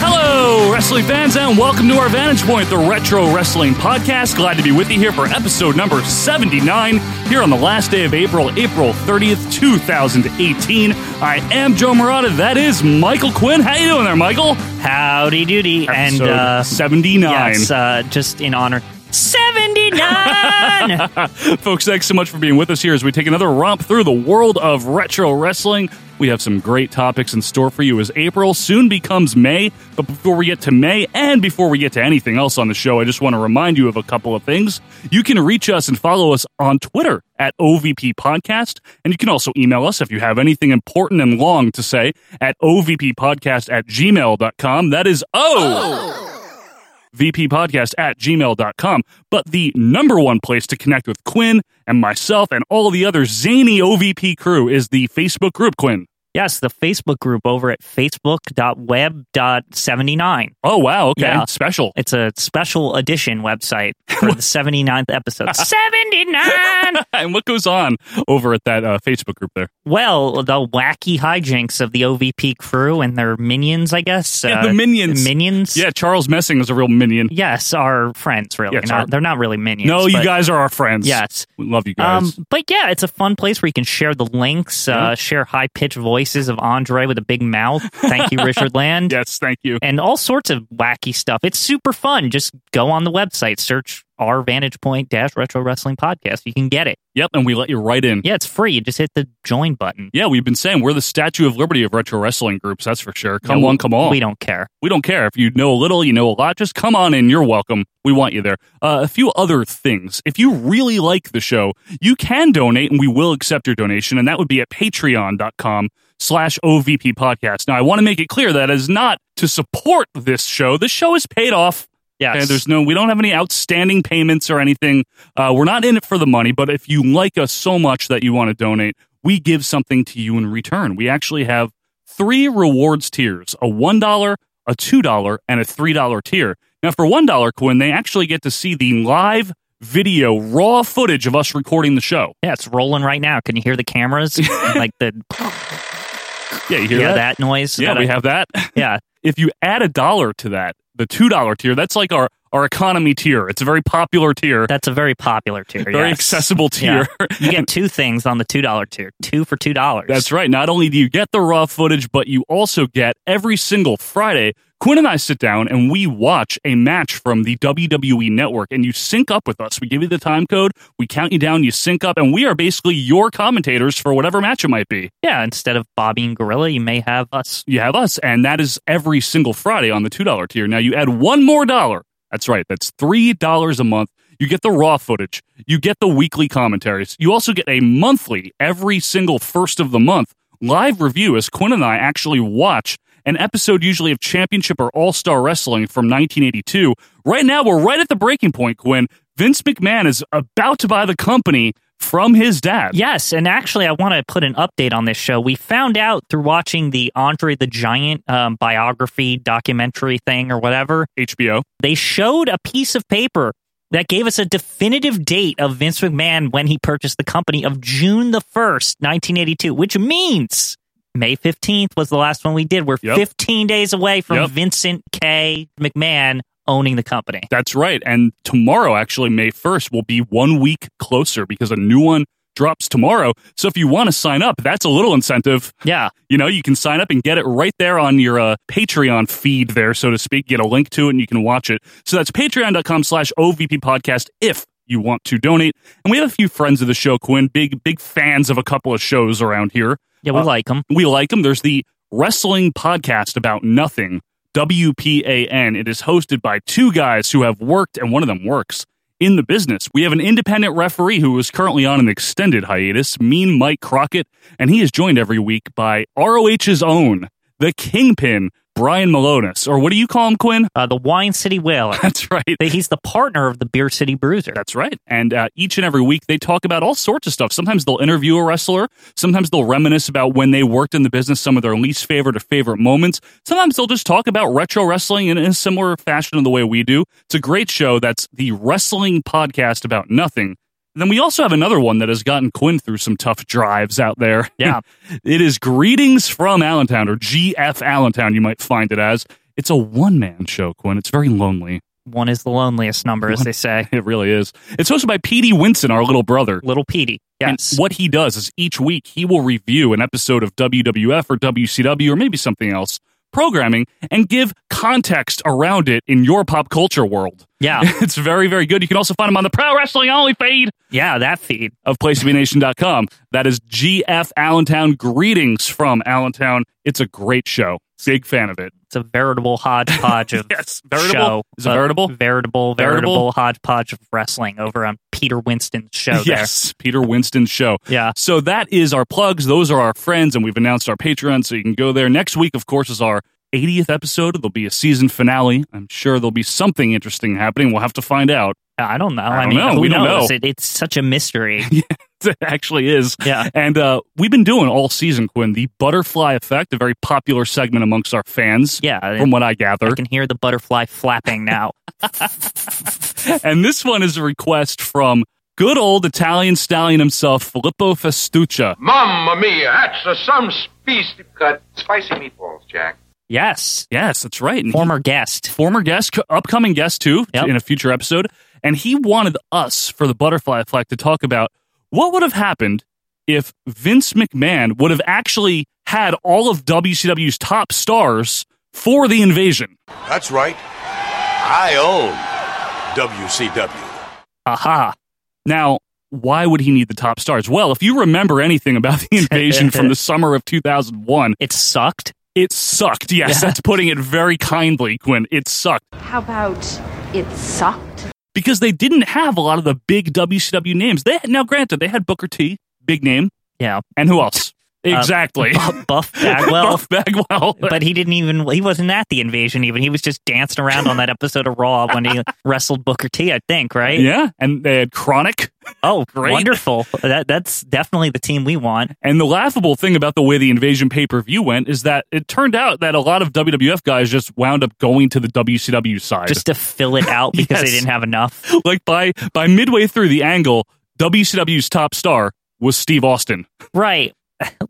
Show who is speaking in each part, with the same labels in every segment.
Speaker 1: Hello, wrestling fans, and welcome to our Vantage Point, the Retro Wrestling Podcast. Glad to be with you here for episode number 79 here on the last day of April, April 30th, 2018. I am Joe Morata. That is Michael Quinn. How you doing there, Michael?
Speaker 2: Howdy doody. And
Speaker 1: Episode
Speaker 2: uh,
Speaker 1: 79.
Speaker 2: yeah, it's, uh, just in honor. 79!
Speaker 1: Folks, thanks so much for being with us here as we take another romp through the world of retro wrestling. We have some great topics in store for you as April soon becomes May. But before we get to May and before we get to anything else on the show, I just want to remind you of a couple of things. You can reach us and follow us on Twitter at OVP Podcast. And you can also email us if you have anything important and long to say at OVPodcast at gmail.com. That is O. vppodcast at gmail.com. But the number one place to connect with Quinn and myself and all the other zany OVP crew is the Facebook group, Quinn.
Speaker 2: yes, the Facebook group over at facebook.web.79.
Speaker 1: Oh, wow. Okay.
Speaker 2: Yeah.
Speaker 1: Special.
Speaker 2: It's a special edition website for the 79th episode. 79!
Speaker 1: and what goes on over at that uh, Facebook group there?
Speaker 2: Well, the wacky hijinks of the OVP crew and their minions, I guess. Uh,
Speaker 1: Yeah, the minions.
Speaker 2: Minions?
Speaker 1: Yeah, Charles Messing is a real minion.
Speaker 2: Yes, are friends, really.
Speaker 1: Yeah, it's
Speaker 2: Not-
Speaker 1: our-
Speaker 2: they're not really minions.
Speaker 1: no, you
Speaker 2: but-
Speaker 1: guys are our friends.
Speaker 2: Yes.
Speaker 1: We love you guys.
Speaker 2: Um, but yeah, it's a fun place where you can share the links,
Speaker 1: Mm-hmm.
Speaker 2: uh, share high pitched voices of Andre with a big mouth. Thank you, Richard Land.
Speaker 1: yes, thank you.
Speaker 2: And all sorts of wacky stuff. It's super fun. Just go on the website, search our Vantage Point Dash Retro Wrestling Podcast. You can get it.
Speaker 1: Yep, and we let you right in.
Speaker 2: Yeah, it's free. You just hit the join button.
Speaker 1: Yeah, we've been saying we're the Statue of Liberty of retro wrestling groups. That's for sure. Come
Speaker 2: Yeah,
Speaker 1: on, come on.
Speaker 2: We don't care.
Speaker 1: We don't care if you know a little, you know a lot. Just come on in. You're welcome. We want you there. Uh, a few other things. If you really like the show, you can donate, and we will accept your donation, and that would be at patreon.com slash OVP podcast. Now, I want to make it clear that is not to support this show. This show is paid off.
Speaker 2: Yes.
Speaker 1: And there's no, we don't have any outstanding payments or anything. Uh, we're not in it for the money, but if you like us so much that you want to donate, we give something to you in return. We actually have three rewards tiers a $1, a $2, and a $3 tier. Now, for $1, Quinn, they actually get to see the live video, raw footage of us recording the show.
Speaker 2: Yeah, it's rolling right now. Can you hear the cameras? like the
Speaker 1: Yeah, you hear
Speaker 2: yeah,
Speaker 1: that?
Speaker 2: that noise?
Speaker 1: Yeah,
Speaker 2: that
Speaker 1: we
Speaker 2: I-
Speaker 1: have that.
Speaker 2: Yeah.
Speaker 1: if you add a dollar to that, the $2 tier, that's like our, our economy tier. It's a very popular tier.
Speaker 2: That's a very popular tier.
Speaker 1: very
Speaker 2: yes.
Speaker 1: accessible tier.
Speaker 2: You get two things on the two dollar tier. Two for two dollars.
Speaker 1: That's right. Not only do you get the raw footage, but you also get every single Friday. Quinn and I sit down and we watch a match from the WWE network and you sync up with us. We give you the time code, we count you down, you sync up, and we are basically your commentators for whatever match it might be.
Speaker 2: Yeah, instead of Bobby and Gorilla, you may have us.
Speaker 1: You have us, and that is every single Friday on the $2 tier. Now you add one more dollar. That's right. That's $3 a month. You get the raw footage. You get the weekly commentaries. You also get a monthly, every single first of the month, live review as Quinn and I actually watch an episode usually of Championship or All Star Wrestling from 1982. Right now, we're right at the breaking point, Quinn. Vince McMahon is about to buy the company from his dad.
Speaker 2: Yes, and actually, I want to put an update on this show. We found out through watching the Andre the Giant um, biography documentary thing or whatever,
Speaker 1: HBO.
Speaker 2: they showed a piece of paper that gave us a definitive date of Vince McMahon when he purchased the company of June the 1st, 1982, which means May 15th was the last one we did. We're
Speaker 1: Yep.
Speaker 2: 15 days away from
Speaker 1: Yep.
Speaker 2: Vincent K. McMahon owning the company.
Speaker 1: That's right. And tomorrow, actually, May 1st, will be one week closer because a new one drops tomorrow. So if you want to sign up, that's a little incentive.
Speaker 2: Yeah.
Speaker 1: You know, you can sign up and get it right there on your uh, Patreon feed there, so to speak. Get a link to it and you can watch it. So that's patreon.com slash OVP podcast if you want to donate. And we have a few friends of the show, Quinn, big, big fans of a couple of shows around here.
Speaker 2: Yeah, we
Speaker 1: Uh,
Speaker 2: like him.
Speaker 1: We like them. There's the Wrestling Podcast About Nothing, WPAN. It is hosted by two guys who have worked, and one of them works in the business. We have an independent referee who is currently on an extended hiatus, Mean Mike Crockett, and he is joined every week by ROH's own, the Kingpin, Brian Malonis, or what do you call him, Quinn?
Speaker 2: Uh, the Wine City Whaler.
Speaker 1: That's right.
Speaker 2: They- He's the partner of the Beer City Bruiser.
Speaker 1: That's right. And uh, each and every week, they talk about all sorts of stuff. Sometimes they'll interview a wrestler. Sometimes they'll reminisce about when they worked in the business, some of their least favorite or favorite moments. Sometimes they'll just talk about retro wrestling in a similar fashion to the way we do. It's a great show. That's the wrestling podcast about nothing. And then we also have another one that has gotten Quinn through some tough drives out there.
Speaker 2: Yeah.
Speaker 1: it is Greetings from Allentown, or GF Allentown, you might find it as. It's a one man show, Quinn. It's very lonely.
Speaker 2: One is the loneliest number, as they say.
Speaker 1: It really is. It's hosted by Petey Winson, our little brother.
Speaker 2: Little Petey. Yes.
Speaker 1: And what he does is each week he will review an episode of WWF or WCW or maybe something else programming and give context around it in your pop culture world.
Speaker 2: Yeah.
Speaker 1: It's very, very good. You can also find him on the Pro Wrestling Only feed
Speaker 2: yeah, that feed. Oh,
Speaker 1: of PlaceToBeNation.com. That is GF Allentown. Greetings from Allentown. It's a great show. Big fan of it.
Speaker 2: It's a veritable hodgepodge of
Speaker 1: Yes, veritable.
Speaker 2: show.
Speaker 1: Is it
Speaker 2: Uh,
Speaker 1: veritable?
Speaker 2: Veritable, veritable,
Speaker 1: Veritable?
Speaker 2: hodgepodge of wrestling over on Peter Winston's show
Speaker 1: yes, Peter Winston's show.
Speaker 2: there. Yeah.
Speaker 1: So that is our plugs. Those are our friends, and we've announced our Patreon, so you can go there. Next week, of course, is our 80th episode. There'll be a season finale. I'm sure there'll be something interesting happening. We'll have to find out.
Speaker 2: I don't know. I,
Speaker 1: don't
Speaker 2: mean,
Speaker 1: know.
Speaker 2: who
Speaker 1: We don't
Speaker 2: knows?
Speaker 1: know.
Speaker 2: It, it's such a mystery.
Speaker 1: It actually is.
Speaker 2: Yeah.
Speaker 1: And uh, we've been doing all season, Quinn, the butterfly effect, a very popular segment amongst our fans,
Speaker 2: Yeah.
Speaker 1: from what I gather.
Speaker 2: I can hear the butterfly flapping now.
Speaker 1: and this one is a request from good old Italian stallion himself, Filippo Festuccia.
Speaker 3: Mamma mia, that's a some piece. Cut spicy meatballs, Jack.
Speaker 2: yes.
Speaker 1: Yes, that's right. And he-
Speaker 2: Former guest.
Speaker 1: former guest, co- upcoming guest too,
Speaker 2: Yep.
Speaker 1: in a future episode, and he wanted us for the butterfly effect to talk about what would have happened if Vince McMahon would have actually had all of WCW's top stars for the invasion.
Speaker 4: That's right. I own WCW.
Speaker 2: Aha.
Speaker 1: Now, why would he need the top stars? Well, if you remember anything about the invasion from the summer of 2001,
Speaker 2: It sucked.
Speaker 1: it sucked. Yes,
Speaker 2: Yeah.
Speaker 1: that's putting it very kindly, Quinn. It sucked.
Speaker 5: How about it sucked?
Speaker 1: because they didn't have a lot of the big WCW names. They now, granted, they had Booker T, big name,
Speaker 2: Yeah.
Speaker 1: and who else? Exactly,
Speaker 2: Bu- Buff Bagwell.
Speaker 1: Buff Bagwell.
Speaker 2: Uh, but he didn't even he wasn't at the invasion even he was just dancing around on that episode of raw when he wrestled booker t i think right
Speaker 1: yeah, and they had Chronic.
Speaker 2: oh
Speaker 1: Great.
Speaker 2: wonderful that that's definitely the team we want
Speaker 1: And the laughable thing about the way the Invasion pay per view went is that it turned out that a lot of WWF guys just wound up going to the WCW side.
Speaker 2: just to fill it out because they
Speaker 1: Yes.
Speaker 2: didn't have enough
Speaker 1: like by by midway through the angle, WCW's top star was Steve Austin.
Speaker 2: right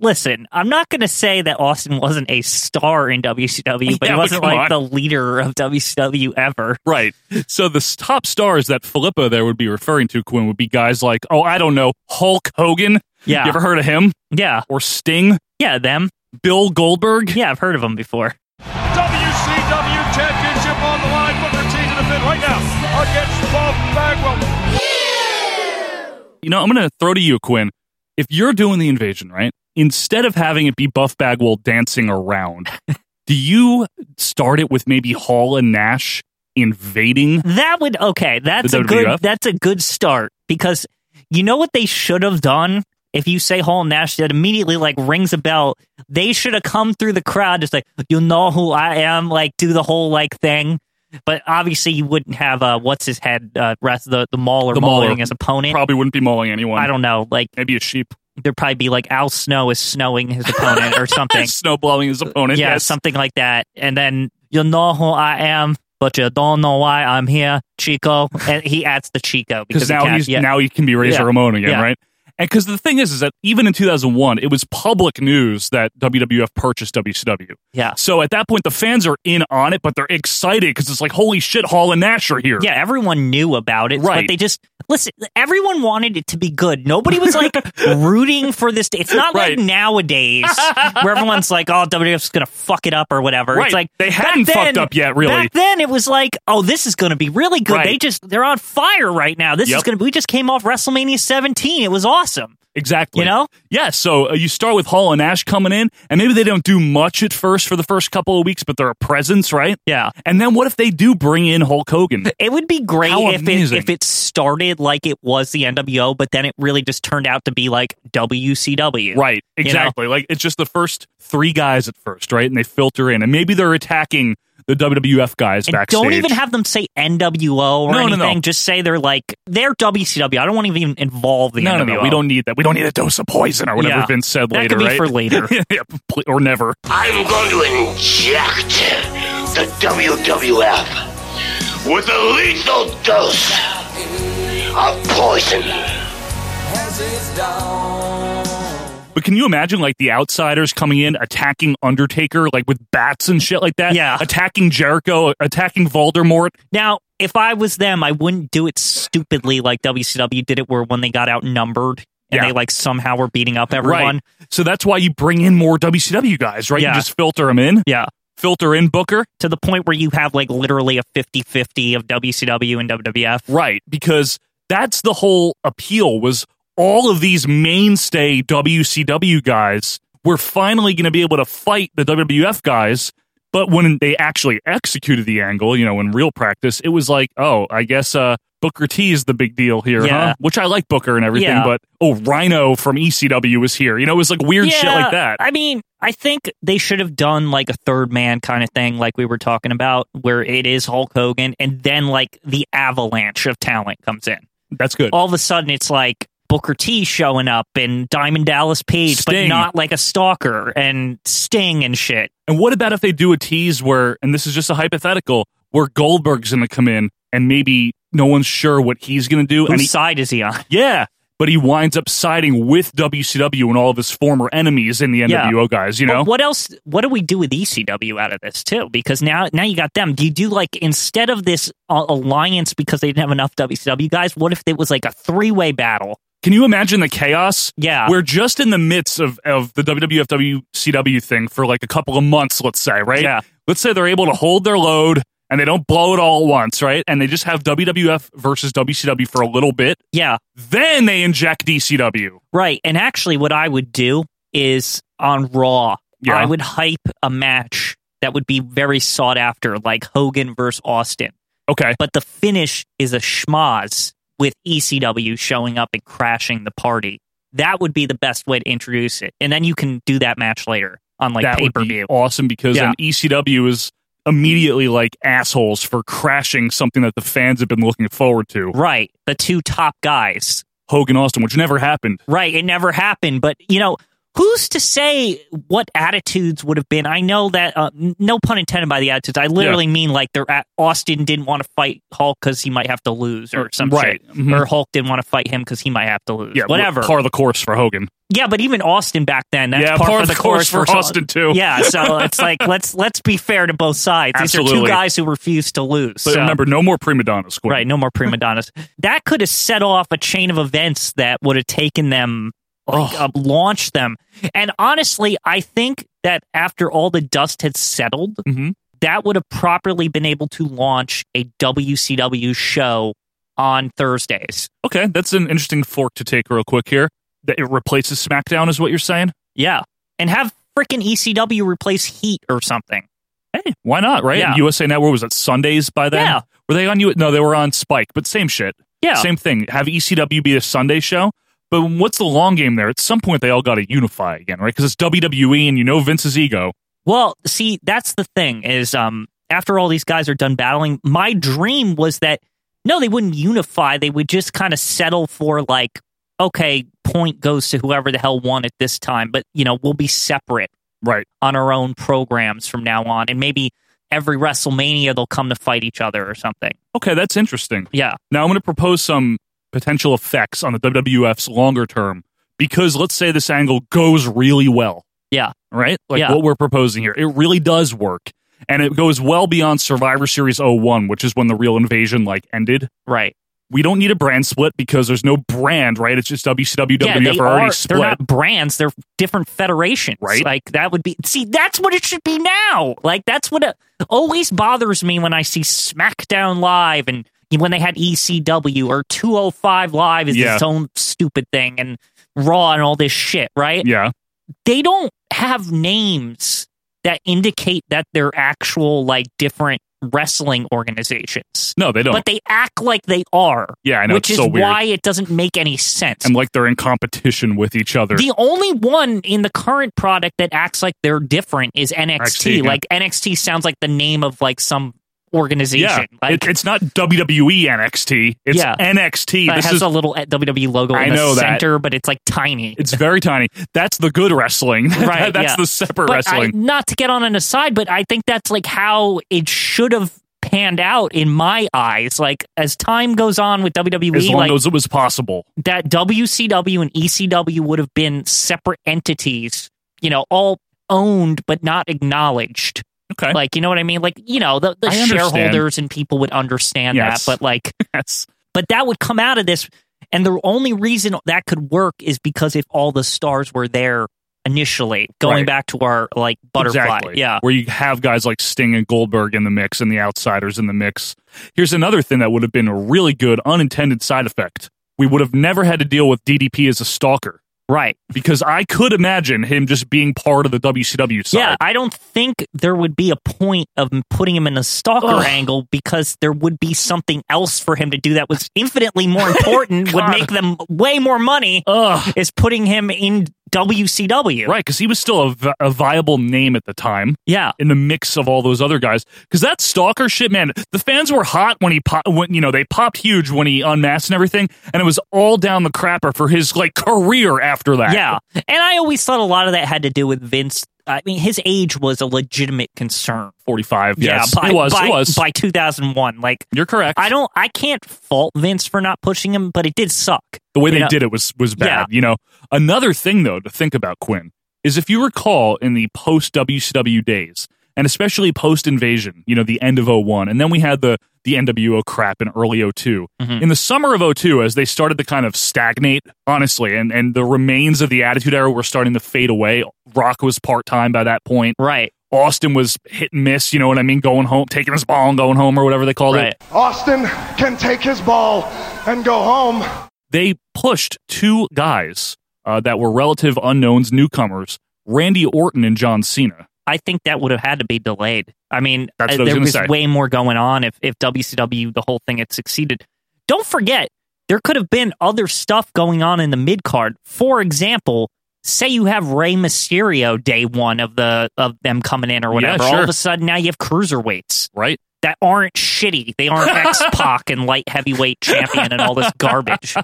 Speaker 2: Listen, I'm not going to say that Austin wasn't a star in WCW, but
Speaker 1: Yeah,
Speaker 2: he
Speaker 1: but
Speaker 2: wasn't
Speaker 1: come on.
Speaker 2: like the leader of WCW ever.
Speaker 1: Right. So the s- top stars that Filippo there would be referring to, Quinn, would be guys like, oh, I don't know, Hulk Hogan.
Speaker 2: Yeah.
Speaker 1: You ever heard of him?
Speaker 2: Yeah.
Speaker 1: Or Sting?
Speaker 2: Yeah, them.
Speaker 1: Bill Goldberg?
Speaker 2: Yeah, I've heard of them before.
Speaker 6: WCW Championship on the line. Booker T to defend right now against Bob Bagwell.
Speaker 1: You know, I'm going to throw to you, Quinn. If you're doing the invasion, right? Instead of having it be Buff Bagwell dancing around, do you start it with maybe Hall and Nash invading?
Speaker 2: That would okay. That's
Speaker 1: The
Speaker 2: a good.
Speaker 1: WWF?
Speaker 2: That's a good start because you know what they should have done. If you say Hall and Nash, that immediately like rings a bell. They should have come through the crowd, just like you know who I am, like do the whole like thing. But obviously, you wouldn't have uh, what's his head, uh, rest the the Mauler
Speaker 1: The Mauler.
Speaker 2: mauling his opponent.
Speaker 1: Probably wouldn't be mauling anyone.
Speaker 2: I don't know. Like
Speaker 1: Maybe a sheep.
Speaker 2: there'd probably be like Al Snow is snowing his opponent or something.
Speaker 1: Snow blowing his opponent.
Speaker 2: yeah,
Speaker 1: yes.
Speaker 2: something like that. And then you know who I am, but you don't know why I'm here, Chico. And he adds the Chico
Speaker 1: because
Speaker 2: he
Speaker 1: now
Speaker 2: can't-
Speaker 1: he's
Speaker 2: yeah.
Speaker 1: now he can be Razor
Speaker 2: Yeah.
Speaker 1: Ramon again,
Speaker 2: Yeah.
Speaker 1: right? And because the thing is, is that even in 2001, it was public news that WWF purchased WCW.
Speaker 2: yeah.
Speaker 1: So at that point, the fans are in on it, but they're excited because it's like, holy shit, Hall and Nash are here.
Speaker 2: Yeah, everyone knew about it,
Speaker 1: Right.
Speaker 2: but they just listen. Everyone wanted it to be good. Nobody was like rooting for this. It's not
Speaker 1: Right.
Speaker 2: like nowadays where everyone's like, "Oh, WWF's gonna fuck it up" or whatever.
Speaker 1: Right.
Speaker 2: It's like
Speaker 1: They
Speaker 2: back
Speaker 1: hadn't
Speaker 2: then-
Speaker 1: fucked up yet, really.
Speaker 2: Back then, it was like, "Oh, this is gonna be really good."
Speaker 1: Right.
Speaker 2: They just they're on fire right now. This
Speaker 1: Yep.
Speaker 2: is gonna. We just came off WrestleMania 17. It was awesome.
Speaker 1: Exactly.
Speaker 2: You know?
Speaker 1: Yeah. So uh, you start with Hall and Ash coming in, and maybe they don't do much at first for the first couple of weeks, but they're a presence, right?
Speaker 2: Yeah.
Speaker 1: And then what if they do bring in Hulk Hogan?
Speaker 2: It would be great
Speaker 1: How
Speaker 2: if it,
Speaker 1: amazing.
Speaker 2: if it started like it was the NWO, but then it really just turned out to be like WCW.
Speaker 1: Right,
Speaker 2: You know?
Speaker 1: exactly. Like it's just the first three guys at first, right? And they filter in, and maybe they're attacking the WWF guys
Speaker 2: And
Speaker 1: backstage.
Speaker 2: don't even have them say NWO or
Speaker 1: No, no,
Speaker 2: anything.
Speaker 1: no.
Speaker 2: Just say they're like they're WCW. I don't want to even involve the
Speaker 1: no, no,
Speaker 2: NWO.
Speaker 1: no. We don't need that. We don't need a dose of poison or whatever
Speaker 2: Yeah.
Speaker 1: Vince said
Speaker 2: That
Speaker 1: later.
Speaker 2: could be
Speaker 1: right?
Speaker 2: for later.
Speaker 1: yeah, pl- or never.
Speaker 7: I'm going to inject the WWF with a lethal dose of poison.
Speaker 1: But can you imagine like the outsiders coming in attacking Undertaker like with bats and shit like that?
Speaker 2: Yeah.
Speaker 1: attacking Jericho, attacking Voldemort.
Speaker 2: Now, if I was them, I wouldn't do it stupidly like WCW did it, where when they got outnumbered and
Speaker 1: Yeah.
Speaker 2: they like somehow were beating up everyone.
Speaker 1: Right. So that's why you bring in more WCW guys, right?
Speaker 2: Yeah.
Speaker 1: You just filter them in,
Speaker 2: Yeah.
Speaker 1: filter in Booker,
Speaker 2: To the point where you have like literally a 50 50 of WCW and WWF.
Speaker 1: Right, because that's the whole appeal was all of these mainstay WCW guys were finally going to be able to fight the WWF guys. But when they actually executed the angle, you know, in real practice, it was like, oh, I guess uh, Booker T is the big deal here,
Speaker 2: Yeah.
Speaker 1: huh? Which I like Booker and everything,
Speaker 2: Yeah.
Speaker 1: but oh, Rhino from ECW is here. You know, it was like weird shit like that.
Speaker 2: I mean, I think they should have done like a third man kind of thing, like we were talking about, where it is Hulk Hogan and then like the avalanche of talent comes in.
Speaker 1: That's good.
Speaker 2: All of a sudden, it's like Booker T showing up and Diamond Dallas Page, but
Speaker 1: Sting.
Speaker 2: not like a stalker and Sting and shit.
Speaker 1: And what about if they do a tease where, and this is just a hypothetical, where Goldberg's going to come in and maybe no one's sure what he's going to do?
Speaker 2: Whose
Speaker 1: and he,
Speaker 2: side is he on?
Speaker 1: yeah, but he winds up siding with WCW and all of his former enemies in the NWO guys, you know?
Speaker 2: But what else? What do we do with ECW out of this too? Because now, now you got them. Do you do like instead of this uh, alliance because they didn't have enough WCW guys? What if it was like a three way battle?
Speaker 1: Can you imagine the chaos?
Speaker 2: Yeah.
Speaker 1: We're just in the midst of, of the WWF WCW thing for like a couple of months, let's say, right?
Speaker 2: Yeah.
Speaker 1: Let's say they're able to hold their load and they don't blow it all at once, right? And they just have WWF versus WCW for a little bit.
Speaker 2: Yeah,
Speaker 1: Then they inject DCW.
Speaker 2: right. And actually, what I would do is on Raw,
Speaker 1: Yeah.
Speaker 2: I would hype a match that would be very sought after, like Hogan versus Austin.
Speaker 1: Okay.
Speaker 2: But the finish is a schmoz with ECW showing up and crashing the party. That would be the best way to introduce it, and then you can do that match later on like
Speaker 1: that
Speaker 2: pay
Speaker 1: would
Speaker 2: per
Speaker 1: be
Speaker 2: view.
Speaker 1: awesome because
Speaker 2: Yeah.
Speaker 1: then ECW is immediately like assholes for crashing something that the fans have been looking forward to.
Speaker 2: Right. The two top guys.
Speaker 1: Hogan Austin, which never happened.
Speaker 2: Right. It never happened. But, you know, who's to say what attitudes would have been? I know that, uh, n- no pun intended by the attitudes. I literally mean like they're at, Austin didn't want to fight Hulk because he might have to lose or some
Speaker 1: Right.
Speaker 2: shit.
Speaker 1: Mhm.
Speaker 2: Or Hulk didn't want to fight him because he might have to lose.
Speaker 1: Yeah,
Speaker 2: Whatever.
Speaker 1: Par of the course for Hogan.
Speaker 2: yeah. But even Austin back then, that's
Speaker 1: Yeah,
Speaker 2: par,
Speaker 1: par
Speaker 2: for
Speaker 1: of
Speaker 2: the
Speaker 1: the course for
Speaker 2: Hul-
Speaker 1: Austin, too.
Speaker 2: Yeah. So it's like, let's let's be fair to both sides. These are two
Speaker 1: Absolutely.
Speaker 2: guys who refuse to lose.
Speaker 1: But
Speaker 2: so-
Speaker 1: remember, no more prima donnas. Quinn.
Speaker 2: Right, no more prima donnas. that could have set off a chain of events that would have taken them, like, uh, launched them. And honestly, I think that after all the dust had settled,
Speaker 1: Mhm.
Speaker 2: that would have properly been able to launch a WCW show on Thursdays.
Speaker 1: Okay, that's an interesting fork to take real quick here. That it replaces SmackDown is what you're saying.
Speaker 2: Yeah, and have freaking ECW replace Heat or something.
Speaker 1: Hey, why not? Right?
Speaker 2: Yeah.
Speaker 1: And USA Network was at Sundays by then.
Speaker 2: Yeah.
Speaker 1: Were they on you? No, they were on Spike, but same shit.
Speaker 2: Yeah.
Speaker 1: Same thing. Have ECW be a Sunday show. But what's the long game there? At some point, they all got to unify again, right? Because it's WWE, and you know Vince's ego.
Speaker 2: Well, see, that's the thing is um after all these guys are done battling, my dream was that no, they wouldn't unify. They would just kind of settle for like, okay, point goes to whoever the hell won at this time, but you know, we'll be separate
Speaker 1: Right.
Speaker 2: on our own programs from now on and maybe every WrestleMania they'll come to fight each other or something.
Speaker 1: Okay, that's interesting.
Speaker 2: Yeah.
Speaker 1: Now I'm going to propose some potential effects on the WWF's longer term because let's say this angle goes really well,
Speaker 2: Yeah.
Speaker 1: right? Like
Speaker 2: Yeah.
Speaker 1: what we're proposing here. It really does work. And it goes well beyond Survivor Series 01, which is when the real invasion like ended.
Speaker 2: Right.
Speaker 1: We don't need a brand split because there's no brand, right? It's just WCW,
Speaker 2: yeah,
Speaker 1: WWF
Speaker 2: they
Speaker 1: are already
Speaker 2: are-
Speaker 1: split.
Speaker 2: they're not brands, they're different federations.
Speaker 1: Right.
Speaker 2: Like that would be see, that's what it should be now. Like that's what it always bothers me when I see SmackDown Live and when they had ECW E or 205 Live is
Speaker 1: Yeah.
Speaker 2: its own stupid thing and Raw and all this shit, right?
Speaker 1: Yeah.
Speaker 2: They don't have names that indicate that they're actual like different wrestling organizations.
Speaker 1: No, they don't.
Speaker 2: But they act like they are.
Speaker 1: Yeah, I know, it's
Speaker 2: Which is
Speaker 1: so weird.
Speaker 2: why it doesn't make any sense.
Speaker 1: and like they're in competition with each other.
Speaker 2: The only one in the current product that acts like they're different is NXT.
Speaker 1: NXT, yeah.
Speaker 2: Like NXT sounds like the name of like some
Speaker 1: yeah,
Speaker 2: organization. like
Speaker 1: it, it's not E WWE NXT. It's
Speaker 2: Yeah.
Speaker 1: NXT.
Speaker 2: but it
Speaker 1: This
Speaker 2: has
Speaker 1: is
Speaker 2: a little WWE logo
Speaker 1: I
Speaker 2: in the
Speaker 1: know that.
Speaker 2: center, but it's like tiny.
Speaker 1: it's very tiny. That's the good wrestling.
Speaker 2: Right,
Speaker 1: That's
Speaker 2: yeah.
Speaker 1: the separate
Speaker 2: but
Speaker 1: wrestling.
Speaker 2: I, not to get on an aside, but I think that's like how it should have panned out in my eyes. Like as time goes on with WWE,
Speaker 1: as long
Speaker 2: like
Speaker 1: as it was possible.
Speaker 2: that WCW and ECW would have been separate entities, you know, all owned but not acknowledged.
Speaker 1: Okay.
Speaker 2: Like, you know what I mean? Like, you know, the, the
Speaker 1: I understand.
Speaker 2: shareholders and people would understand
Speaker 1: Yes.
Speaker 2: that, but like,
Speaker 1: yes.
Speaker 2: but that would come out of this. And the only reason that could work is because if all the stars were there initially, going
Speaker 1: Right.
Speaker 2: back to our like butterfly.
Speaker 1: Exactly.
Speaker 2: Yeah.
Speaker 1: Where you have guys like Sting and Goldberg in the mix and the outsiders in the mix. Here's another thing that would have been a really good unintended side effect. We would have never had to deal with DDP as a stalker
Speaker 2: Right.
Speaker 1: because I could imagine him just being part of the WCW side.
Speaker 2: Yeah. I don't think there would be a point of putting him in a stalker
Speaker 1: Ugh.
Speaker 2: angle because there would be something else for him to do that was infinitely more important, would
Speaker 1: God.
Speaker 2: make them way more money,
Speaker 1: Ugh.
Speaker 2: is putting him in WCW.
Speaker 1: Right, because he was still a, vi- a viable name at the time
Speaker 2: Yeah.
Speaker 1: in the mix of all those other guys. Because that stalker shit, man, the fans were hot when he pop, when you know they popped huge when he unmasked and everything, and it was all down the crapper for his like career after that.
Speaker 2: Yeah. And I always thought a lot of that had to do with Vince. I mean, his age was a legitimate concern.
Speaker 1: forty five. Yes,
Speaker 2: yeah, by,
Speaker 1: it was.
Speaker 2: by,
Speaker 1: it was.
Speaker 2: by 2001. Like,
Speaker 1: You're correct.
Speaker 2: I don't, I can't fault Vince for not pushing him, but it did suck.
Speaker 1: the way
Speaker 2: you
Speaker 1: they
Speaker 2: know-
Speaker 1: did it was was bad.
Speaker 2: Yeah.
Speaker 1: You know, another thing though to think about Quinn is if you recall in the post WCW days and especially post invasion, you know, the end of 01 and then we had the the NWO crap in early 2
Speaker 2: Mm-hmm.
Speaker 1: In the summer of 02 as they started to kind of stagnate honestly and and the remains of the attitude era were starting to fade away. Rock was part-time by that point.
Speaker 2: Right.
Speaker 1: Austin was hit and miss, you know what I mean, going home, taking his ball and going home or whatever they called it.
Speaker 2: Right.
Speaker 8: Austin can take his ball and go home.
Speaker 1: they pushed two guys uh, that were relative unknowns, newcomers, Randy Orton and John Cena.
Speaker 2: I think that would have had to be delayed. I mean, uh,
Speaker 1: That's what I was
Speaker 2: there
Speaker 1: gonna
Speaker 2: was
Speaker 1: say.
Speaker 2: way more going on if, if WCW, the whole thing had succeeded. Don't forget, there could have been other stuff going on in the mid card. For example, say you have Rey Mysterio day one of the of them coming in or whatever. All
Speaker 1: sure.
Speaker 2: of a sudden now you have cruiserweights
Speaker 1: Right?
Speaker 2: that aren't shitty. They aren't X Pac and light heavyweight champion and all this garbage.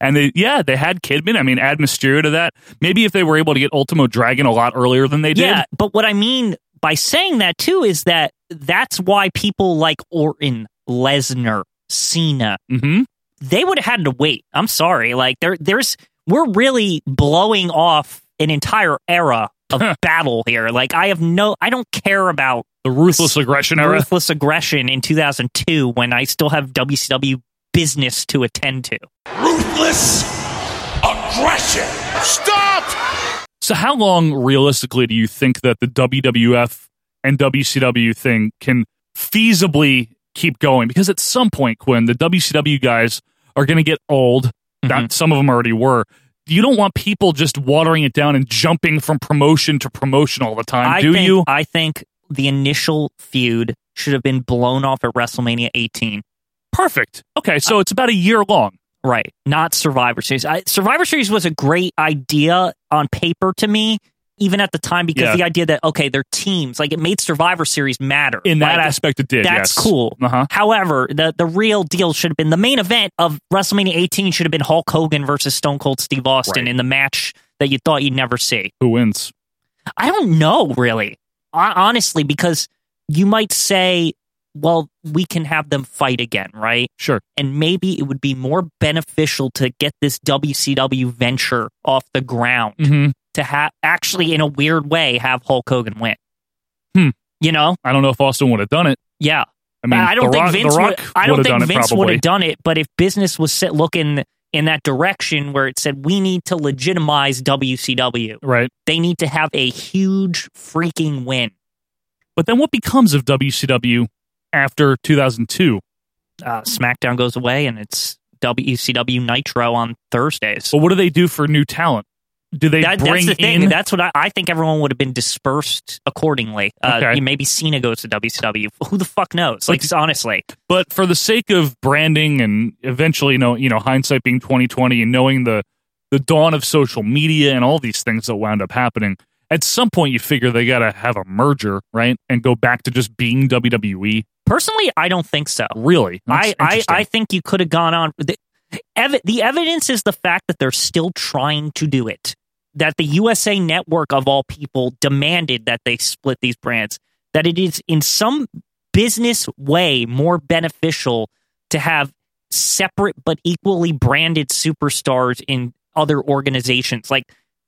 Speaker 1: And they, yeah, they had Kidman. I mean, add Mysterio to that. Maybe if they were able to get Ultimo Dragon a lot earlier than they did.
Speaker 2: Yeah, but what I mean by saying that too is that that's why people like Orton, Lesnar, Cena,
Speaker 1: Mm-hmm.
Speaker 2: they would have had to wait. I'm sorry, like there, there's we're really blowing off an entire era of battle here. Like I have no, I don't care about
Speaker 1: The ruthless aggression era.
Speaker 2: ruthless aggression in 2002 when I still have WCW business to attend to.
Speaker 4: Ruthless aggression. Stop!
Speaker 1: So, how long realistically do you think that the WWF and WCW thing can feasibly keep going? Because at some point, Quinn, the WCW guys are going to get old.
Speaker 2: Mm-hmm.
Speaker 1: Not, some of them already were. You don't want people just watering it down and jumping from promotion to promotion all the time,
Speaker 2: I
Speaker 1: do
Speaker 2: think,
Speaker 1: you?
Speaker 2: I think the initial feud should have been blown off at WrestleMania 18.
Speaker 1: Perfect. Okay,
Speaker 2: Uh,
Speaker 1: so it's about a year long.
Speaker 2: Right. Not Survivor Series. I, Survivor Series was a great idea on paper to me, even at the time, because
Speaker 1: Yeah.
Speaker 2: the idea that, okay, they're teams, like it made Survivor Series matter.
Speaker 1: In that
Speaker 2: Like,
Speaker 1: aspect, it did.
Speaker 2: That's
Speaker 1: yes.
Speaker 2: cool.
Speaker 1: Uh-huh.
Speaker 2: However, the, the real deal should have been the main event of WrestleMania 18 should have been Hulk Hogan versus Stone Cold Steve Austin
Speaker 1: Right.
Speaker 2: in the match that you thought you'd never see.
Speaker 1: Who wins?
Speaker 2: I don't know really, Hon- honestly, because you might say, well, we can have them fight again, right?
Speaker 1: Sure.
Speaker 2: And maybe it would be more beneficial to get this WCW venture off the ground
Speaker 1: Mm-hmm.
Speaker 2: to have actually, in a weird way, have Hulk Hogan win.
Speaker 1: Hmm.
Speaker 2: You know?
Speaker 1: I don't know if Austin would have done it.
Speaker 2: Yeah.
Speaker 1: I mean,
Speaker 2: I don't
Speaker 1: The
Speaker 2: think
Speaker 1: Rock-
Speaker 2: Vince
Speaker 1: The
Speaker 2: would.
Speaker 1: Rock
Speaker 2: I don't
Speaker 1: would've
Speaker 2: think
Speaker 1: done it
Speaker 2: Vince would
Speaker 1: probably.
Speaker 2: have done it. But if business was sit looking in that direction where it said we need to legitimize WCW,
Speaker 1: Right.
Speaker 2: they need to have a huge freaking win.
Speaker 1: But then what becomes of WCW after 2002?
Speaker 2: uh, SmackDown goes away and it's WCW Nitro on Thursdays.
Speaker 1: But what do they do for new talent? Do they
Speaker 2: That-
Speaker 1: bring
Speaker 2: that's the thing.
Speaker 1: in?
Speaker 2: That's what I, I think. Everyone would have been dispersed accordingly. Uh,
Speaker 1: Okay.
Speaker 2: you- Maybe Cena goes to WCW. Who the fuck knows? Like honestly,
Speaker 1: but for the sake of branding and eventually, you know, you know, hindsight being twenty twenty and knowing the the dawn of social media and all these things that wound up happening, at some point you figure they got to have a merger, right, and go back to just being WWE.
Speaker 2: personally, I don't think so.
Speaker 1: Really,
Speaker 2: I,
Speaker 1: That's
Speaker 2: I,
Speaker 1: interesting.
Speaker 2: I think you could have gone on. The, ev- the evidence is the fact that they're still trying to do it. That the USA Network of all people demanded that they split these brands. That it is in some business way more beneficial to have separate but equally branded superstars in other organizations. Like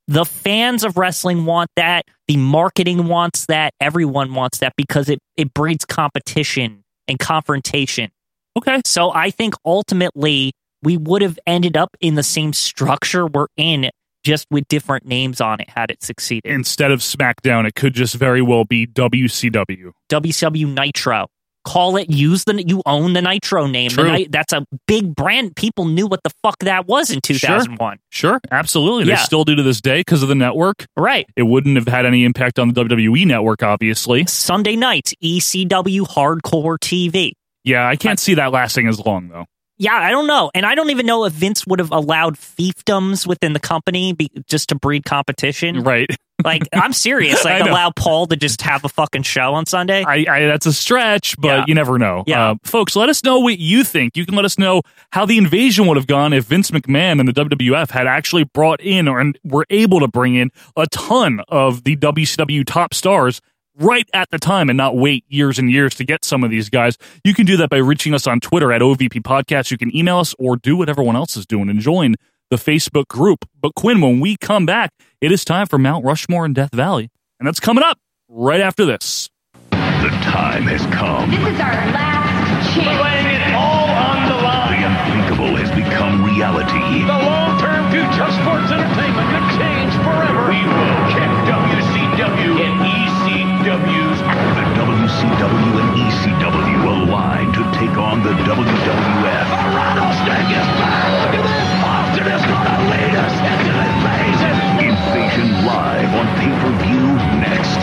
Speaker 2: the fans of wrestling want that, the marketing wants that, everyone wants that because it, it breeds competition and confrontation.
Speaker 1: okay.
Speaker 2: So I think ultimately we would have ended up in the same structure we're in, just with different names on it had it succeeded.
Speaker 1: Instead of SmackDown, it could just very well be WCW.
Speaker 2: WCW Nitro. Call it. Use the. You own the Nitro name. The
Speaker 1: True.
Speaker 2: Ni- that's a big brand. People knew what the fuck that was in two thousand one.
Speaker 1: Sure, absolutely. They
Speaker 2: Yeah.
Speaker 1: still do to this day because of the network.
Speaker 2: Right.
Speaker 1: It wouldn't have had any impact on the WWE network, obviously.
Speaker 2: Sunday nights, ECW Hardcore TV.
Speaker 1: Yeah, I can't see that lasting as long though.
Speaker 2: Yeah, I don't know, and I don't even know if Vince would have allowed fiefdoms within the company be, just to breed competition.
Speaker 1: Right.
Speaker 2: Like, I'm serious.
Speaker 1: I
Speaker 2: Like,
Speaker 1: know.
Speaker 2: allow Paul to just have a fucking show on Sunday.
Speaker 1: I, I that's a stretch, but
Speaker 2: Yeah.
Speaker 1: you never know.
Speaker 2: Yeah.
Speaker 1: Uh, folks, let us know what you think. You can let us know how the invasion would have gone if Vince McMahon and the WWF had actually brought in or and were able to bring in a ton of the WCW top stars right at the time and not wait years and years to get some of these guys. You can do that by reaching us on Twitter at OVP Podcast. You can email us or do what everyone else is doing and join the Facebook group. But Quinn, when we come back, it is time for Mount Rushmore and Death Valley. And that's coming up right after this.
Speaker 7: The time has come.
Speaker 5: This is our last chance.
Speaker 6: all on
Speaker 7: The
Speaker 6: the line.
Speaker 7: unthinkable has become reality.
Speaker 6: The long-term future of sports entertainment could change forever.
Speaker 7: We will check WCW and ECW's. The WCW and ECW align to take on the WWF. Colorado Snake is back. Look at this. Austin is going to lead us into invasion. Invasion live on pay-per-view next.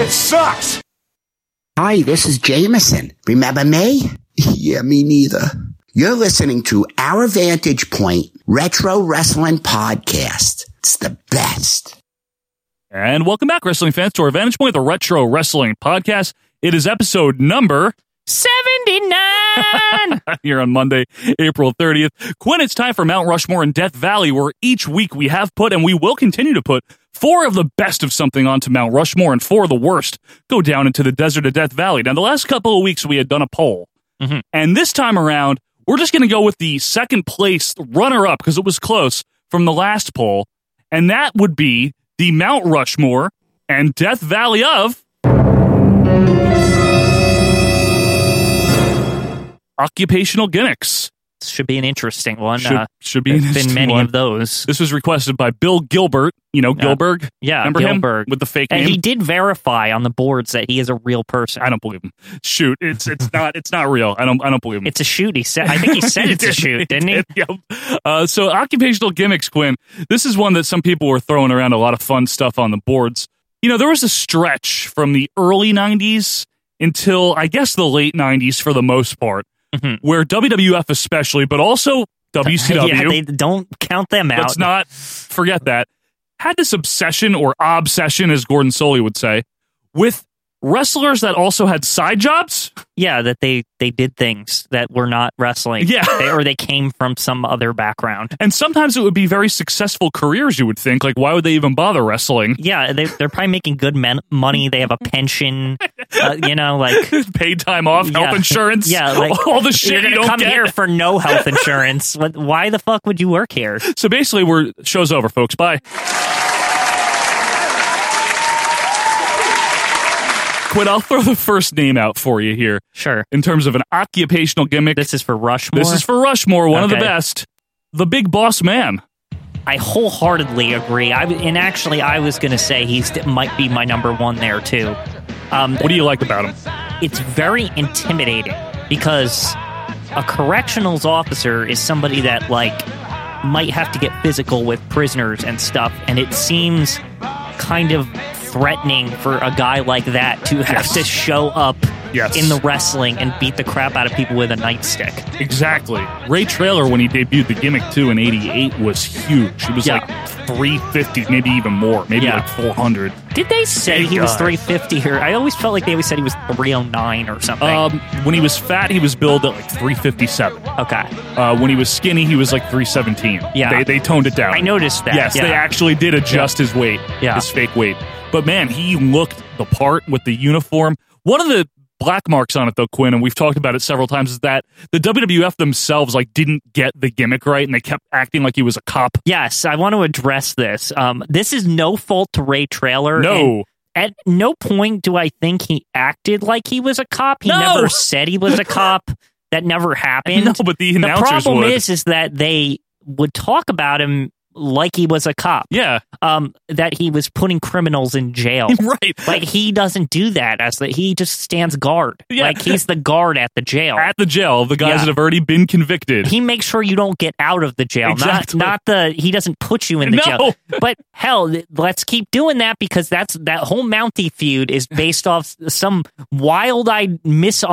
Speaker 4: It sucks.
Speaker 9: Hi, this is Jameson. Remember me? yeah, me neither. You're listening to Our Vantage Point Retro Wrestling Podcast. It's the best.
Speaker 1: And welcome back, wrestling fans, to our Vantage Point, the Retro Wrestling Podcast. It is episode number.
Speaker 2: 79.
Speaker 1: here on Monday, April 30th. Quinn, it's time for Mount Rushmore and Death Valley, where each week we have put and we will continue to put four of the best of something onto Mount Rushmore and four of the worst go down into the desert of Death Valley. Now, the last couple of weeks we had done a poll, and this time around, we're just going to go with the second place runner up because it was close from the last poll, and that would be the Mount Rushmore and Death Valley of. Occupational gimmicks.
Speaker 2: This should be an interesting one.
Speaker 1: Should-
Speaker 2: uh,
Speaker 1: should be an
Speaker 2: there's
Speaker 1: interesting
Speaker 2: been many
Speaker 1: one.
Speaker 2: of those.
Speaker 1: This was requested by Bill Gilbert. You know
Speaker 2: Yeah.
Speaker 1: Gilberg.
Speaker 2: Yeah,
Speaker 1: remember
Speaker 2: Gilberg.
Speaker 1: him with the fake
Speaker 2: And
Speaker 1: name.
Speaker 2: he did verify on the boards that he is a real person.
Speaker 1: I don't believe him. Shoot, it's it's not it's not real. I don't I don't believe him.
Speaker 2: It's a shoot. He said. I think he said
Speaker 1: He
Speaker 2: it's a
Speaker 1: did.
Speaker 2: shoot, didn't he?
Speaker 1: did. Yep. Uh, so occupational gimmicks, Quinn. This is one that some people were throwing around a lot of fun stuff on the boards. You know, there was a stretch from the early '90s until I guess the late '90s for the most part,
Speaker 2: Mhm.
Speaker 1: where WWF especially, but also WCW.
Speaker 2: Yeah, they don't count them out.
Speaker 1: Let's not forget that. Had this obsession or obsession, as Gordon Soley would say, with wrestlers that also had side jobs.
Speaker 2: Yeah, that they they did things that were not wrestling.
Speaker 1: Yeah.
Speaker 2: they, or they came from some other background.
Speaker 1: And sometimes it would be very successful careers, you would think. Like, why would they even bother wrestling?
Speaker 2: Yeah, they, they're probably making good men- money. They have a pension. Uh, you know, like
Speaker 1: Paid time off,
Speaker 2: Yeah.
Speaker 1: health insurance,
Speaker 2: Yeah, like,
Speaker 1: all the shit
Speaker 2: you're
Speaker 1: you
Speaker 2: gonna
Speaker 1: don't
Speaker 2: come
Speaker 1: get.
Speaker 2: here for no health insurance. what, why the fuck would you work here?
Speaker 1: So basically, we're show's over, folks. Bye. Quinn, I'll throw the first name out for you here
Speaker 2: Sure,
Speaker 1: in terms of an occupational gimmick.
Speaker 2: this is for Rushmore.
Speaker 1: This is for Rushmore, one of the
Speaker 2: Okay.
Speaker 1: best. The Big Boss Man.
Speaker 2: I wholeheartedly agree. I w- and actually, I was going to say he's might be my number one there too. Um,
Speaker 1: What do you like about him?
Speaker 2: it's very intimidating because a correctionals officer is somebody that like might have to get physical with prisoners and stuff, and it seems kind of threatening for a guy like that to have
Speaker 1: Yes.
Speaker 2: to show up
Speaker 1: Yes.
Speaker 2: in the wrestling and beat the crap out of people with a nightstick.
Speaker 1: Exactly. Ray Trailer, when he debuted the gimmick too in '88, was huge. It was
Speaker 2: Yeah.
Speaker 1: like 350, maybe even more, maybe
Speaker 2: Yeah.
Speaker 1: like 400.
Speaker 2: Did they say
Speaker 1: Big
Speaker 2: he was
Speaker 1: guy.
Speaker 2: 350 or I always felt like they always said he was 309 or something.
Speaker 1: Um, when he was fat, he was billed at like 357.
Speaker 2: okay.
Speaker 1: Uh, when he was skinny, he was like 317.
Speaker 2: Yeah.
Speaker 1: They, they toned it down.
Speaker 2: I noticed that.
Speaker 1: Yes, they
Speaker 2: yeah.
Speaker 1: actually did adjust his weight,
Speaker 2: Yeah.
Speaker 1: his fake weight. But man, he looked the part with the uniform. One of the black marks on it though, Quinn, and we've talked about it several times, is that the WWF themselves like didn't get the gimmick right, and they kept acting like he was a cop.
Speaker 2: Yes, I want to address this. Um, this is no fault to Ray Trailer.
Speaker 1: No.
Speaker 2: and At no point do I think he acted like he was a cop. He
Speaker 1: No.
Speaker 2: never said he was a cop. That never happened.
Speaker 1: No, but the
Speaker 2: the
Speaker 1: announcers
Speaker 2: problem
Speaker 1: would.
Speaker 2: is, is that they would talk about him like he was a cop.
Speaker 1: Yeah,
Speaker 2: Um, that he was putting criminals in jail.
Speaker 1: right.
Speaker 2: Like he doesn't do that. As that he just stands guard.
Speaker 1: Yeah.
Speaker 2: Like he's the guard at the jail.
Speaker 1: at the jail, the guys
Speaker 2: Yeah.
Speaker 1: that have already been convicted.
Speaker 2: he makes sure you don't get out of the jail.
Speaker 1: Exactly.
Speaker 2: Not not the he doesn't put you in the
Speaker 1: No.
Speaker 2: jail. But hell, th- let's keep doing that because that's that whole Mountie feud is based off s- some wild-eyed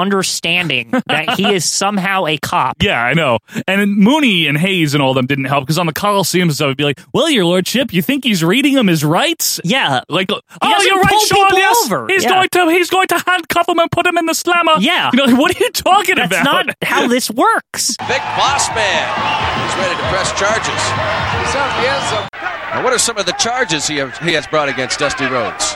Speaker 2: misunderstanding that he is somehow a cop.
Speaker 1: Yeah, I know. And then Mooney and Hayes and all them didn't help because on the Coliseum and stuff, it'd be like, "Well, your lordship, you think he's reading him his rights?"
Speaker 2: Yeah.
Speaker 1: Like, oh,
Speaker 2: doesn't
Speaker 1: you're right,
Speaker 2: pull
Speaker 1: Sean.
Speaker 2: people
Speaker 1: Yes,
Speaker 2: over.
Speaker 1: he's
Speaker 2: Yeah.
Speaker 1: going to he's going to handcuff him and put him in the slammer.
Speaker 2: Yeah.
Speaker 1: you know what are you talking
Speaker 2: That's
Speaker 1: about?
Speaker 2: not how this works.
Speaker 10: Big Boss Man is ready to press charges. Now, what are some of the charges he, have, he has brought against Dusty Rhodes?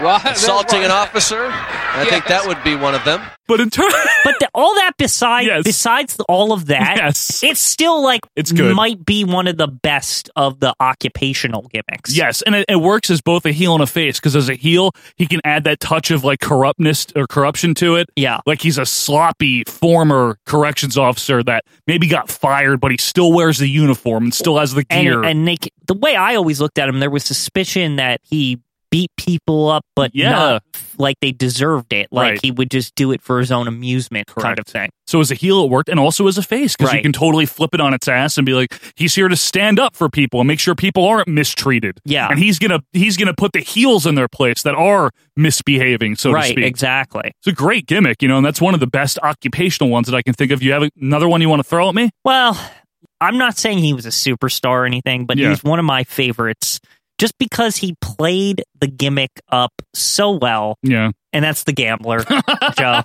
Speaker 10: Assaulting an officer? I think that would be one of them.
Speaker 1: but in turn,
Speaker 2: But the, all that beside
Speaker 1: Yes.
Speaker 2: besides all of that,
Speaker 1: Yes.
Speaker 2: it's still like
Speaker 1: It's good.
Speaker 2: might be one of the best of the occupational gimmicks.
Speaker 1: yes, and it, it works as both a heel and a face because as a heel, he can add that touch of like corruptness or corruption to it.
Speaker 2: Yeah.
Speaker 1: like he's a sloppy former corrections officer that maybe got fired, but he still wears the uniform and still has the
Speaker 2: and,
Speaker 1: gear.
Speaker 2: and they, c- the way I always looked at him, there was suspicion that he beat people up, but
Speaker 1: Yeah.
Speaker 2: not like they deserved it. Like
Speaker 1: Right.
Speaker 2: he would just do it for his own amusement, kind of
Speaker 1: Correct.
Speaker 2: thing.
Speaker 1: So as a heel, it worked, and also as a face, because you
Speaker 2: Right.
Speaker 1: can totally flip it on its ass and be like, he's here to stand up for people and make sure people aren't mistreated.
Speaker 2: Yeah.
Speaker 1: and he's gonna he's gonna put the heels in their place that are misbehaving, so to
Speaker 2: right,
Speaker 1: speak.
Speaker 2: exactly.
Speaker 1: It's a great gimmick, you know, and that's one of the best occupational ones that I can think of. You have another one you want to throw at me?
Speaker 2: Well, I'm not saying he was a superstar or anything, but
Speaker 1: Yeah.
Speaker 2: he was one of my favorites just because he played the gimmick up so well,
Speaker 1: Yeah.
Speaker 2: and that's the gambler, Joe.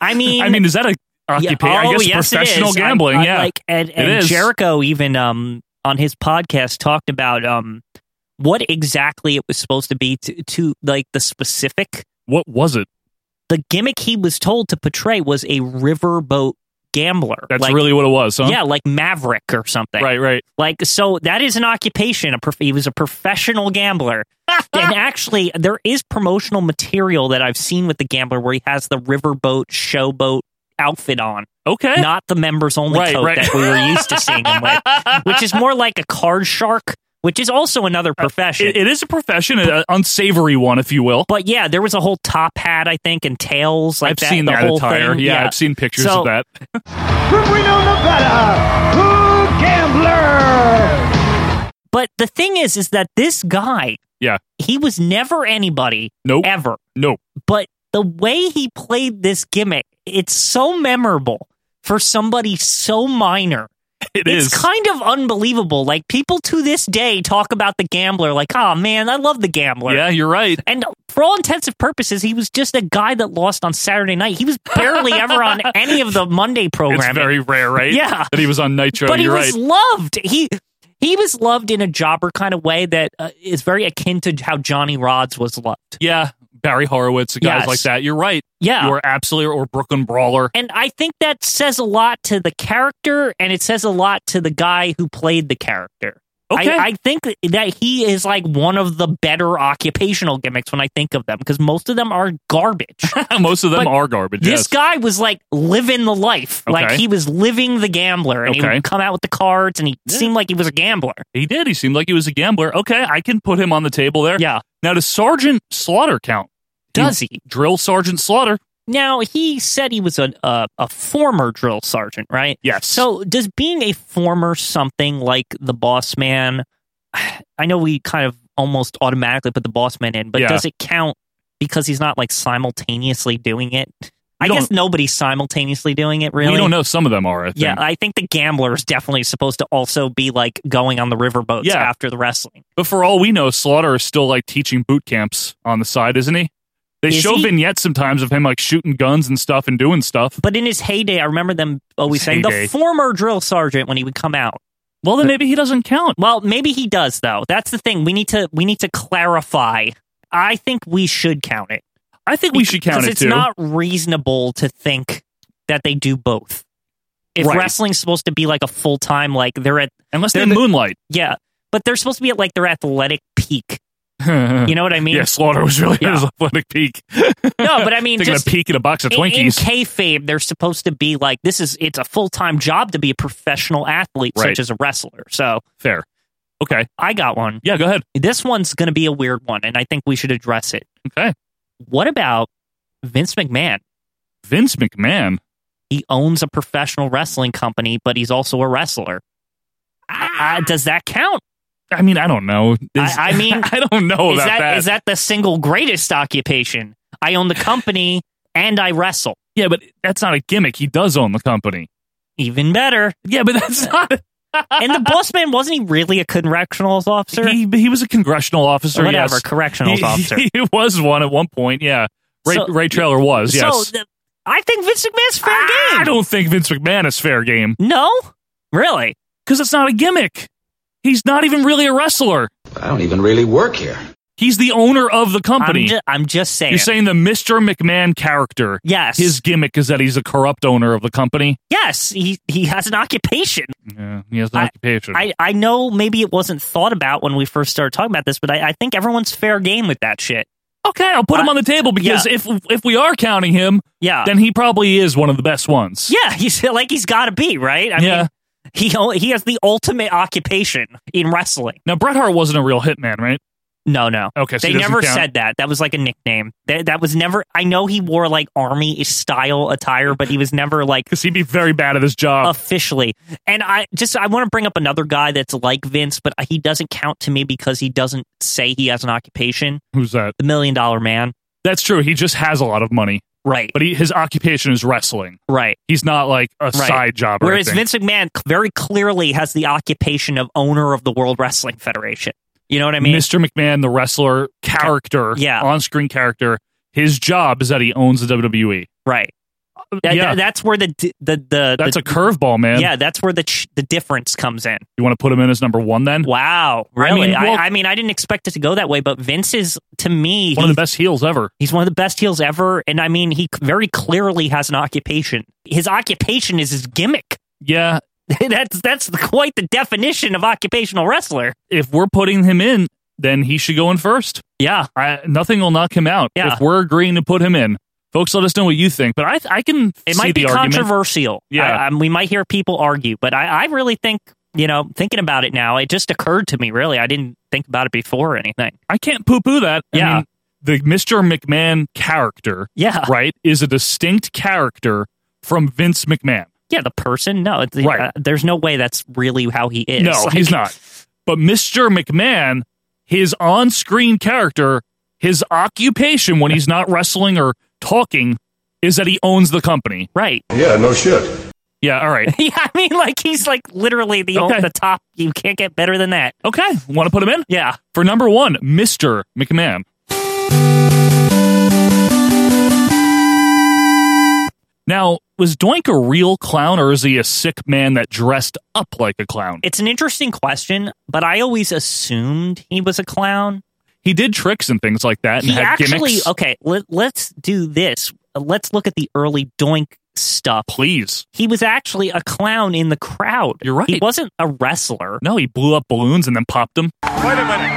Speaker 2: I mean,
Speaker 1: I mean, is that a
Speaker 2: Yeah,
Speaker 1: occupation? I
Speaker 2: oh,
Speaker 1: guess
Speaker 2: yes, it
Speaker 1: professional
Speaker 2: is. I-
Speaker 1: gambling.
Speaker 2: I
Speaker 1: yeah.
Speaker 2: Like and,
Speaker 1: It
Speaker 2: and
Speaker 1: is.
Speaker 2: Jericho even um on his podcast talked about um what exactly it was supposed to be to, to like the specific
Speaker 1: what was it?
Speaker 2: the gimmick he was told to portray was a riverboat gambler.
Speaker 1: That's
Speaker 2: Like,
Speaker 1: really what it was, huh?
Speaker 2: yeah, like Maverick or something.
Speaker 1: Right, right.
Speaker 2: Like so that is an occupation. A prof- he was a professional gambler. and actually there is promotional material that I've seen with the gambler where he has the riverboat showboat outfit on
Speaker 1: Okay.
Speaker 2: not the members only
Speaker 1: Eh. Right,
Speaker 2: coat
Speaker 1: right.
Speaker 2: that we were used to seeing him with, which is more like a card shark, which is also another profession.
Speaker 1: Uh, It- it is a profession, an unsavory one, if you will.
Speaker 2: but yeah, there was a whole top hat, I think, and tails like
Speaker 1: I've
Speaker 2: that.
Speaker 1: seen
Speaker 2: the
Speaker 1: that
Speaker 2: whole
Speaker 1: attire.
Speaker 2: thing.
Speaker 1: Yeah, I've seen pictures of
Speaker 2: So,
Speaker 1: that.
Speaker 4: From Reno, Nevada, Pooh Gambler.
Speaker 2: But the thing is, is that this guy,
Speaker 1: Yeah.
Speaker 2: he was never anybody,
Speaker 1: Nope.
Speaker 2: ever.
Speaker 1: Nope.
Speaker 2: But the way he played this gimmick, it's so memorable for somebody so minor.
Speaker 1: it's
Speaker 2: it's kind of unbelievable. Like people to this day talk about the gambler, like, oh man, I love the gambler.
Speaker 1: yeah, you're right.
Speaker 2: And for all intents and purposes, he was just a guy that lost on Saturday night. He was barely ever on any of the Monday
Speaker 1: It's
Speaker 2: programming.
Speaker 1: very rare, right?
Speaker 2: Yeah.
Speaker 1: that he was on Nitro.
Speaker 2: but he
Speaker 1: you're
Speaker 2: was
Speaker 1: right.
Speaker 2: loved. He he was loved in a jobber kind of way that uh, is very akin to how Johnny Rods was loved.
Speaker 1: Yeah, Barry Horowitz, guys
Speaker 2: Yes.
Speaker 1: like that. You're right.
Speaker 2: Yeah.
Speaker 1: you are absolutely or Brooklyn Brawler.
Speaker 2: And I think that says a lot to the character, and it says a lot to the guy who played the character.
Speaker 1: Okay.
Speaker 2: I, I think that he is like one of the better occupational gimmicks when I think of them because most of them are garbage.
Speaker 1: Most of them
Speaker 2: But
Speaker 1: are garbage.
Speaker 2: This
Speaker 1: yes.
Speaker 2: guy was like living the life. Like
Speaker 1: Okay.
Speaker 2: he was living the gambler and he
Speaker 1: Okay.
Speaker 2: would come out with the cards and he
Speaker 1: Yeah.
Speaker 2: seemed like he was a gambler.
Speaker 1: he did. He seemed like he was a gambler. Okay, I can put him on the table there.
Speaker 2: Yeah.
Speaker 1: Now does Sergeant Slaughter count?
Speaker 2: Does he?
Speaker 1: Drill Sergeant Slaughter.
Speaker 2: Now he said he was a, a a former drill sergeant, right?
Speaker 1: Yes.
Speaker 2: So does being a former something like the boss man? I know we kind of almost automatically put the boss man in, but
Speaker 1: Yeah.
Speaker 2: does it count because he's not like simultaneously doing it? I
Speaker 1: don't-
Speaker 2: guess nobody's simultaneously doing it, really.
Speaker 1: We don't know. Some of them are. I think.
Speaker 2: Yeah, I think the gambler is definitely supposed to also be like going on the riverboats
Speaker 1: Yeah.
Speaker 2: after the wrestling.
Speaker 1: But for all we know, Slaughter is still like teaching boot camps on the side, isn't he? They
Speaker 2: Is
Speaker 1: show
Speaker 2: he?
Speaker 1: vignettes sometimes of him like shooting guns and stuff and doing stuff.
Speaker 2: But in his heyday, I remember them always
Speaker 1: His
Speaker 2: saying
Speaker 1: heyday.
Speaker 2: the former drill sergeant when he would come out.
Speaker 1: Well, then maybe he doesn't count.
Speaker 2: Well, maybe he does though. That's the thing. We need to we need to clarify. I think we should count it.
Speaker 1: I think we should count
Speaker 2: Because
Speaker 1: it
Speaker 2: it's
Speaker 1: too.
Speaker 2: not reasonable to think that they do both. If
Speaker 1: Right.
Speaker 2: wrestling's supposed to be like a full time, like they're at
Speaker 1: Unless they
Speaker 2: they're the-
Speaker 1: moonlight.
Speaker 2: yeah, but they're supposed to be at like their athletic peak. You know what I mean?
Speaker 1: yeah, Slaughter was really
Speaker 2: Yeah.
Speaker 1: his athletic peak.
Speaker 2: No, but I mean,
Speaker 1: Taking
Speaker 2: just
Speaker 1: a peek at a box of
Speaker 2: in, in
Speaker 1: Twinkies.
Speaker 2: kayfabe, they're supposed to be like this is it's a full time job to be a professional athlete,
Speaker 1: Right.
Speaker 2: such as a wrestler. So
Speaker 1: Fair. Okay.
Speaker 2: I got one.
Speaker 1: Yeah, go ahead.
Speaker 2: This one's going to be a weird one, and I think we should address it.
Speaker 1: Okay.
Speaker 2: What about Vince McMahon?
Speaker 1: Vince McMahon.
Speaker 2: He owns a professional wrestling company, but he's also a wrestler. Uh, does that count?
Speaker 1: I mean, I don't know. Is-
Speaker 2: I, I mean,
Speaker 1: I don't know
Speaker 2: is
Speaker 1: about Oh, that.
Speaker 2: is that the single greatest occupation? I own the company and I wrestle.
Speaker 1: yeah, but that's not a gimmick. He does own the company.
Speaker 2: Even better.
Speaker 1: Yeah, but that's not.
Speaker 2: and the boss man wasn't he really a correctional officer?
Speaker 1: He he was a congressional officer.
Speaker 2: Whatever,
Speaker 1: yes.
Speaker 2: correctional
Speaker 1: He-
Speaker 2: officer.
Speaker 1: He, was one at one point. Yeah, Ray,
Speaker 2: So-
Speaker 1: Ray Trailer was. Yes.
Speaker 2: So the, I think Vince McMahon's fair game.
Speaker 1: I don't think Vince McMahon is fair game
Speaker 2: No, really.
Speaker 1: because it's not a gimmick. He's not even really a wrestler.
Speaker 11: I don't even really work here.
Speaker 1: He's the owner of the company.
Speaker 2: I'm, ju- I'm just saying.
Speaker 1: You're saying the Mr. McMahon character.
Speaker 2: yes.
Speaker 1: His gimmick is that he's a corrupt owner of the company.
Speaker 2: yes. He he has an occupation.
Speaker 1: Yeah, he has an occupation.
Speaker 2: I I know maybe it wasn't thought about when we first started talking about this, but I, I think everyone's fair game with that shit.
Speaker 1: okay, I'll put him on the table because
Speaker 2: yeah.
Speaker 1: if if we are counting him,
Speaker 2: Yeah.
Speaker 1: then he probably is one of the best ones.
Speaker 2: yeah. He's like he's got to be right. I
Speaker 1: Yeah.
Speaker 2: Mean, he o- he has the ultimate occupation in wrestling.
Speaker 1: Now Bret Hart wasn't a real hitman, right?
Speaker 2: No, no.
Speaker 1: Okay, so
Speaker 2: they
Speaker 1: he doesn't
Speaker 2: never
Speaker 1: count.
Speaker 2: said that. That was like a nickname. That that was never. I know he wore like army style attire, but he was never like
Speaker 1: Because he'd be very bad at his job.
Speaker 2: officially. And I just I want to bring up another guy that's like Vince, but he doesn't count to me because he doesn't say he has an occupation.
Speaker 1: Who's that?
Speaker 2: The Million Dollar Man,
Speaker 1: That's true. He just has a lot of money,
Speaker 2: right?
Speaker 1: but he, his occupation is wrestling.
Speaker 2: right.
Speaker 1: He's not like a
Speaker 2: Right.
Speaker 1: side job.
Speaker 2: Whereas Vince McMahon c- very clearly has the occupation of owner of the World Wrestling Federation. You know what I mean?
Speaker 1: Mr. McMahon, the wrestler character,
Speaker 2: Yeah.
Speaker 1: on-screen character, his job is that he owns the WWE.
Speaker 2: right. That-
Speaker 1: yeah.
Speaker 2: that- that's where the di- the the
Speaker 1: That's
Speaker 2: the,
Speaker 1: a curveball, man.
Speaker 2: yeah. That's where the ch- the difference comes in.
Speaker 1: You want to put him in as number one then?
Speaker 2: Wow,
Speaker 1: I mean,
Speaker 2: really? I I mean,
Speaker 1: well-
Speaker 2: I, didn't expect it to go that way, but Vince is to me
Speaker 1: One of
Speaker 2: he's-
Speaker 1: the best heels ever.
Speaker 2: He's one of the best heels ever, and I mean, he c- very clearly has an occupation. His occupation is his gimmick.
Speaker 1: Yeah.
Speaker 2: that's that's the, quite the definition of occupational wrestler.
Speaker 1: If we're putting him in, then he should go in first.
Speaker 2: Yeah,
Speaker 1: I, nothing will knock him out.
Speaker 2: Yeah.
Speaker 1: If we're agreeing to put him in, folks, let us know what you think. But I, I can
Speaker 2: it
Speaker 1: see
Speaker 2: might be
Speaker 1: the argument.
Speaker 2: controversial.
Speaker 1: Yeah.
Speaker 2: I, um, we might hear people argue, but I, I really think you know, thinking about it now, it just occurred to me. Really, I didn't think about it before or anything.
Speaker 1: I can't poo-poo that. I
Speaker 2: Yeah.
Speaker 1: mean, the Mr. McMahon character,
Speaker 2: Yeah,
Speaker 1: right, is a distinct character from Vince McMahon.
Speaker 2: yeah. The person, no, it's-
Speaker 1: Right.
Speaker 2: uh, there's no way that's really how he is.
Speaker 1: No,
Speaker 2: Like-
Speaker 1: he's not. But Mr. McMahon, his on screen character, his occupation when he's not wrestling or talking is that he owns the company.
Speaker 2: Right.
Speaker 11: Yeah, no shit.
Speaker 1: Yeah, all right.
Speaker 2: Yeah, I mean, like he's like literally the
Speaker 1: Okay.
Speaker 2: the top. You can't get better than that. Oh,
Speaker 1: Okay, want to put him in?
Speaker 2: Yeah.
Speaker 1: For number one, Mr. McMahon. Now, was Doink a real clown or is he a sick man that dressed up like a clown?
Speaker 2: It's an interesting question, but I always assumed he was a clown.
Speaker 1: He did tricks and things like that and
Speaker 2: He
Speaker 1: had
Speaker 2: actually,
Speaker 1: gimmicks.
Speaker 2: okay, let, let's do this. Let's look at the early Doink stuff.
Speaker 1: Please.
Speaker 2: He was actually a clown in the crowd.
Speaker 1: You're right.
Speaker 2: He wasn't a wrestler.
Speaker 1: No, he blew up balloons and then popped them.
Speaker 6: Wait a minute.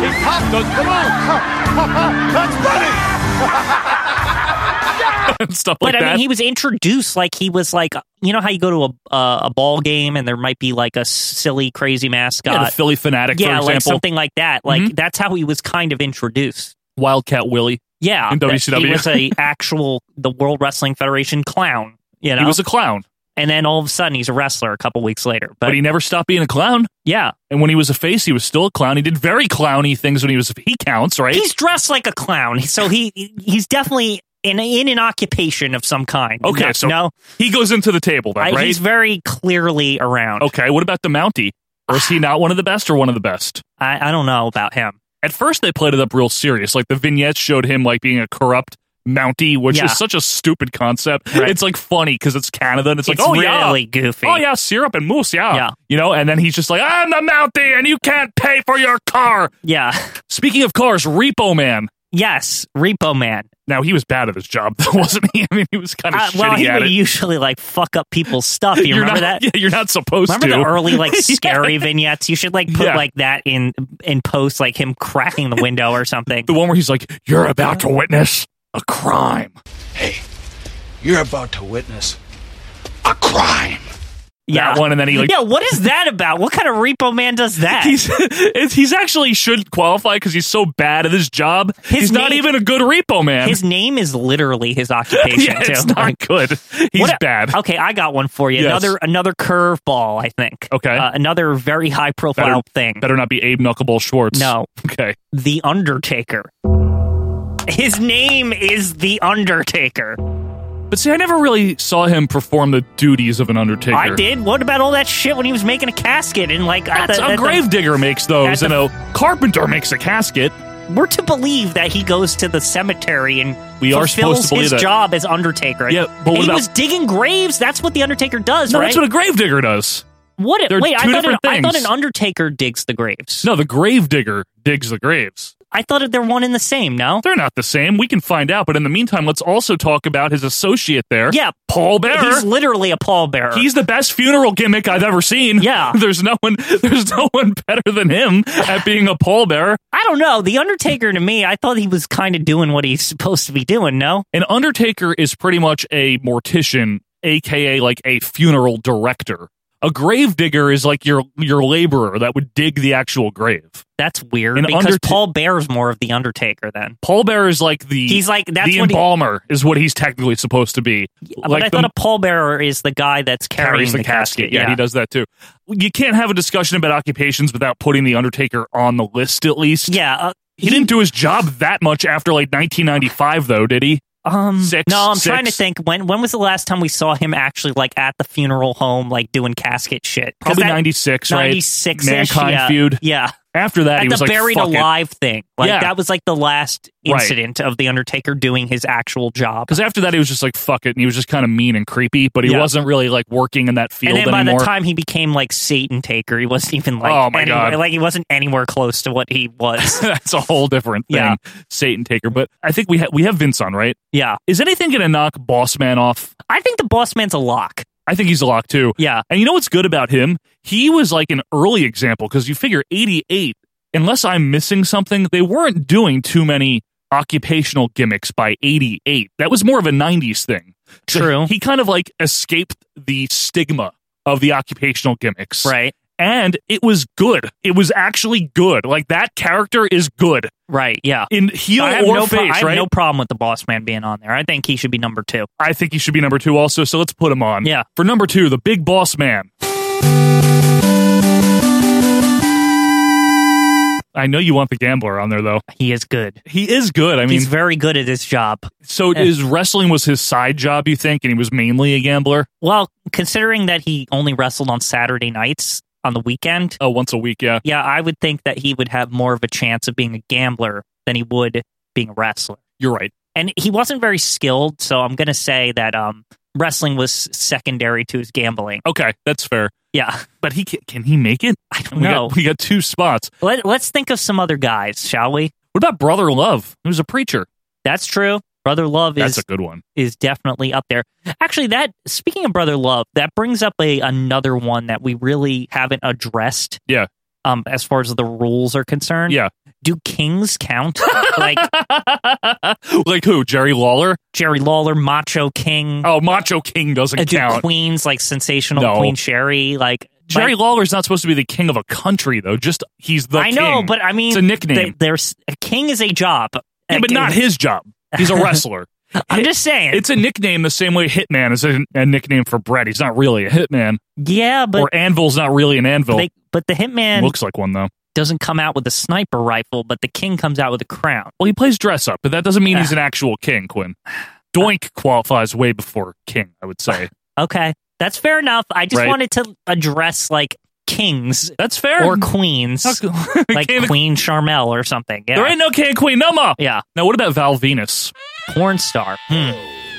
Speaker 6: He popped those balloons. That's funny.
Speaker 1: and stuff like
Speaker 2: But I
Speaker 1: that.
Speaker 2: mean, he was introduced like he was like you know how you go to a uh, a ball game and there might be like a silly crazy mascot,
Speaker 1: yeah, the Philly fanatic,
Speaker 2: Yeah,
Speaker 1: for
Speaker 2: like
Speaker 1: example,
Speaker 2: something like that. Like
Speaker 1: Mhm.
Speaker 2: that's how he was kind of introduced.
Speaker 1: Wildcat Willie.
Speaker 2: Yeah,
Speaker 1: In
Speaker 2: that
Speaker 1: WCW.
Speaker 2: he was a actual the World Wrestling Federation clown. You know,
Speaker 1: He was a clown.
Speaker 2: and then all of a sudden he's a wrestler a couple weeks later. But,
Speaker 1: But he never stopped being a clown.
Speaker 2: Yeah.
Speaker 1: And when he was a face, he was still a clown. He did very clowny things when he was. He counts, right?
Speaker 2: he's dressed like a clown, so he he's definitely in in an occupation of some kind.
Speaker 1: okay,
Speaker 2: no,
Speaker 1: so
Speaker 2: no,
Speaker 1: he goes into the table then,
Speaker 2: I-
Speaker 1: right?
Speaker 2: he's very clearly around.
Speaker 1: okay, what about the Mountie? Or
Speaker 2: Ah.
Speaker 1: is he not one of the best, or one of the best?
Speaker 2: I, I don't know about him.
Speaker 1: At first, they played it up real serious. Like the vignettes showed him like being a corrupt Mountie, which
Speaker 2: Yeah.
Speaker 1: is such a stupid concept.
Speaker 2: Right.
Speaker 1: It's like funny because it's Canada, and it's,
Speaker 2: It's
Speaker 1: like, oh
Speaker 2: really
Speaker 1: yeah,
Speaker 2: goofy.
Speaker 1: Oh yeah, syrup and moose, yeah.
Speaker 2: Yeah.
Speaker 1: you know. And then he's just like, I'm the Mountie, and you can't pay for your car.
Speaker 2: Yeah.
Speaker 1: Speaking of cars, Repo Man.
Speaker 2: Yes, Repo Man.
Speaker 1: Now he was bad at his job, though, wasn't he? I mean, he was kind of
Speaker 2: Uh,
Speaker 1: shitty
Speaker 2: well, he
Speaker 1: at
Speaker 2: would
Speaker 1: it.
Speaker 2: usually like fuck up people's stuff. You
Speaker 1: You're
Speaker 2: remember
Speaker 1: not,
Speaker 2: that?
Speaker 1: Yeah, you're not supposed
Speaker 2: Remember
Speaker 1: to.
Speaker 2: the early like
Speaker 1: Yeah.
Speaker 2: scary vignettes? You should like put
Speaker 1: Yeah.
Speaker 2: like that in in post, like him cracking the window or something.
Speaker 1: The one where he's like, "You're about to witness a crime."
Speaker 7: You're about to witness a crime.
Speaker 2: yeah,
Speaker 1: That one, and then he like,
Speaker 2: yeah. What is that about? What kind of repo man does that?
Speaker 1: he's it's, he's actually should qualify because he's so bad at his job.
Speaker 2: His
Speaker 1: he's not
Speaker 2: name-
Speaker 1: even a good repo man.
Speaker 2: his name is literally his occupation.
Speaker 1: yeah,
Speaker 2: too.
Speaker 1: it's not
Speaker 2: Like,
Speaker 1: good. He's
Speaker 2: what a-
Speaker 1: bad.
Speaker 2: Okay, I got one for you.
Speaker 1: Yes.
Speaker 2: Another another curveball, I think.
Speaker 1: Okay.
Speaker 2: uh, another very high
Speaker 1: better
Speaker 2: profile thing.
Speaker 1: Better not be Abe Knuckleball Schwartz.
Speaker 2: No.
Speaker 1: Okay.
Speaker 2: The Undertaker. His name is The Undertaker.
Speaker 1: But see, I never really saw him perform the duties of an undertaker.
Speaker 2: I did. What about all that shit when he was making a casket and like at
Speaker 1: That's
Speaker 2: the-
Speaker 1: a
Speaker 2: at the-
Speaker 1: gravedigger makes those,
Speaker 2: at
Speaker 1: and
Speaker 2: the-
Speaker 1: a carpenter makes a casket.
Speaker 2: We're to believe that he goes to the cemetery and
Speaker 1: We are supposed
Speaker 2: fulfills
Speaker 1: to believe
Speaker 2: his
Speaker 1: that.
Speaker 2: job as Undertaker.
Speaker 1: Yeah, but
Speaker 2: And
Speaker 1: what
Speaker 2: he
Speaker 1: about-
Speaker 2: was digging graves. That's what the Undertaker does,
Speaker 1: No,
Speaker 2: right?
Speaker 1: that's what a gravedigger does.
Speaker 2: what?
Speaker 1: they're
Speaker 2: A,
Speaker 1: two
Speaker 2: wait, I thought, an,
Speaker 1: different
Speaker 2: I thought
Speaker 1: things.
Speaker 2: an Undertaker digs the graves.
Speaker 1: No, the gravedigger digs the graves.
Speaker 2: I thought that they're one and the same. No,
Speaker 1: They're not the same. We can find out. But in the meantime, let's also talk about his associate there.
Speaker 2: Yeah.
Speaker 1: Paul Bearer.
Speaker 2: he's
Speaker 1: He's,
Speaker 2: literally a pallbearer.
Speaker 1: the best funeral gimmick I've ever seen.
Speaker 2: Yeah.
Speaker 1: there's no one. There's no one better than him at being a pallbearer.
Speaker 2: I don't know. The Undertaker to me, I thought he was kind of doing what he's supposed to be doing. No,
Speaker 1: An undertaker is pretty much a mortician, aka like a funeral director. A gravedigger is like your your laborer that would dig the actual grave.
Speaker 2: that's weird.
Speaker 1: An
Speaker 2: because
Speaker 1: Undert-
Speaker 2: Paul Bear's more of the Undertaker then.
Speaker 1: Pallbearer is like the
Speaker 2: He's like- that's
Speaker 1: the
Speaker 2: what he-
Speaker 1: embalmer is what he's technically supposed to be.
Speaker 2: but I
Speaker 1: the-
Speaker 2: thought a pallbearer is the guy that's carrying
Speaker 1: carries the, casket. Yeah, he does that too. You can't have a discussion about occupations without putting the Undertaker on the list at least.
Speaker 2: Yeah, uh,
Speaker 1: He didn't do his job that much after like 1995, though, did he?
Speaker 2: Um,
Speaker 1: Six,
Speaker 2: no, I'm
Speaker 1: six.
Speaker 2: trying to think. When when was the last time we saw him actually like at the funeral home, like doing casket shit? 'Cause
Speaker 1: Probably
Speaker 2: that-
Speaker 1: 96, right?
Speaker 2: 96
Speaker 1: Mankind
Speaker 2: yeah,
Speaker 1: feud.
Speaker 2: Yeah,
Speaker 1: After that, he
Speaker 2: at
Speaker 1: was
Speaker 2: the
Speaker 1: like,
Speaker 2: buried
Speaker 1: "Fuck
Speaker 2: alive thing. Like
Speaker 1: Yeah.
Speaker 2: that was like the last
Speaker 1: Right.
Speaker 2: incident of the Undertaker doing his actual job.
Speaker 1: Because after that, he was just like, "Fuck it," and he was just kind of mean and creepy, but he
Speaker 2: Yeah.
Speaker 1: wasn't really like working in that field
Speaker 2: And then by
Speaker 1: anymore.
Speaker 2: the time he became like Satan Taker, he wasn't even like
Speaker 1: Oh, my
Speaker 2: anywhere,
Speaker 1: God.
Speaker 2: like he wasn't anywhere close to what he was.
Speaker 1: That's a whole different thing,
Speaker 2: Yeah.
Speaker 1: Satan Taker. But I think we ha- we have Vince on, right?
Speaker 2: yeah,
Speaker 1: Is anything going to knock Boss Man off?
Speaker 2: I think the boss man's a lock.
Speaker 1: I think he's a lock too.
Speaker 2: Yeah,
Speaker 1: And you know what's good about him? He was like an early example because you figure 88, unless I'm missing something, they weren't doing too many occupational gimmicks by 88. That was more of a 90s thing. So
Speaker 2: True.
Speaker 1: he kind of like escaped the stigma of the occupational gimmicks.
Speaker 2: right,
Speaker 1: And it was good. It was actually good. Like that character is good
Speaker 2: right, yeah.
Speaker 1: in heel
Speaker 2: I have,
Speaker 1: or
Speaker 2: no pro-
Speaker 1: face,
Speaker 2: I have
Speaker 1: right?
Speaker 2: no problem with the boss man being on there. I think he should be number two.
Speaker 1: I think he should be number two also, so let's put him on.
Speaker 2: Yeah.
Speaker 1: For number two, the big boss man. I know you want the gambler on there though.
Speaker 2: He is good.
Speaker 1: He is good. I mean,
Speaker 2: He's very good at his job.
Speaker 1: so his wrestling was his side job, you think, and he was mainly a gambler.
Speaker 2: Well, considering that he only wrestled on Saturday nights on the weekend,
Speaker 1: Oh, once a week, yeah.
Speaker 2: yeah, I would think that he would have more of a chance of being a gambler than he would being a wrestler.
Speaker 1: You're right.
Speaker 2: And he wasn't very skilled, so I'm going to say that um, wrestling was secondary to his gambling.
Speaker 1: Okay, that's fair.
Speaker 2: Yeah.
Speaker 1: But he can, can he make it?
Speaker 2: I don't
Speaker 1: We
Speaker 2: know.
Speaker 1: got, we got two spots.
Speaker 2: Let, let's think of some other guys, shall we?
Speaker 1: What about brother love? He was a preacher.
Speaker 2: That's true. Brother Love
Speaker 1: That's
Speaker 2: is
Speaker 1: a good one.
Speaker 2: is definitely up there. Actually, that speaking of brother love, that brings up a another one that we really haven't addressed.
Speaker 1: Yeah.
Speaker 2: Um, as far as the rules are concerned,
Speaker 1: Yeah.
Speaker 2: Do kings count? like
Speaker 1: like who? Jerry Lawler?
Speaker 2: Jerry Lawler, Macho King.
Speaker 1: Oh, Macho King doesn't
Speaker 2: uh, do
Speaker 1: count.
Speaker 2: queens like sensational
Speaker 1: No.
Speaker 2: Queen Sherry? Like
Speaker 1: Jerry
Speaker 2: like-
Speaker 1: Lawler's not supposed to be the king of a country, though. Just he's the.
Speaker 2: I know,
Speaker 1: king.
Speaker 2: but I mean,
Speaker 1: it's a nickname.
Speaker 2: they- there's a king is a job.
Speaker 1: Yeah, but not his job. He's a wrestler.
Speaker 2: I'm just saying.
Speaker 1: It's a nickname the same way Hitman is a, a nickname for Brett. He's not really a hitman.
Speaker 2: Yeah, but
Speaker 1: or Anvil's not really an anvil.
Speaker 2: They, but the hitman
Speaker 1: looks like one though.
Speaker 2: Doesn't come out with a sniper rifle, but the king comes out with a crown.
Speaker 1: Well, he plays dress up, but that doesn't mean he's an actual king, Quinn. Doink qualifies way before king, I would say.
Speaker 2: okay, that's fair enough. I just
Speaker 1: Right.
Speaker 2: wanted to address like kings.
Speaker 1: That's fair.
Speaker 2: Or queens, like
Speaker 1: King-
Speaker 2: Queen Charmel or something. Yeah.
Speaker 1: There ain't no king and queen, no more.
Speaker 2: Yeah.
Speaker 1: Now, what about Val Venus?
Speaker 2: porn star. Hmm.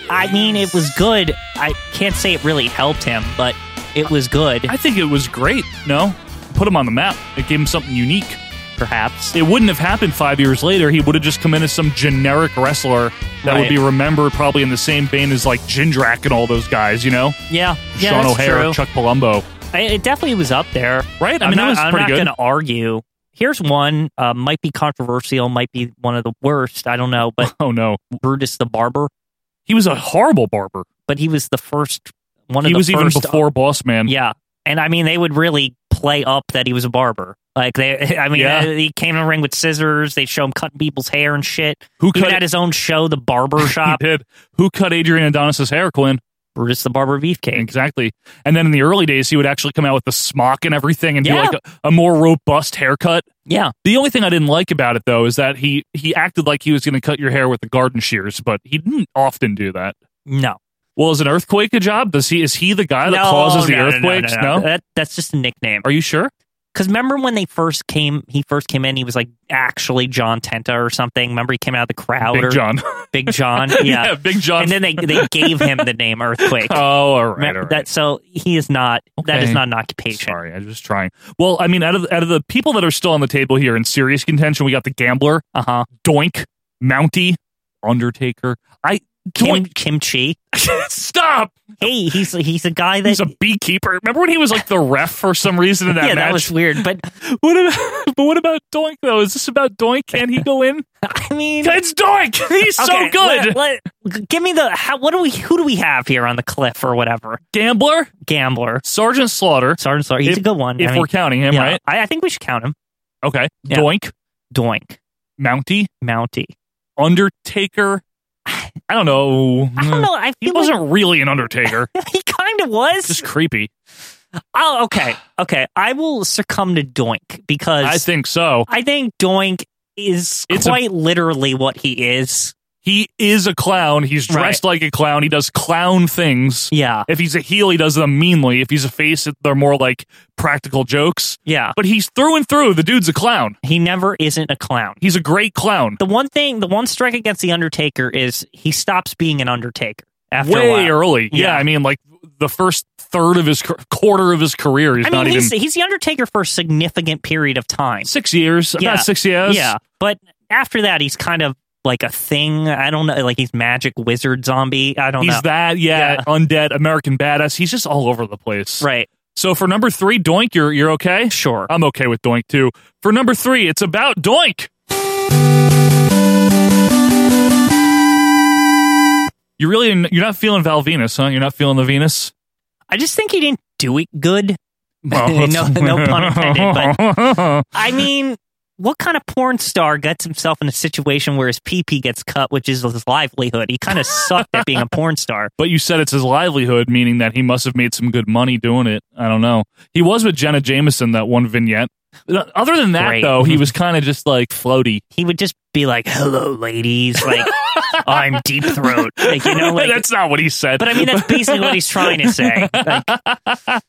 Speaker 2: I mean, it was good. I can't say it really helped him, but it was good,
Speaker 1: I think it was great. No, put him on the map. It gave him something unique.
Speaker 2: perhaps.
Speaker 1: It wouldn't have happened five years later. He would have just come in as some generic wrestler that
Speaker 2: Right.
Speaker 1: would be remembered probably in the same vein as like Jindrak and all those guys. You know,
Speaker 2: Yeah, yeah,
Speaker 1: Sean
Speaker 2: that's
Speaker 1: O'Hare,
Speaker 2: true.
Speaker 1: Chuck Palumbo.
Speaker 2: I, it definitely was up there,
Speaker 1: Right? I
Speaker 2: I'm
Speaker 1: mean, that
Speaker 2: not,
Speaker 1: was
Speaker 2: I'm
Speaker 1: pretty
Speaker 2: not
Speaker 1: good.
Speaker 2: going to argue. Here's one, uh, might be controversial, might be one of the worst. I don't know, but
Speaker 1: Oh no,
Speaker 2: Brutus the Barber,
Speaker 1: he was a horrible barber.
Speaker 2: but he was the first one of
Speaker 1: He
Speaker 2: the
Speaker 1: was even
Speaker 2: first- uh,
Speaker 1: before Boss Man.
Speaker 2: Yeah, and I mean, they would really play up that he was a barber. Like they, I mean,
Speaker 1: Yeah.
Speaker 2: uh, he came in the ring with scissors. They show him cutting people's hair and shit.
Speaker 1: Who
Speaker 2: He
Speaker 1: cut-
Speaker 2: even had his own show, the Barber Shop.
Speaker 1: He did. Who cut Adrian Adonis's hair, Quinn?
Speaker 2: Brutus the Barber Beefcake.
Speaker 1: Exactly. And then in the early days, he would actually come out with the smock and everything and
Speaker 2: Yeah.
Speaker 1: do like a, a more robust haircut.
Speaker 2: Yeah,
Speaker 1: The only thing I didn't like about it, though, is that he, he acted like he was going to cut your hair with the garden shears, but he didn't often do that.
Speaker 2: no,
Speaker 1: Well, is an earthquake a job? Does he is he the guy that
Speaker 2: no,
Speaker 1: causes the
Speaker 2: no, no, no,
Speaker 1: earthquakes?
Speaker 2: No, no. That, that's just a nickname.
Speaker 1: Are you sure?
Speaker 2: Because remember when they first came, he first came in, he was like actually John Tenta or something. Remember he came out of the crowd or
Speaker 1: Big John.
Speaker 2: Big John, yeah.
Speaker 1: Yeah, Big John.
Speaker 2: And then they they gave him the name Earthquake.
Speaker 1: oh, all right.
Speaker 2: Remember
Speaker 1: All right.
Speaker 2: That so he is not that is
Speaker 1: Okay.
Speaker 2: not an occupation.
Speaker 1: Sorry, I was just trying. Well, I mean, out of out of the people that are still on the table here in serious contention, we got the gambler,
Speaker 2: Uh huh.
Speaker 1: Doink, Mounty, Undertaker. I
Speaker 2: Kim
Speaker 1: Doink.
Speaker 2: Kimchi.
Speaker 1: Stop.
Speaker 2: Hey, he's he's a guy that
Speaker 1: He's a beekeeper. Remember when he was like the ref for some reason in that
Speaker 2: yeah,
Speaker 1: match?
Speaker 2: that was weird. But
Speaker 1: what about, but what about Doink though? Is this about Doink? Can he go in?
Speaker 2: I mean,
Speaker 1: it's Doink. He's so
Speaker 2: okay,
Speaker 1: good.
Speaker 2: let- let- give me the how, what do we who do we have here on the cliff or whatever?
Speaker 1: Gambler,
Speaker 2: Gambler,
Speaker 1: Sergeant Slaughter.
Speaker 2: Sergeant Slaughter. He's
Speaker 1: If-
Speaker 2: a good one.
Speaker 1: If
Speaker 2: I mean,
Speaker 1: we're counting him,
Speaker 2: yeah,
Speaker 1: right?
Speaker 2: I, I think we should count him.
Speaker 1: Okay.
Speaker 2: Yeah.
Speaker 1: Doink,
Speaker 2: Doink,
Speaker 1: Mounty,
Speaker 2: Mounty.
Speaker 1: Undertaker. I don't know. Hmm.
Speaker 2: I don't know. I
Speaker 1: He
Speaker 2: feel
Speaker 1: wasn't really an Undertaker.
Speaker 2: like he kind of was.
Speaker 1: Just creepy.
Speaker 2: oh, okay, okay. I will succumb to Doink because
Speaker 1: I think so.
Speaker 2: I think Doink is
Speaker 1: It's a-
Speaker 2: quite literally what he is.
Speaker 1: He is a clown. He's dressed like a clown. He does clown things.
Speaker 2: Yeah,
Speaker 1: If he's a heel, he does them meanly. If he's a face, they're more like practical jokes.
Speaker 2: yeah.
Speaker 1: But he's through and through. The dude's a clown.
Speaker 2: He never isn't a clown.
Speaker 1: He's a great clown.
Speaker 2: the one thing, the one strike against the Undertaker is he stops being an Undertaker after a
Speaker 1: Way
Speaker 2: while.
Speaker 1: early. Yeah.
Speaker 2: Yeah.
Speaker 1: I mean, like the first third of his ca- quarter of his career, he's
Speaker 2: I
Speaker 1: not
Speaker 2: mean, he's,
Speaker 1: even
Speaker 2: he's the Undertaker for a significant period of time.
Speaker 1: six years.
Speaker 2: Yeah.
Speaker 1: About six years.
Speaker 2: Yeah, but after that, he's kind of like a thing. I don't know, like he's magic wizard zombie. I don't
Speaker 1: He's
Speaker 2: know.
Speaker 1: that, yeah,
Speaker 2: Yeah.
Speaker 1: undead American badass. He's just all over the place.
Speaker 2: right?
Speaker 1: So for number three, Doink, you're you're okay.
Speaker 2: Sure.
Speaker 1: I'm okay with Doink too. For number three, it's about Doink. You really you're not feeling Val Venus, huh? You're not feeling the Venus.
Speaker 2: I just think he didn't do it good.
Speaker 1: Well,
Speaker 2: no,
Speaker 1: Oh, that's-
Speaker 2: no pun intended. But I mean, what kind of porn star gets himself in a situation where his PP gets cut, which is his livelihood? He kind of sucked at being a porn star.
Speaker 1: But you said it's his livelihood, meaning that he must have made some good money doing it. I don't know. He was with Jenna Jameson that one vignette. uh, Other than that,
Speaker 2: Great.
Speaker 1: though, he was kind of just like floaty.
Speaker 2: he would just be like, "Hello, ladies," like I'm deep throat, like you know, like.
Speaker 1: that's not what he said.
Speaker 2: but I mean, that's basically what he's trying to say. Like,
Speaker 1: uh,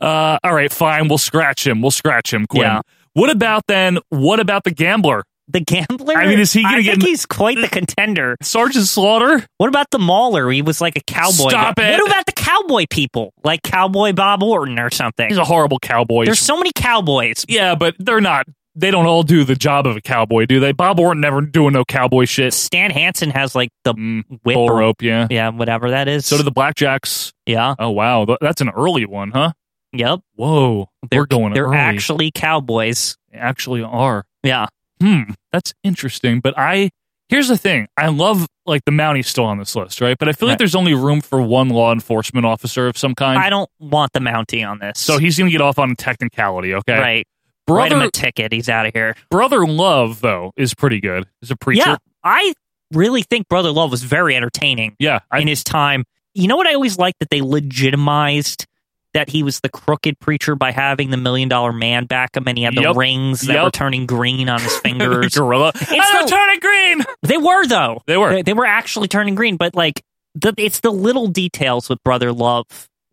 Speaker 1: all right, fine. We'll scratch him. We'll scratch him, Quinn.
Speaker 2: Yeah.
Speaker 1: What about then? What about the gambler?
Speaker 2: the gambler.
Speaker 1: I mean, is he gonna
Speaker 2: I
Speaker 1: get-
Speaker 2: think he's quite the contender.
Speaker 1: Sergeant Slaughter?
Speaker 2: What about the mauler? He was like a cowboy.
Speaker 1: Stop it.
Speaker 2: What about the cowboy people, like Cowboy Bob Orton or something?
Speaker 1: He's a horrible cowboy.
Speaker 2: There's so many cowboys.
Speaker 1: yeah, but they're not. They don't all do the job of a cowboy, do they? Bob Orton never doing no cowboy shit.
Speaker 2: Stan Hansen has like the
Speaker 1: Mm,
Speaker 2: whip,
Speaker 1: Bull
Speaker 2: or-
Speaker 1: rope, yeah.
Speaker 2: yeah, whatever that is.
Speaker 1: So do the Blackjacks.
Speaker 2: yeah,
Speaker 1: Oh wow, Th- that's an early one, huh?
Speaker 2: yep.
Speaker 1: Whoa,
Speaker 2: They're
Speaker 1: we're going.
Speaker 2: They're
Speaker 1: early.
Speaker 2: actually cowboys.
Speaker 1: actually are.
Speaker 2: Yeah,
Speaker 1: Hmm, that's interesting. But I here's the thing: I love like the Mounties still on this list, right? But I feel like
Speaker 2: Right.
Speaker 1: there's only room for one law enforcement officer of some kind.
Speaker 2: I don't want the Mountie on this.
Speaker 1: so he's going to get off on a technicality, okay?
Speaker 2: right. Write him
Speaker 1: Brother,
Speaker 2: a ticket. He's out of here.
Speaker 1: Brother Love, though, is pretty good. He's a preacher.
Speaker 2: Yeah, I really think Brother Love was very entertaining.
Speaker 1: Yeah,
Speaker 2: in his time. You know what I always liked that they legitimized that he was the crooked preacher by having the million dollar man back him, and he had the
Speaker 1: Yep.
Speaker 2: rings that were
Speaker 1: Yep.
Speaker 2: turning green on his fingers.
Speaker 1: Gorilla.
Speaker 2: It's the,
Speaker 1: turning green.
Speaker 2: they were though.
Speaker 1: They were.
Speaker 2: They, they were actually turning green, but like the, it's the little details with Brother Love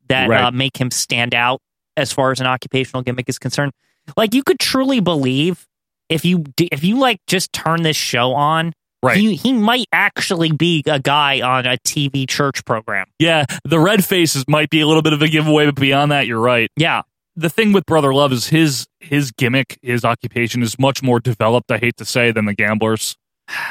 Speaker 2: that
Speaker 1: Right.
Speaker 2: uh, make him stand out as far as an occupational gimmick is concerned. Like you could truly believe if you d- if you like just turn this show on,
Speaker 1: Right.
Speaker 2: He, he might actually be a guy on a TV church program.
Speaker 1: Yeah, the red faces might be a little bit of a giveaway, but beyond that, you're right.
Speaker 2: Yeah.
Speaker 1: The thing with Brother Love is his his gimmick, his occupation is much more developed, I hate to say, than the gamblers.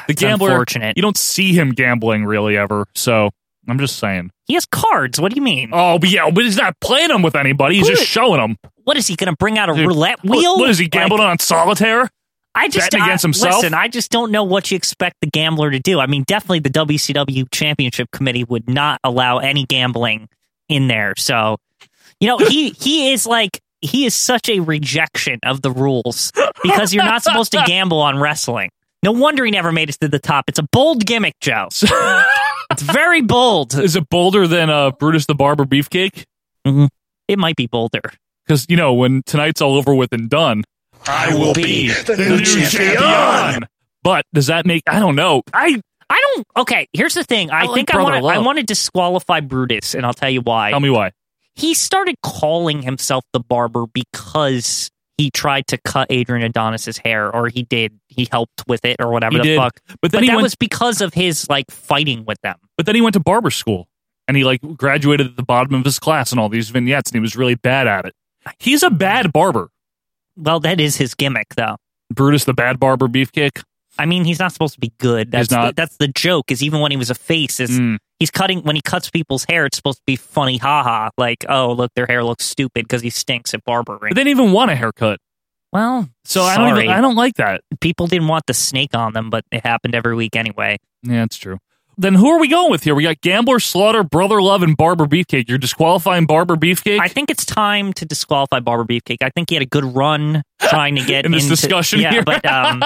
Speaker 1: The
Speaker 2: It's
Speaker 1: gambler
Speaker 2: unfortunate.
Speaker 1: you don't see him gambling really ever, so I'm just saying.
Speaker 2: He has cards. What do you mean?
Speaker 1: Oh, but yeah, but he's not playing them with anybody. He's just
Speaker 2: Good.
Speaker 1: showing them.
Speaker 2: What is he going to bring out a
Speaker 1: Dude,
Speaker 2: roulette
Speaker 1: what-
Speaker 2: wheel?
Speaker 1: what is he gambling
Speaker 2: Like,
Speaker 1: on solitaire?
Speaker 2: I just
Speaker 1: Betting
Speaker 2: I-
Speaker 1: against himself?
Speaker 2: Listen, I just don't know what you expect the gambler to do. I mean, definitely the WCW Championship Committee would not allow any gambling in there. So, you know, he he is like he is such a rejection of the rules because you're not supposed to gamble on wrestling. No wonder he never made it to the top. It's a bold gimmick, Joe. it's very bold.
Speaker 1: Is it bolder than uh, Brutus the Barber Beefcake?
Speaker 2: Mhm. It might be bolder.
Speaker 1: Because you know when tonight's all over with and done,
Speaker 7: I will be the new champion.
Speaker 1: But does that make? I don't know. I
Speaker 2: I don't. Okay, here's the thing. I,
Speaker 1: like
Speaker 2: think I
Speaker 1: Brother
Speaker 2: want to. I
Speaker 1: Love.
Speaker 2: want to disqualify Brutus, and I'll tell you why.
Speaker 1: tell me why.
Speaker 2: He started calling himself the barber because he tried to cut Adrian Adonis's hair, or he did. He helped with it, or whatever
Speaker 1: He
Speaker 2: the
Speaker 1: did.
Speaker 2: fuck.
Speaker 1: But then he
Speaker 2: that
Speaker 1: went-
Speaker 2: was because of his like fighting with them.
Speaker 1: But then he went to barber school and he like graduated at the bottom of his class and all these vignettes and he was really bad at it. He's a bad barber.
Speaker 2: Well, that is his gimmick, though.
Speaker 1: Brutus the bad barber beefcake.
Speaker 2: I mean, he's not supposed to be good. That's
Speaker 1: not.
Speaker 2: The, that's the joke. Is even when he was a face, is
Speaker 1: Mm.
Speaker 2: he's cutting when he cuts people's hair, it's supposed to be funny, haha. Like, oh, look, their hair looks stupid because he stinks at barbering.
Speaker 1: But they didn't even want a haircut.
Speaker 2: well,
Speaker 1: So I don't
Speaker 2: sorry.
Speaker 1: even, I don't like that.
Speaker 2: people didn't want the snake on them, but it happened every week anyway.
Speaker 1: Yeah, it's true. Then who are we going with here? We got Gambler, Slaughter, Brother Love, and Barber Beefcake. You're disqualifying Barber Beefcake?
Speaker 2: I think it's time to disqualify Barber Beefcake. I think he had a good run trying to get
Speaker 1: In this
Speaker 2: into,
Speaker 1: discussion
Speaker 2: yeah,
Speaker 1: here.
Speaker 2: but um,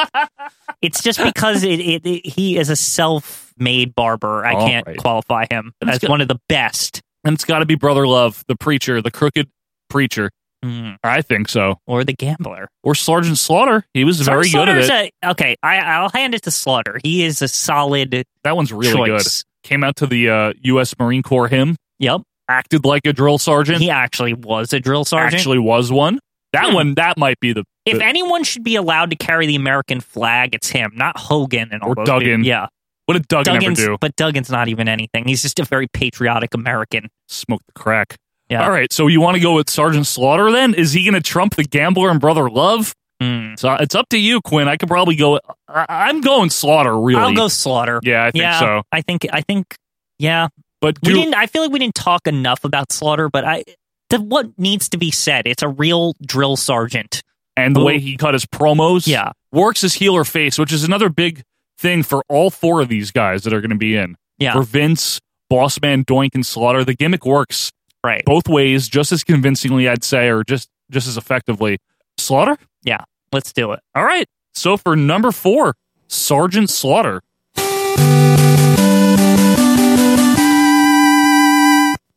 Speaker 2: it's just because it, it, it- he is a self-made barber. I
Speaker 1: All
Speaker 2: can't
Speaker 1: right.
Speaker 2: qualify him
Speaker 1: That's
Speaker 2: as
Speaker 1: good.
Speaker 2: one of the best,
Speaker 1: and it's got to be Brother Love, the preacher, the crooked preacher.
Speaker 2: Mm,
Speaker 1: I think so.
Speaker 2: or the gambler.
Speaker 1: Or Sergeant Slaughter. He was very
Speaker 2: Sergeant
Speaker 1: good at it.
Speaker 2: Slaughter's a- okay, I, I'll hand it to Slaughter. He is a solid
Speaker 1: that one's really
Speaker 2: choice.
Speaker 1: good. Came out to the uh, U.S. Marine Corps hymn.
Speaker 2: Yep,
Speaker 1: Acted like a drill sergeant.
Speaker 2: he actually was a drill sergeant.
Speaker 1: Actually was one. That
Speaker 2: Hmm.
Speaker 1: one, that might be the.
Speaker 2: if
Speaker 1: the-
Speaker 2: anyone should be allowed to carry the American flag, it's him, not Hogan and all
Speaker 1: Or
Speaker 2: those
Speaker 1: Duggan.
Speaker 2: people. Yeah,
Speaker 1: what did Duggan ever
Speaker 2: Duggan's,
Speaker 1: do?
Speaker 2: but Duggan's not even anything. He's just a very patriotic American.
Speaker 1: Smoke the crack.
Speaker 2: Yeah.
Speaker 1: All right, so you want to go with Sergeant Slaughter then? Is he going to trump the gambler and Brother Love?
Speaker 2: Mm.
Speaker 1: So uh, it's up to you, Quinn. I could probably go. I, I'm going Slaughter, really.
Speaker 2: I'll go Slaughter.
Speaker 1: Yeah, I think
Speaker 2: yeah,
Speaker 1: so.
Speaker 2: I think I think yeah.
Speaker 1: But
Speaker 2: We
Speaker 1: do-
Speaker 2: didn't. I feel like we didn't talk enough about Slaughter, but I. The, what needs to be said? It's a real drill sergeant.
Speaker 1: and the
Speaker 2: Who-
Speaker 1: way he cut his promos.
Speaker 2: Oh. Yeah.
Speaker 1: Works his heel or face, which is another big thing for all four of these guys that are going to be in.
Speaker 2: Yeah.
Speaker 1: For Vince, Bossman, Doink, and Slaughter, the gimmick works
Speaker 2: Right.
Speaker 1: both ways just as convincingly, I'd say, or just just as effectively. Slaughter?
Speaker 2: Yeah. Let's do it.
Speaker 1: All right. So for number four, Sergeant Slaughter.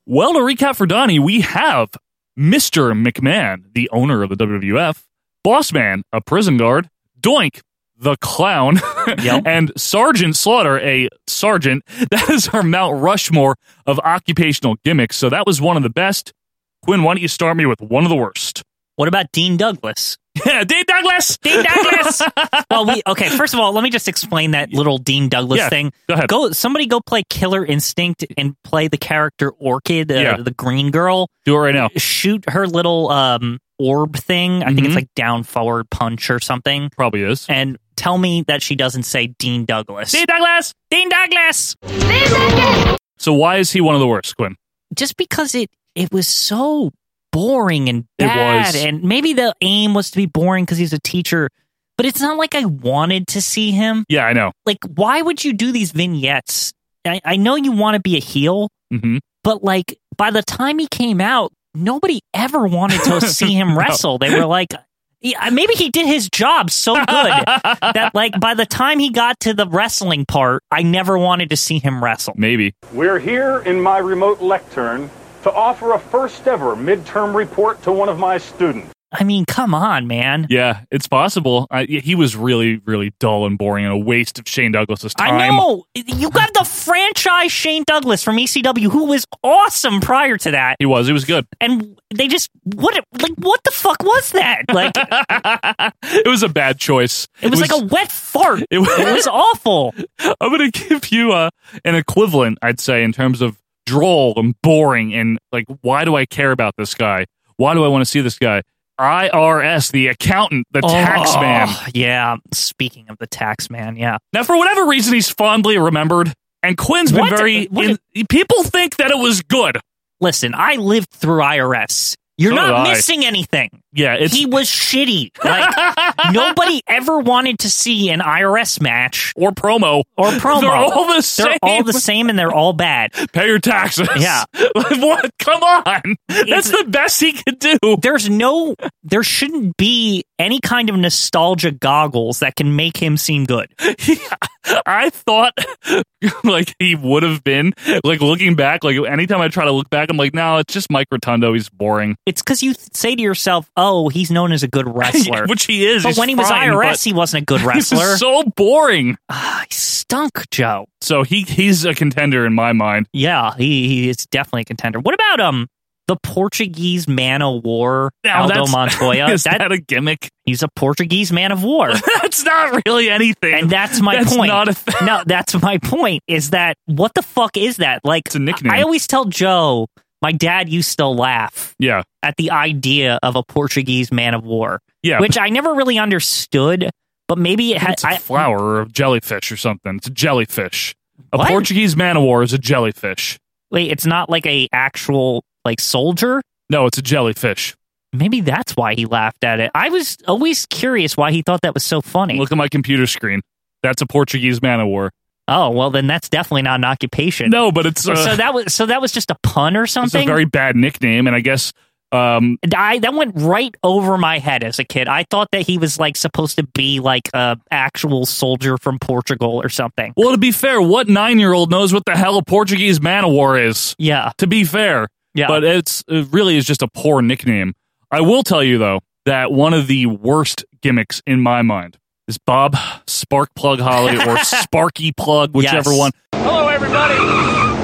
Speaker 1: Well, to recap for Donnie, we have Mr. McMahon, the owner of the WWF, Bossman, a prison guard, Doink, the clown,
Speaker 2: Yep.
Speaker 1: and Sergeant Slaughter, a sergeant. That is our Mount Rushmore of occupational gimmicks. So that was one of the best. Quinn, why don't you start me with one of the worst?
Speaker 2: What about Dean Douglas?
Speaker 1: Yeah, Dave Douglas.
Speaker 2: Dean Douglas. well, we okay. First of all, let me just explain that little Dean Douglas
Speaker 1: Yeah,
Speaker 2: thing.
Speaker 1: go ahead.
Speaker 2: somebody go play Killer Instinct and play the character Orchid, uh,
Speaker 1: Yeah.
Speaker 2: the green girl.
Speaker 1: Do it right now.
Speaker 2: Shoot her little um orb thing. I think
Speaker 1: Mhm.
Speaker 2: it's like down forward punch or something,
Speaker 1: Probably is.
Speaker 2: and tell me that she doesn't say Dean Douglas.
Speaker 1: Dean Douglas.
Speaker 2: Dean Douglas.
Speaker 1: So why is he one of the worst, Quinn?
Speaker 2: Just because it it was so boring and
Speaker 1: It
Speaker 2: bad,
Speaker 1: was.
Speaker 2: and maybe the aim was to be boring because he's a teacher. But it's not like I wanted to see him.
Speaker 1: Yeah, I know.
Speaker 2: like why would you do these vignettes i, I know you want to be a heel
Speaker 1: hmm
Speaker 2: but like by the time he came out nobody ever wanted to see him wrestle they were like Yeah, maybe he did his job so good that, like, by the time he got to the wrestling part, I never wanted to see him wrestle.
Speaker 1: Maybe.
Speaker 12: We're here in my remote lectern to offer a first ever midterm report to one of my students.
Speaker 2: I mean, come on, man.
Speaker 1: Yeah, it's possible. I, he was really, really dull and boring and a waste of Shane Douglas's time.
Speaker 2: I know. You got the franchise Shane Douglas from ECW, who was awesome prior to that.
Speaker 1: He was. He was good.
Speaker 2: And they just what? Like, what the fuck was that? Like,
Speaker 1: it was a bad choice.
Speaker 2: It was, like a wet fart. It was, it was awful.
Speaker 1: I'm going to give you uh, an equivalent, I'd say, in terms of droll and boring and like, why do I care about this guy? Why do I want to see this guy? IRS, the accountant, the tax
Speaker 2: Oh,
Speaker 1: man.
Speaker 2: Yeah. Speaking of the tax man, yeah.
Speaker 1: Now, for whatever reason, he's fondly remembered, and Quinn's been
Speaker 2: What?
Speaker 1: very.
Speaker 2: What
Speaker 1: in- people think that it was good.
Speaker 2: Listen, I lived through IRS. You're
Speaker 1: So
Speaker 2: not
Speaker 1: did I.
Speaker 2: missing anything.
Speaker 1: Yeah, it's
Speaker 2: he was shitty. Like nobody ever wanted to see an IRS match
Speaker 1: or promo
Speaker 2: or promo.
Speaker 1: They're all the
Speaker 2: They're
Speaker 1: same.
Speaker 2: all the same, and they're all bad.
Speaker 1: pay your taxes.
Speaker 2: Yeah.
Speaker 1: Like, what? Come on. That's
Speaker 2: It's-
Speaker 1: the best he could do.
Speaker 2: There's no, there shouldn't be any kind of nostalgia goggles that can make him seem good.
Speaker 1: I thought like he would have been like looking back. Like anytime I try to look back, I'm like, no, it's just Mike Rotundo. He's boring,
Speaker 2: It's because you th- say to yourself, "Oh, he's known as a good wrestler,"
Speaker 1: which he is.
Speaker 2: But
Speaker 1: He's
Speaker 2: when he was
Speaker 1: fine,
Speaker 2: IRS,
Speaker 1: but
Speaker 2: he wasn't a good
Speaker 1: he's
Speaker 2: wrestler.
Speaker 1: so boring.
Speaker 2: Ah, he stunk, Joe.
Speaker 1: So he he's a contender in my mind.
Speaker 2: Yeah, he, he is definitely a contender. What about um the Portuguese man of war,
Speaker 1: Now,
Speaker 2: Aldo
Speaker 1: that's-
Speaker 2: Montoya?
Speaker 1: is
Speaker 2: That-
Speaker 1: that a gimmick?
Speaker 2: he's a Portuguese man of war.
Speaker 1: That's not really anything.
Speaker 2: And that's my
Speaker 1: That's
Speaker 2: point.
Speaker 1: not a thing.
Speaker 2: no, that's my point. Is that what the fuck is that? Like
Speaker 1: It's a nickname.
Speaker 2: I always tell Joe, my dad used to laugh
Speaker 1: Yeah.
Speaker 2: at the idea of a Portuguese man of war.
Speaker 1: Yeah.
Speaker 2: Which I never really understood, but maybe it had
Speaker 1: It's a
Speaker 2: I,
Speaker 1: flower or a jellyfish or something. It's a jellyfish. A
Speaker 2: What?
Speaker 1: Portuguese man of war is a jellyfish.
Speaker 2: wait, it's not like a actual like soldier.
Speaker 1: No, it's a jellyfish.
Speaker 2: Maybe that's why he laughed at it. I was always curious why he thought that was so funny.
Speaker 1: Look at my computer screen. That's a Portuguese man of war.
Speaker 2: oh, well then that's definitely not an occupation.
Speaker 1: No, but it's, uh,
Speaker 2: so that was so that was just a pun or
Speaker 1: it's a
Speaker 2: something.
Speaker 1: very bad nickname, and I guess um,
Speaker 2: And I that went right over my head as a kid. I thought that he was like supposed to be like a actual soldier from Portugal or something.
Speaker 1: Well, to be fair, what nine year old knows what the hell a Portuguese man of war is?
Speaker 2: Yeah.
Speaker 1: To be fair.
Speaker 2: Yeah.
Speaker 1: But it's it really is just a poor nickname. I will tell you though that one of the worst gimmicks in my mind is Bob Sparkplug Holly or Sparky Plug, whichever
Speaker 2: Yes.
Speaker 1: one.
Speaker 6: Hello, everybody.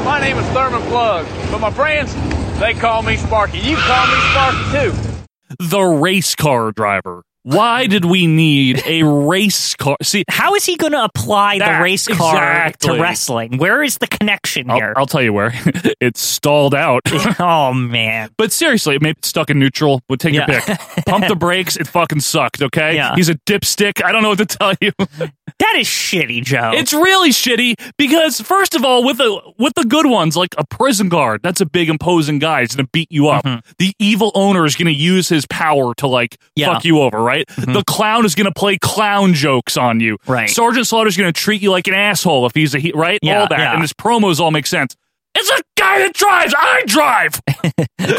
Speaker 6: My name is Thurman Plug, but my friends, they call me Sparky. You call me Sparky, too.
Speaker 1: The race car driver. Why did we need a race car? See,
Speaker 2: How is he going to apply
Speaker 1: That-
Speaker 2: the race car
Speaker 1: exactly.
Speaker 2: to wrestling? Where is the connection
Speaker 1: I'll,
Speaker 2: here?
Speaker 1: I'll tell you where it's stalled out.
Speaker 2: oh man.
Speaker 1: But seriously, maybe it's stuck in neutral. Would take your
Speaker 2: Yeah.
Speaker 1: pick. Pump the brakes. It fucking sucked. Okay.
Speaker 2: Yeah.
Speaker 1: He's a dipstick. I don't know what to tell you.
Speaker 2: That is shitty, Joe.
Speaker 1: It's really shitty because first of all, with the with the good ones like a prison guard, that's a big imposing guy. He's gonna beat you up.
Speaker 2: Mm-hmm.
Speaker 1: The evil owner is gonna use his power to like
Speaker 2: Yeah. Mm-hmm.
Speaker 1: fuck you over, right? The clown is gonna play clown jokes on you.
Speaker 2: Right.
Speaker 1: Sergeant Slaughter's gonna treat you like an asshole if he's a he, right.
Speaker 2: Yeah,
Speaker 1: all that
Speaker 2: yeah.
Speaker 1: and his promos all make sense. It's a guy that drives. I drive.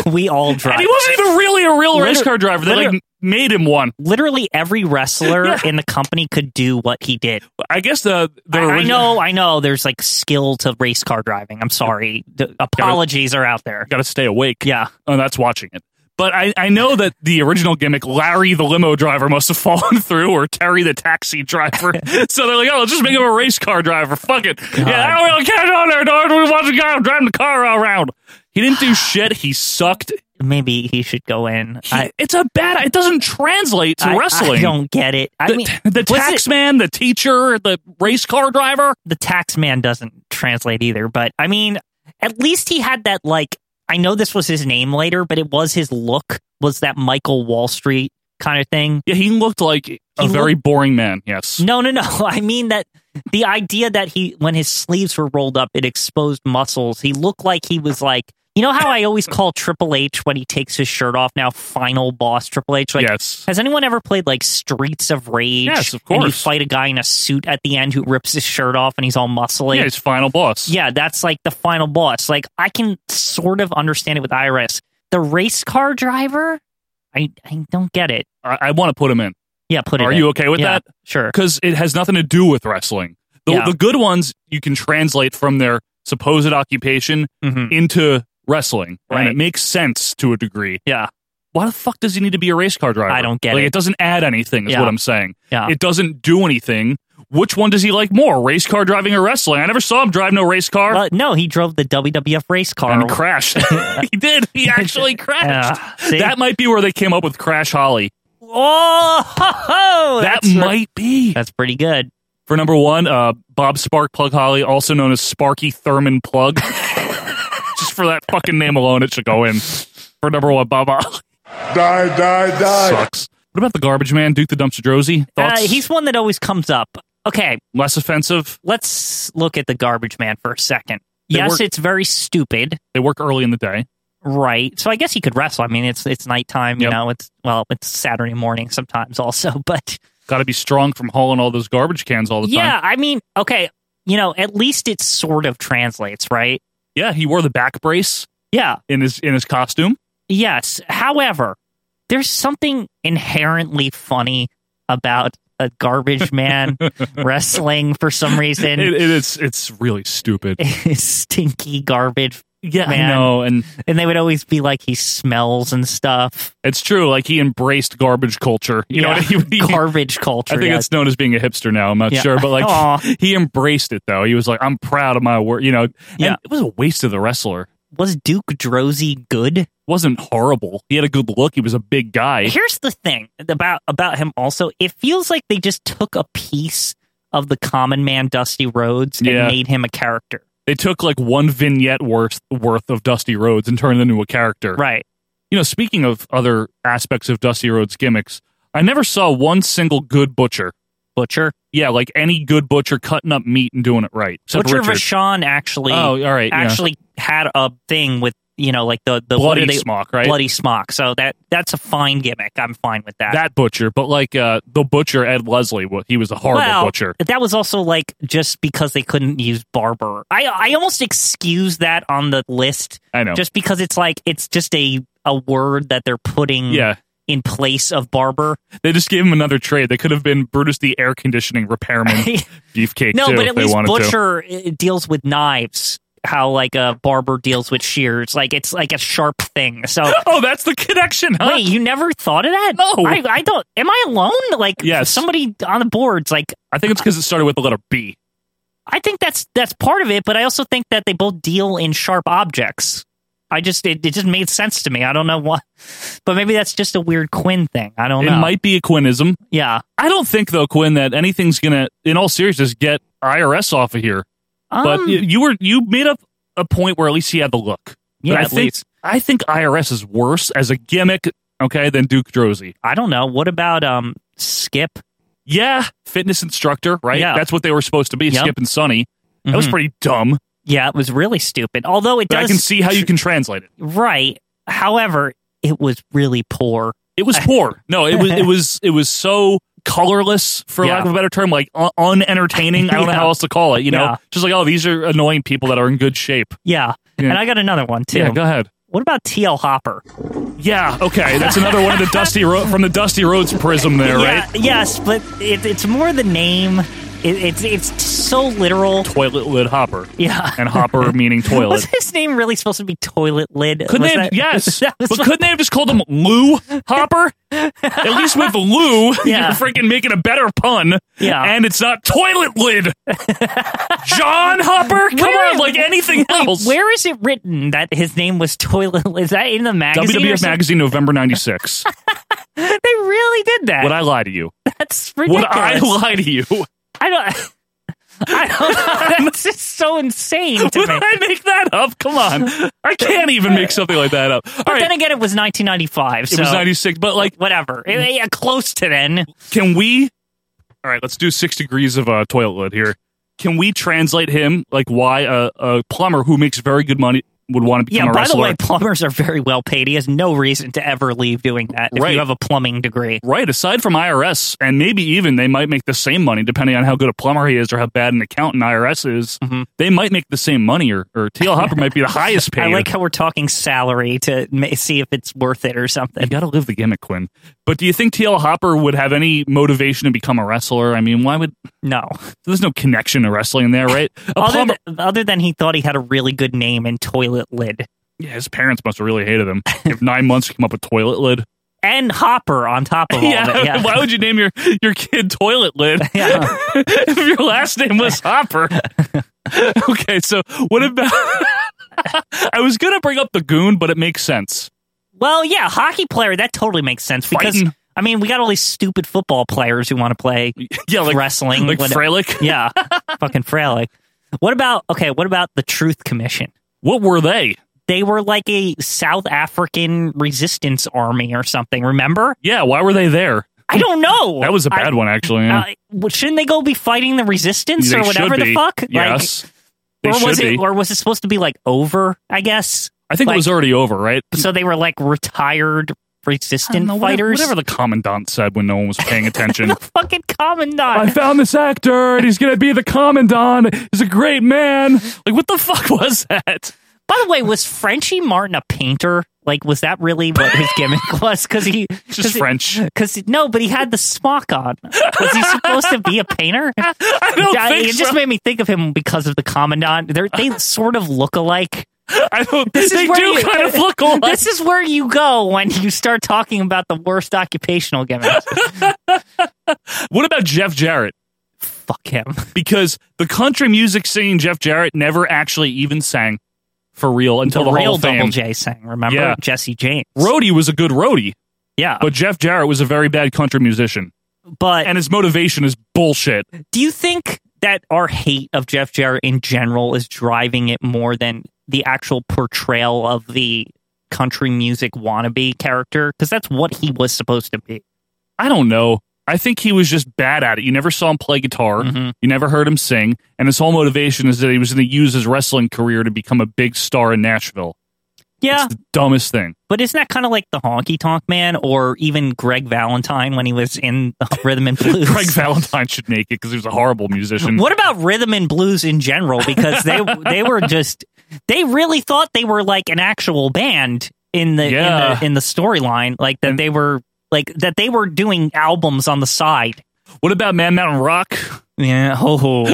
Speaker 2: we all drive.
Speaker 1: And he wasn't even really a real race
Speaker 2: Liter-
Speaker 1: car driver. They
Speaker 2: liter-
Speaker 1: like made him one.
Speaker 2: Literally every wrestler
Speaker 1: Yeah.
Speaker 2: in the company could do what he did.
Speaker 1: I guess the the
Speaker 2: I, I
Speaker 1: origi-
Speaker 2: know, I know. There's like skill to race car driving. I'm sorry. The apologies are out there.
Speaker 1: got to stay awake.
Speaker 2: Yeah.
Speaker 1: oh, that's watching it. But I, I know that the original gimmick, Larry the limo driver, must have fallen through, or Terry the taxi driver. so they're like, oh, let's just make him a race car driver. Fuck it. Yeah, oh, I don't really care. No, no, no, no, we watch a guy driving the car all around. He didn't do shit. He sucked.
Speaker 2: Maybe he should go in.
Speaker 1: He- it's a bad. It doesn't translate to
Speaker 2: I-
Speaker 1: wrestling.
Speaker 2: I don't get it. I
Speaker 1: the,
Speaker 2: mean,
Speaker 1: the
Speaker 2: was
Speaker 1: tax
Speaker 2: it-
Speaker 1: man, the teacher, the race car driver.
Speaker 2: the tax man doesn't translate either. But I mean, at least he had that like. I know this was his name later, but it was his look. Was that Michael Wall Street kind of thing?
Speaker 1: Yeah, he looked like a
Speaker 2: looked-
Speaker 1: very boring man. Yes.
Speaker 2: No, no, no. I mean that the idea that he, when his sleeves were rolled up, it exposed muscles. He looked like he was like, you know how I always call Triple H when he takes his shirt off now, final boss Triple H. Like,
Speaker 1: yes.
Speaker 2: has anyone ever played like Streets of Rage?
Speaker 1: Yes, of
Speaker 2: And you
Speaker 1: course.
Speaker 2: fight a guy in a suit at the end who rips his shirt off and he's all muscly.
Speaker 1: yeah, his final boss.
Speaker 2: yeah, that's like the final boss. Like I can sort of understand it with Iris. The race car driver, I I don't get it.
Speaker 1: I, I want to put him in.
Speaker 2: Yeah, put it.
Speaker 1: Are
Speaker 2: in.
Speaker 1: you okay with
Speaker 2: Yeah,
Speaker 1: that?
Speaker 2: Sure.
Speaker 1: Because it has nothing to do with wrestling. The,
Speaker 2: Yeah.
Speaker 1: the good ones you can translate from their supposed occupation
Speaker 2: Mhm.
Speaker 1: into wrestling, and
Speaker 2: Right.
Speaker 1: it makes sense to a degree.
Speaker 2: Yeah.
Speaker 1: Why the fuck does he need to be a race car driver?
Speaker 2: I don't get
Speaker 1: like,
Speaker 2: it.
Speaker 1: It doesn't add anything. Is
Speaker 2: Yeah.
Speaker 1: what I'm saying.
Speaker 2: Yeah.
Speaker 1: It doesn't do anything. Which one does he like more, race car driving or wrestling? I never saw him drive no race car.
Speaker 2: But Uh, no, he drove the WWF race car.
Speaker 1: and crashed. he did. He actually crashed.
Speaker 2: Yeah, see?
Speaker 1: that might be where they came up with Crash Holly.
Speaker 2: Oh, ho, ho,
Speaker 1: that
Speaker 2: that's-
Speaker 1: might be
Speaker 2: That's pretty good.
Speaker 1: for number one. Uh, Bob Spark Plug Holly, also known as Sparky Thurman Plug. Just for that fucking name alone, it should go in for number one. Bob Holly
Speaker 8: Die, die, die.
Speaker 1: sucks. What about the garbage man, Duke the Dumpster Drosy?
Speaker 2: Uh,
Speaker 1: Thoughts?
Speaker 2: he's one that always comes up. Okay,
Speaker 1: less offensive.
Speaker 2: let's look at the garbage man for a second.
Speaker 1: They
Speaker 2: yes,
Speaker 1: work-
Speaker 2: it's very stupid,
Speaker 1: They work early in the day.
Speaker 2: right? So I guess he could wrestle. I mean, it's it's nighttime, you
Speaker 1: Yep.
Speaker 2: know. It's well, it's Saturday morning sometimes also, but
Speaker 1: Got to be strong from hauling all those garbage cans all the
Speaker 2: yeah,
Speaker 1: time.
Speaker 2: I mean, okay, you know, at least it sort of translates, right?
Speaker 1: Yeah, he wore the back brace
Speaker 2: Yeah.
Speaker 1: in his in his costume.
Speaker 2: Yes. However, there's something inherently funny about a garbage man wrestling for some reason.
Speaker 1: It, it is it's really stupid.
Speaker 2: stinky garbage.
Speaker 1: Yeah,
Speaker 2: man.
Speaker 1: I know, and
Speaker 2: And they would always be like, he smells and stuff.
Speaker 1: It's true. Like he embraced garbage culture. You know,
Speaker 2: Yeah.
Speaker 1: what he, he,
Speaker 2: garbage culture.
Speaker 1: I think
Speaker 2: yeah.
Speaker 1: it's known as being a hipster now. I'm not
Speaker 2: Yeah.
Speaker 1: sure, but like
Speaker 2: Aw.
Speaker 1: he embraced it though. He was like, "I'm proud of my work." You know, and
Speaker 2: Yeah.
Speaker 1: it was a waste of the wrestler.
Speaker 2: was Duke Drosy good?
Speaker 1: wasn't horrible. He had a good look. He was a big guy.
Speaker 2: Here's the thing about about him. Also, it feels like they just took a piece of the common man Dusty Rhodes and
Speaker 1: Yeah.
Speaker 2: made him a character.
Speaker 1: They took like one vignette worth worth of Dusty Rhodes and turned it into a character.
Speaker 2: Right.
Speaker 1: You know, speaking of other aspects of Dusty Rhodes gimmicks, I never saw one single good butcher.
Speaker 2: Butcher.
Speaker 1: Yeah, like any good butcher cutting up meat and doing it right. Except
Speaker 2: Butcher
Speaker 1: Richard.
Speaker 2: Vachon actually
Speaker 1: Oh, all right, yeah.
Speaker 2: actually had a thing with you know like the the what
Speaker 1: Bloody
Speaker 2: are they,
Speaker 1: smock, right?
Speaker 2: bloody smock. So that that's a fine gimmick. I'm fine with that.
Speaker 1: that butcher, but like uh, the butcher Ed Leslie, wa- he was a horrible
Speaker 2: well,
Speaker 1: butcher.
Speaker 2: That was also like just because they couldn't use barber. I I almost excuse that on the list.
Speaker 1: I know.
Speaker 2: Just because it's like it's just a a word that they're putting
Speaker 1: Yeah.
Speaker 2: in place of barber.
Speaker 1: They just gave him another trade. They could have been Brutus the air conditioning repairman, beefcake.
Speaker 2: no,
Speaker 1: too,
Speaker 2: but
Speaker 1: if
Speaker 2: at
Speaker 1: they
Speaker 2: least
Speaker 1: wanted to.
Speaker 2: butcher uh, deals with knives. How like a barber deals with shears. Like it's like a sharp thing. So
Speaker 1: Oh, that's the connection. Huh?
Speaker 2: Wait, you never thought of that?
Speaker 1: No.
Speaker 2: I, I don't. Am I alone? Like,
Speaker 1: Yes.
Speaker 2: somebody on the board's like,
Speaker 1: I think it's because it started with the letter B.
Speaker 2: I think that's that's part of it, but I also think that they both deal in sharp objects. I just it, it just made sense to me. I don't know why, but maybe that's just a weird Quinn thing. I don't
Speaker 1: It
Speaker 2: know.
Speaker 1: might be a Quinnism.
Speaker 2: yeah.
Speaker 1: I don't think though, Quinn, that anything's gonna, in all seriousness, get IRS off of here. but
Speaker 2: Um,
Speaker 1: you, you were you made up a point where at least he had the look.
Speaker 2: Yeah,
Speaker 1: but I
Speaker 2: at
Speaker 1: think
Speaker 2: least.
Speaker 1: I think IRS is worse as a gimmick, okay, than Duke Drosy.
Speaker 2: I don't know. What about um Skip?
Speaker 1: Yeah, fitness instructor, right?
Speaker 2: Yeah.
Speaker 1: That's what they were supposed to be,
Speaker 2: Yep.
Speaker 1: Skip and Sonny. That was
Speaker 2: Mhm.
Speaker 1: pretty dumb,
Speaker 2: Yeah, it was really stupid. Although it
Speaker 1: but
Speaker 2: does
Speaker 1: I can see how you can translate it.
Speaker 2: right. However, it was really poor.
Speaker 1: It was poor. No, it was it was it was so colorless, for
Speaker 2: Yeah.
Speaker 1: lack of a better term, like un- unentertaining. I don't know
Speaker 2: Yeah.
Speaker 1: how else to call it. You know,
Speaker 2: Yeah.
Speaker 1: just like oh, these are annoying people that are in good shape.
Speaker 2: Yeah.
Speaker 1: Yeah.
Speaker 2: And I got another one too.
Speaker 1: Yeah, go ahead.
Speaker 2: what about TL Hopper?
Speaker 1: Yeah, okay, that's another one of the dusty ro- from the dusty roads prism there,
Speaker 2: Yeah,
Speaker 1: right?
Speaker 2: Yes, but it, it's more the name. It, it's it's so literal.
Speaker 1: Toilet lid hopper.
Speaker 2: Yeah.
Speaker 1: and hopper meaning
Speaker 2: Was
Speaker 1: toilet.
Speaker 2: his name really supposed to be Toilet Lid?
Speaker 1: Couldn't
Speaker 2: Was
Speaker 1: they? Have,
Speaker 2: that-
Speaker 1: yes,
Speaker 2: that was
Speaker 1: but
Speaker 2: what-
Speaker 1: couldn't they have just called him Lou Hopper? At least with Lou,
Speaker 2: Yeah.
Speaker 1: you're freaking making a better pun.
Speaker 2: Yeah.
Speaker 1: and it's not toilet lid. John Hopper, come
Speaker 2: Where-
Speaker 1: on, like anything
Speaker 2: Wait,
Speaker 1: else.
Speaker 2: Where is it written that his name was Toilet Lid? Is that in the magazine? or
Speaker 1: WWF
Speaker 2: something?
Speaker 1: Magazine, November 96.
Speaker 2: They really did that.
Speaker 1: Would I lie to you?
Speaker 2: That's
Speaker 1: Would
Speaker 2: ridiculous.
Speaker 1: I lie to you? Would
Speaker 2: I don't. I don't know. That's just so insane to me.
Speaker 1: I make that up? Oh, Come on. I can't even make something like that up. All
Speaker 2: But
Speaker 1: right.
Speaker 2: then again, it was 1995.
Speaker 1: It
Speaker 2: so
Speaker 1: was 96, but like,
Speaker 2: whatever. Eh, yeah, close to then.
Speaker 1: can we? All right, let's do six degrees of uh, toilet lid here. Can we translate him like why a, a plumber who makes very good money would want to become
Speaker 2: yeah,
Speaker 1: a
Speaker 2: by
Speaker 1: wrestler.
Speaker 2: the way, plumbers are very well paid. He has no reason to ever leave doing that if
Speaker 1: Right.
Speaker 2: you have a plumbing degree.
Speaker 1: Right. Aside from IRS, and maybe even they might make the same money depending on how good a plumber he is or how bad an accountant IRS is. They might make the same money, or, or TL Hopper might be the highest paid.
Speaker 2: Mm-hmm. I like how we're talking salary to ma- see if it's worth it or something.
Speaker 1: You got to live the gimmick, Quinn. But do you think TL Hopper would have any motivation to become a wrestler? I mean, why would.
Speaker 2: No.
Speaker 1: There's no connection to wrestling there, right? A
Speaker 2: Other,
Speaker 1: plumber.
Speaker 2: th- other than he thought he had a really good name in toilet lid.
Speaker 1: yeah, his parents must have really hated him. If nine months to come up with toilet lid. Oh,
Speaker 2: And Hopper on top of all of it. Yeah.
Speaker 1: why would you name your, your kid toilet lid if your last name was Hopper? okay, so what about? I was gonna bring up the goon, but it makes sense.
Speaker 2: Well, yeah, hockey player, that totally makes sense because
Speaker 1: Fighting.
Speaker 2: I mean, we got all these stupid football players who want to play
Speaker 1: Yeah, like
Speaker 2: wrestling.
Speaker 1: like
Speaker 2: when-
Speaker 1: Freilich.
Speaker 2: Yeah. fucking Freilich. What about okay, what about the Truth Commission?
Speaker 1: What were they?
Speaker 2: They were like a South African resistance army or something, remember?
Speaker 1: Yeah, why were they there?
Speaker 2: I don't know.
Speaker 1: That was a
Speaker 2: I-
Speaker 1: bad one, actually. yeah.
Speaker 2: Uh, well, shouldn't they go be fighting the resistance
Speaker 1: They
Speaker 2: or
Speaker 1: should
Speaker 2: whatever the
Speaker 1: be.
Speaker 2: fuck?
Speaker 1: Yes, they
Speaker 2: Like, or was
Speaker 1: should
Speaker 2: it
Speaker 1: be.
Speaker 2: or was it supposed to be like over, I guess?
Speaker 1: I think
Speaker 2: like-
Speaker 1: it was already over, right?
Speaker 2: So they were like retired
Speaker 1: I don't
Speaker 2: resistant
Speaker 1: know, whatever-
Speaker 2: fighters.
Speaker 1: Whatever the commandant said when no one was paying attention.
Speaker 2: fucking commandant.
Speaker 1: I found this actor, and he's gonna be the commandant. He's a great man. Like, what the fuck was that?
Speaker 2: By the way, was Frenchie Martin a painter? Like, was that really what his gimmick was? Because he
Speaker 1: Just French.
Speaker 2: Because no, but he had the smock on. Was he supposed to be a painter?
Speaker 1: I don't
Speaker 2: I-
Speaker 1: think
Speaker 2: it just
Speaker 1: so.
Speaker 2: made me think of him because of the commandant. They're, they sort of look alike.
Speaker 1: I don't.
Speaker 2: This is
Speaker 1: they
Speaker 2: where
Speaker 1: do
Speaker 2: you-
Speaker 1: kind of look alike.
Speaker 2: This is where you go when you start talking about the worst occupational gimmicks.
Speaker 1: What about Jeff Jarrett?
Speaker 2: Fuck him.
Speaker 1: Because the country music singing Jeff Jarrett never actually even sang for real until the,
Speaker 2: the real
Speaker 1: Hall of Fame.
Speaker 2: Double J sang, remember?
Speaker 1: Yeah.
Speaker 2: Jesse James.
Speaker 1: Roadie was a good roadie,
Speaker 2: Yeah.
Speaker 1: but Jeff Jarrett was a very bad country musician,
Speaker 2: but
Speaker 1: and his motivation is bullshit.
Speaker 2: Do you think that our hate of Jeff Jarrett in general is driving it more than the actual portrayal of the country music wannabe character? Because that's what he was supposed to be.
Speaker 1: I don't know. I think he was just bad at it. You never saw him play guitar.
Speaker 2: Mhm.
Speaker 1: You never heard him sing. And his whole motivation is that he was going to use his wrestling career to become a big star in Nashville.
Speaker 2: Yeah,
Speaker 1: It's the dumbest thing.
Speaker 2: but isn't that kind of like the Honky Tonk Man or even Greg Valentine when he was in Rhythm and Blues?
Speaker 1: Greg Valentine should make it because he was a horrible musician.
Speaker 2: What about rhythm and blues in general? Because they they were just they really thought they were like an actual band in the
Speaker 1: Yeah.
Speaker 2: in the in the storyline, like that they were like that they were doing albums on the side.
Speaker 1: What about Man Mountain Rock?
Speaker 2: Yeah, ho ho.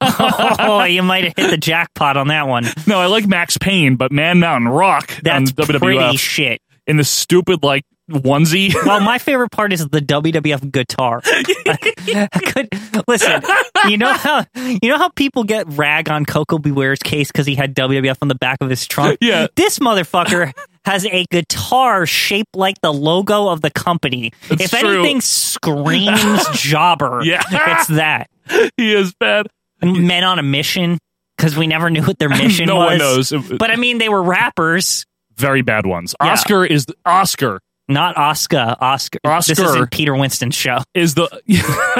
Speaker 2: oh, you might have hit the jackpot on that one.
Speaker 1: No, I like Max Payne, but Man Mountain Rock
Speaker 2: That's
Speaker 1: on WWF
Speaker 2: pretty shit.
Speaker 1: in the stupid like onesie.
Speaker 2: Well, my favorite part is the WWF guitar. I could listen. You know how you know how people get rag on Coco Beware's case because he had WWF on the back of his trunk.
Speaker 1: Yeah.
Speaker 2: this motherfucker has a guitar shaped like the logo of the company.
Speaker 1: That's
Speaker 2: if
Speaker 1: true.
Speaker 2: anything screams jobber,
Speaker 1: Yeah.
Speaker 2: it's that.
Speaker 1: he is bad.
Speaker 2: And Men on a mission because we never knew what their mission
Speaker 1: No
Speaker 2: was.
Speaker 1: one knows. It-
Speaker 2: But I mean, they were rappers.
Speaker 1: Very bad ones.
Speaker 2: Yeah.
Speaker 1: Oscar is the, Oscar
Speaker 2: Not Oscar. Oscar. This
Speaker 1: Oscar.
Speaker 2: isn't Peter Winston's show.
Speaker 1: is the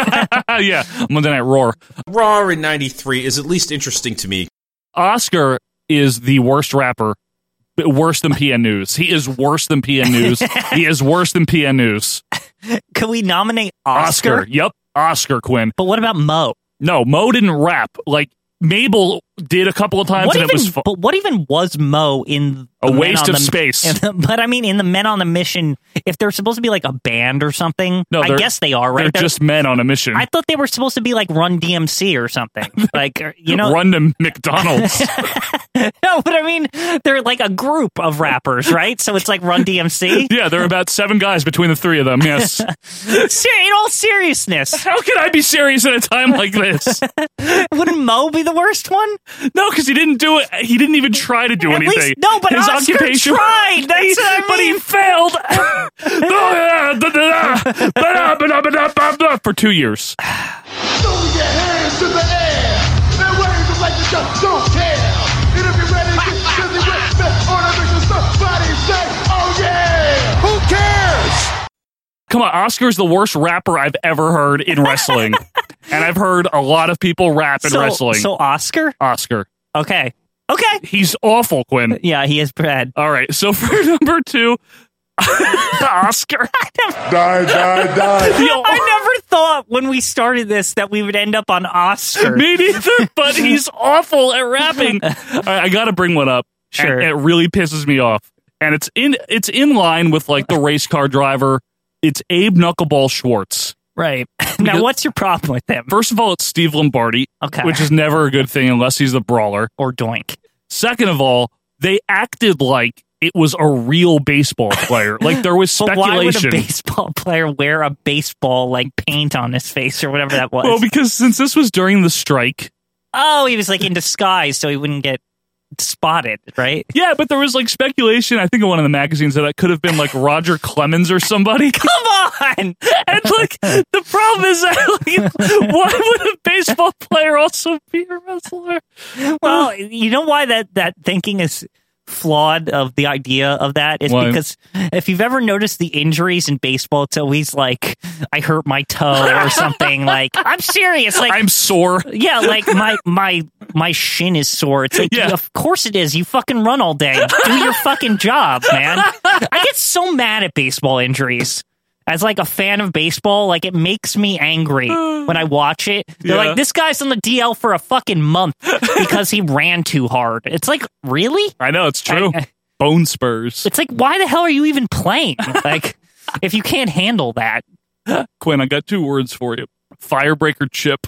Speaker 1: yeah Monday Night Roar.
Speaker 13: Raw in 93 is at least interesting to me.
Speaker 1: Oscar is the worst rapper, but worse than PN News. He is worse than PN News. he is worse than PN News.
Speaker 2: Could we nominate
Speaker 1: Oscar.
Speaker 2: Oscar?
Speaker 1: Yep. Oscar Quinn.
Speaker 2: But what about Mo?
Speaker 1: No, Mo didn't rap. Like Mabel did a couple of times,
Speaker 2: What
Speaker 1: and
Speaker 2: even,
Speaker 1: it was fu-
Speaker 2: but what even was Mo in
Speaker 1: A
Speaker 2: the Men
Speaker 1: waste
Speaker 2: on
Speaker 1: of
Speaker 2: the-
Speaker 1: space.
Speaker 2: in the- but I mean, in the Men on the Mission, if they're supposed to be like a band or something,
Speaker 1: No,
Speaker 2: I
Speaker 1: they're-
Speaker 2: guess they are, right?
Speaker 1: they're
Speaker 2: They're-
Speaker 1: just men on a mission.
Speaker 2: I thought they were supposed to be like Run DMC or something, like or, you know.
Speaker 1: run to McDonald's.
Speaker 2: no, but I mean, they're like a group of rappers, right? So it's like Run DMC.
Speaker 1: yeah, there are about seven guys between the three of them. Yes.
Speaker 2: Ser- in all seriousness,
Speaker 1: How can I be serious at a time like this?
Speaker 2: wouldn't Mo be the worst one?
Speaker 1: No, because he didn't do it. He didn't even try to do
Speaker 2: At
Speaker 1: anything.
Speaker 2: least- no, but
Speaker 1: his
Speaker 2: Oscar
Speaker 1: occupation.
Speaker 2: tried. That's
Speaker 1: He-
Speaker 2: what I
Speaker 1: But he
Speaker 2: mean.
Speaker 1: failed. Da- da- da- da- da- da- da- da- da- da- For two years,
Speaker 8: Throw your hands to the air and wave them like you just don't care. And if you're ready to get busy with the ornamental stuff, somebody say, oh yeah! Who cares?
Speaker 1: come on, Oscar's the worst rapper I've ever heard in wrestling, and I've heard a lot of people rap in
Speaker 2: so,
Speaker 1: wrestling.
Speaker 2: so Oscar.
Speaker 1: Oscar,
Speaker 2: Okay. Okay.
Speaker 1: He's awful, Quinn.
Speaker 2: Yeah, he is bad.
Speaker 1: All right. So for number two, the Oscar.
Speaker 2: die,
Speaker 8: die, die.
Speaker 2: I never thought when we started this that we would end up on Oscar.
Speaker 1: Me neither, but he's awful at rapping. All right, I got to bring one up.
Speaker 2: Sure.
Speaker 1: And it really pisses me off. And it's in it's in line with like the race car driver. It's Abe Knuckleball Schwartz.
Speaker 2: Right. Now, what's your problem with him?
Speaker 1: First of all, it's Steve Lombardi,
Speaker 2: Okay.
Speaker 1: which is never a good thing unless he's the brawler.
Speaker 2: Or Doink.
Speaker 1: Second of all, they acted like it was a real baseball player. like there was
Speaker 2: But why would a
Speaker 1: speculation.
Speaker 2: baseball player wear a baseball like paint on his face or whatever that was?
Speaker 1: well, because since this was during the strike,
Speaker 2: oh, he was like in disguise so he wouldn't get spotted, right?
Speaker 1: Yeah, but there was like speculation. I think in one of the magazines that it could have been like Roger Clemens or somebody.
Speaker 2: Come on!
Speaker 1: And like the problem is that like, why would a baseball player also be a wrestler?
Speaker 2: well, you know why that that thinking is flawed of the idea of that is
Speaker 1: Why?
Speaker 2: because if you've ever noticed the injuries in baseball, it's always like I hurt my toe or something. like I'm serious. Like
Speaker 1: I'm sore.
Speaker 2: yeah, like my my my shin is sore. It's like
Speaker 1: Yeah.
Speaker 2: of course it is. You fucking run all day. Do your fucking job, man. I get so mad at baseball injuries. As like a fan of baseball, like it makes me angry when I watch it. They're
Speaker 1: Yeah.
Speaker 2: like, this guy's on the DL for a fucking month because he ran too hard. It's like, really?
Speaker 1: I know it's true.
Speaker 2: I- I-
Speaker 1: Bone spurs.
Speaker 2: It's like, why the hell are you even playing? Like, if you can't handle that,
Speaker 1: Quinn, I got two words for you. Firebreaker Chip.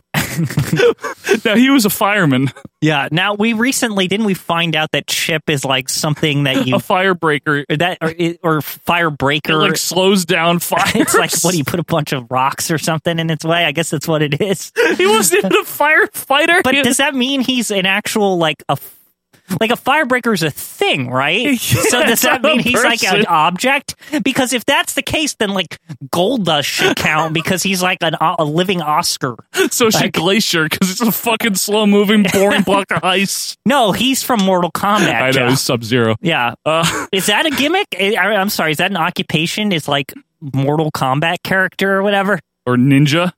Speaker 1: now he was a fireman.
Speaker 2: Yeah. Now we recently didn't we find out that chip is like something that you
Speaker 1: A firebreaker.
Speaker 2: or that or, or
Speaker 1: It
Speaker 2: firebreaker.
Speaker 1: like slows down fire.
Speaker 2: it's like what do you put a bunch of rocks or something in its way? I guess that's what it is.
Speaker 1: He wasn't even a firefighter.
Speaker 2: But does that mean he's an actual like a f- like a firebreaker is a thing, right? so does
Speaker 1: it's
Speaker 2: that
Speaker 1: not a
Speaker 2: mean he's like an
Speaker 1: person.
Speaker 2: object? Because if that's the case, then like gold dust should count because he's like an, o- a living Oscar.
Speaker 1: So should Glacier because it's a fucking slow moving, boring block of ice.
Speaker 2: No, he's from Mortal Kombat.
Speaker 1: I know
Speaker 2: Jeff.
Speaker 1: he's Sub Zero.
Speaker 2: Yeah.
Speaker 1: Uh,
Speaker 2: is that a gimmick? I, I- I'm sorry. Is that an occupation? Is like Mortal Kombat character or whatever?
Speaker 1: or ninja.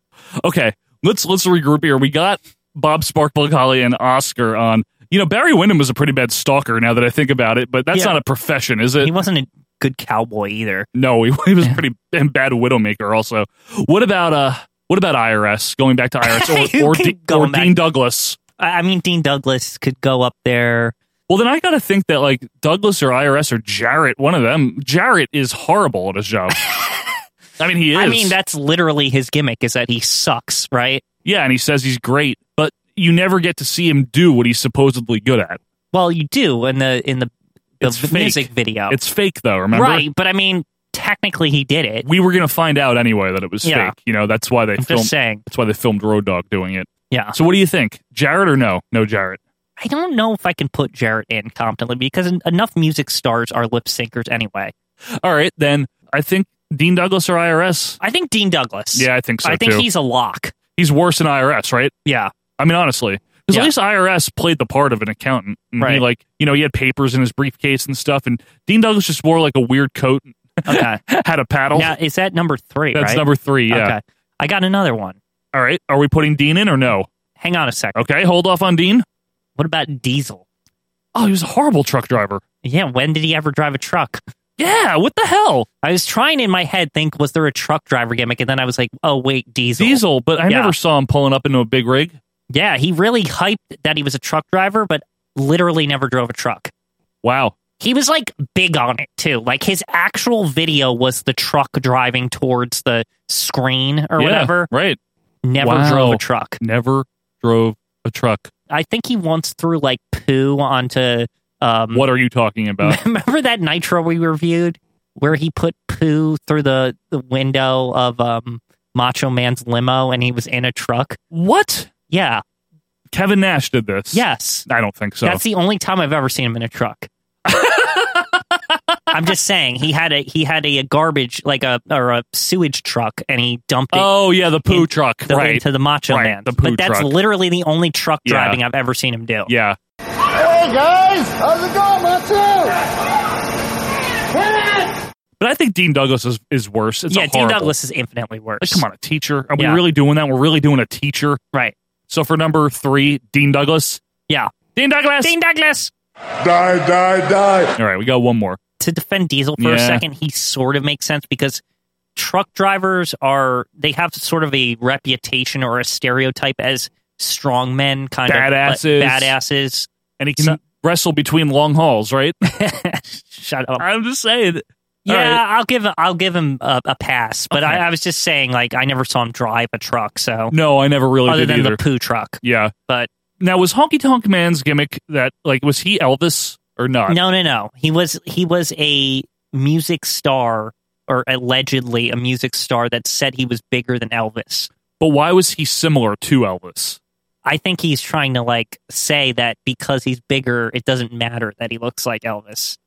Speaker 1: Okay, let's let's regroup here. We got Bob Sparkplug Holly and Oscar on. You know, Barry Windham was a pretty bad stalker. Now that I think about it, but that's
Speaker 2: Yeah.
Speaker 1: not a profession, is it?
Speaker 2: He wasn't a good cowboy either.
Speaker 1: no, he, he was pretty and bad widowmaker. Also, what about uh, what about IRS? Going back to IRS
Speaker 2: You
Speaker 1: or or,
Speaker 2: keep
Speaker 1: De- or
Speaker 2: going back.
Speaker 1: Dean Douglas?
Speaker 2: I I mean, Dean Douglas could go up there.
Speaker 1: Well, then I got to think that like Douglas or IRS or Jarrett, one of them. Jarrett is horrible at his job. I mean, he is.
Speaker 2: I mean, that's literally his gimmick is that he sucks, right?
Speaker 1: yeah, and he says he's great, but you never get to see him do what he's supposedly good at.
Speaker 2: Well, you do in the in the the
Speaker 1: It's fake.
Speaker 2: music video,
Speaker 1: It's fake, though. Remember,
Speaker 2: right? But I mean, technically, he did it.
Speaker 1: we were gonna find out anyway that it was
Speaker 2: Yeah.
Speaker 1: fake. You know, that's why they
Speaker 2: I'm
Speaker 1: filmed.
Speaker 2: just saying.
Speaker 1: That's why they filmed Road Dog doing it.
Speaker 2: Yeah,
Speaker 1: So, what do you think, Jarrett or no? No, Jarrett.
Speaker 2: I don't know if I can put Jarrett in competently because en- enough music stars are lip syncers anyway.
Speaker 1: All right, then I think Dean Douglas or IRS.
Speaker 2: I think Dean Douglas.
Speaker 1: Yeah, I think so
Speaker 2: I think
Speaker 1: too.
Speaker 2: he's a lock.
Speaker 1: He's worse than IRS, right?
Speaker 2: Yeah.
Speaker 1: I mean, honestly, because
Speaker 2: Yeah.
Speaker 1: at least IRS played the part of an accountant. And He
Speaker 2: Right.
Speaker 1: like, you know, he had papers in his briefcase and stuff, and Dean Douglas just wore like a weird coat, and
Speaker 2: Okay.
Speaker 1: had a paddle.
Speaker 2: now, is that number three?
Speaker 1: Oh. That's
Speaker 2: right?
Speaker 1: number three. Yeah.
Speaker 2: Okay. I got another one.
Speaker 1: All right. Are we putting Dean in or no?
Speaker 2: Hang on a second.
Speaker 1: Okay, hold off on Dean.
Speaker 2: What about Diesel?
Speaker 1: Oh, he was a horrible truck driver.
Speaker 2: Yeah, when did he ever drive a truck?
Speaker 1: Yeah, what the hell?
Speaker 2: I was trying in my head think, was there a truck driver gimmick? And then I was like, oh wait, Diesel.
Speaker 1: Diesel, but I
Speaker 2: Yeah.
Speaker 1: never saw him pulling up into a big rig.
Speaker 2: Yeah, he really hyped that he was a truck driver, but literally never drove a truck.
Speaker 1: Wow.
Speaker 2: He was like big on it too. Like his actual video was the truck driving towards the screen or
Speaker 1: Yeah,
Speaker 2: whatever.
Speaker 1: Right.
Speaker 2: Never
Speaker 1: Wow.
Speaker 2: drove a truck.
Speaker 1: Never drove a truck.
Speaker 2: I think he once threw like poo onto um
Speaker 1: What are you talking about?
Speaker 2: remember that nitro we reviewed where he put poo through the, the window of um macho man's limo and he was in a truck
Speaker 1: what?
Speaker 2: yeah
Speaker 1: Kevin Nash did this.
Speaker 2: yes
Speaker 1: I don't think so.
Speaker 2: that's the only time i've ever seen him in a truck i'm just saying he had a he had a, garbage like a or a sewage truck and he dumped it
Speaker 1: oh, yeah, the poo
Speaker 2: In-
Speaker 1: truck.
Speaker 2: the,
Speaker 1: right.
Speaker 2: into the macho
Speaker 1: Right,
Speaker 2: man
Speaker 1: the poo
Speaker 2: but that's
Speaker 1: truck.
Speaker 2: literally the only truck
Speaker 1: Yeah.
Speaker 2: driving i've ever seen him do
Speaker 1: yeah.
Speaker 8: Hey guys, how's it going, Matsu?
Speaker 1: But I think Dean Douglas is, is worse. It's a
Speaker 2: yeah dean
Speaker 1: horrible-
Speaker 2: douglas is infinitely worse
Speaker 1: Like, come on, a teacher. Are we
Speaker 2: Yeah.
Speaker 1: really doing that? We're really doing a teacher.
Speaker 2: right
Speaker 1: So for number three, Dean Douglas.
Speaker 2: yeah
Speaker 1: Dean Douglas.
Speaker 2: Dean Douglas.
Speaker 1: Die, die, die. All right, we got one more.
Speaker 2: To defend Diesel for a
Speaker 1: Yeah.
Speaker 2: second, he sort of makes sense because truck drivers are they have sort of a reputation or a stereotype as strong men, kind
Speaker 1: Badasses.
Speaker 2: of badasses.
Speaker 1: And he can wrestle between long hauls, right?
Speaker 2: Shut up.
Speaker 1: I'm just saying.
Speaker 2: Yeah,
Speaker 1: All right.
Speaker 2: I'll give him. I'll give him a, a pass. But
Speaker 1: Okay.
Speaker 2: I, I was just saying, like, I never saw him drive a truck. So
Speaker 1: No, I never really
Speaker 2: other
Speaker 1: did
Speaker 2: than
Speaker 1: either.
Speaker 2: the poo truck.
Speaker 1: yeah.
Speaker 2: But
Speaker 1: Now was Honky Tonk Man's gimmick that like was he Elvis or not?
Speaker 2: no, no, no. He was he was a music star, or allegedly a music star that said he was bigger than Elvis.
Speaker 1: But why was he similar to Elvis?
Speaker 2: I think he's trying to like say that because he's bigger, it doesn't matter that he looks like Elvis.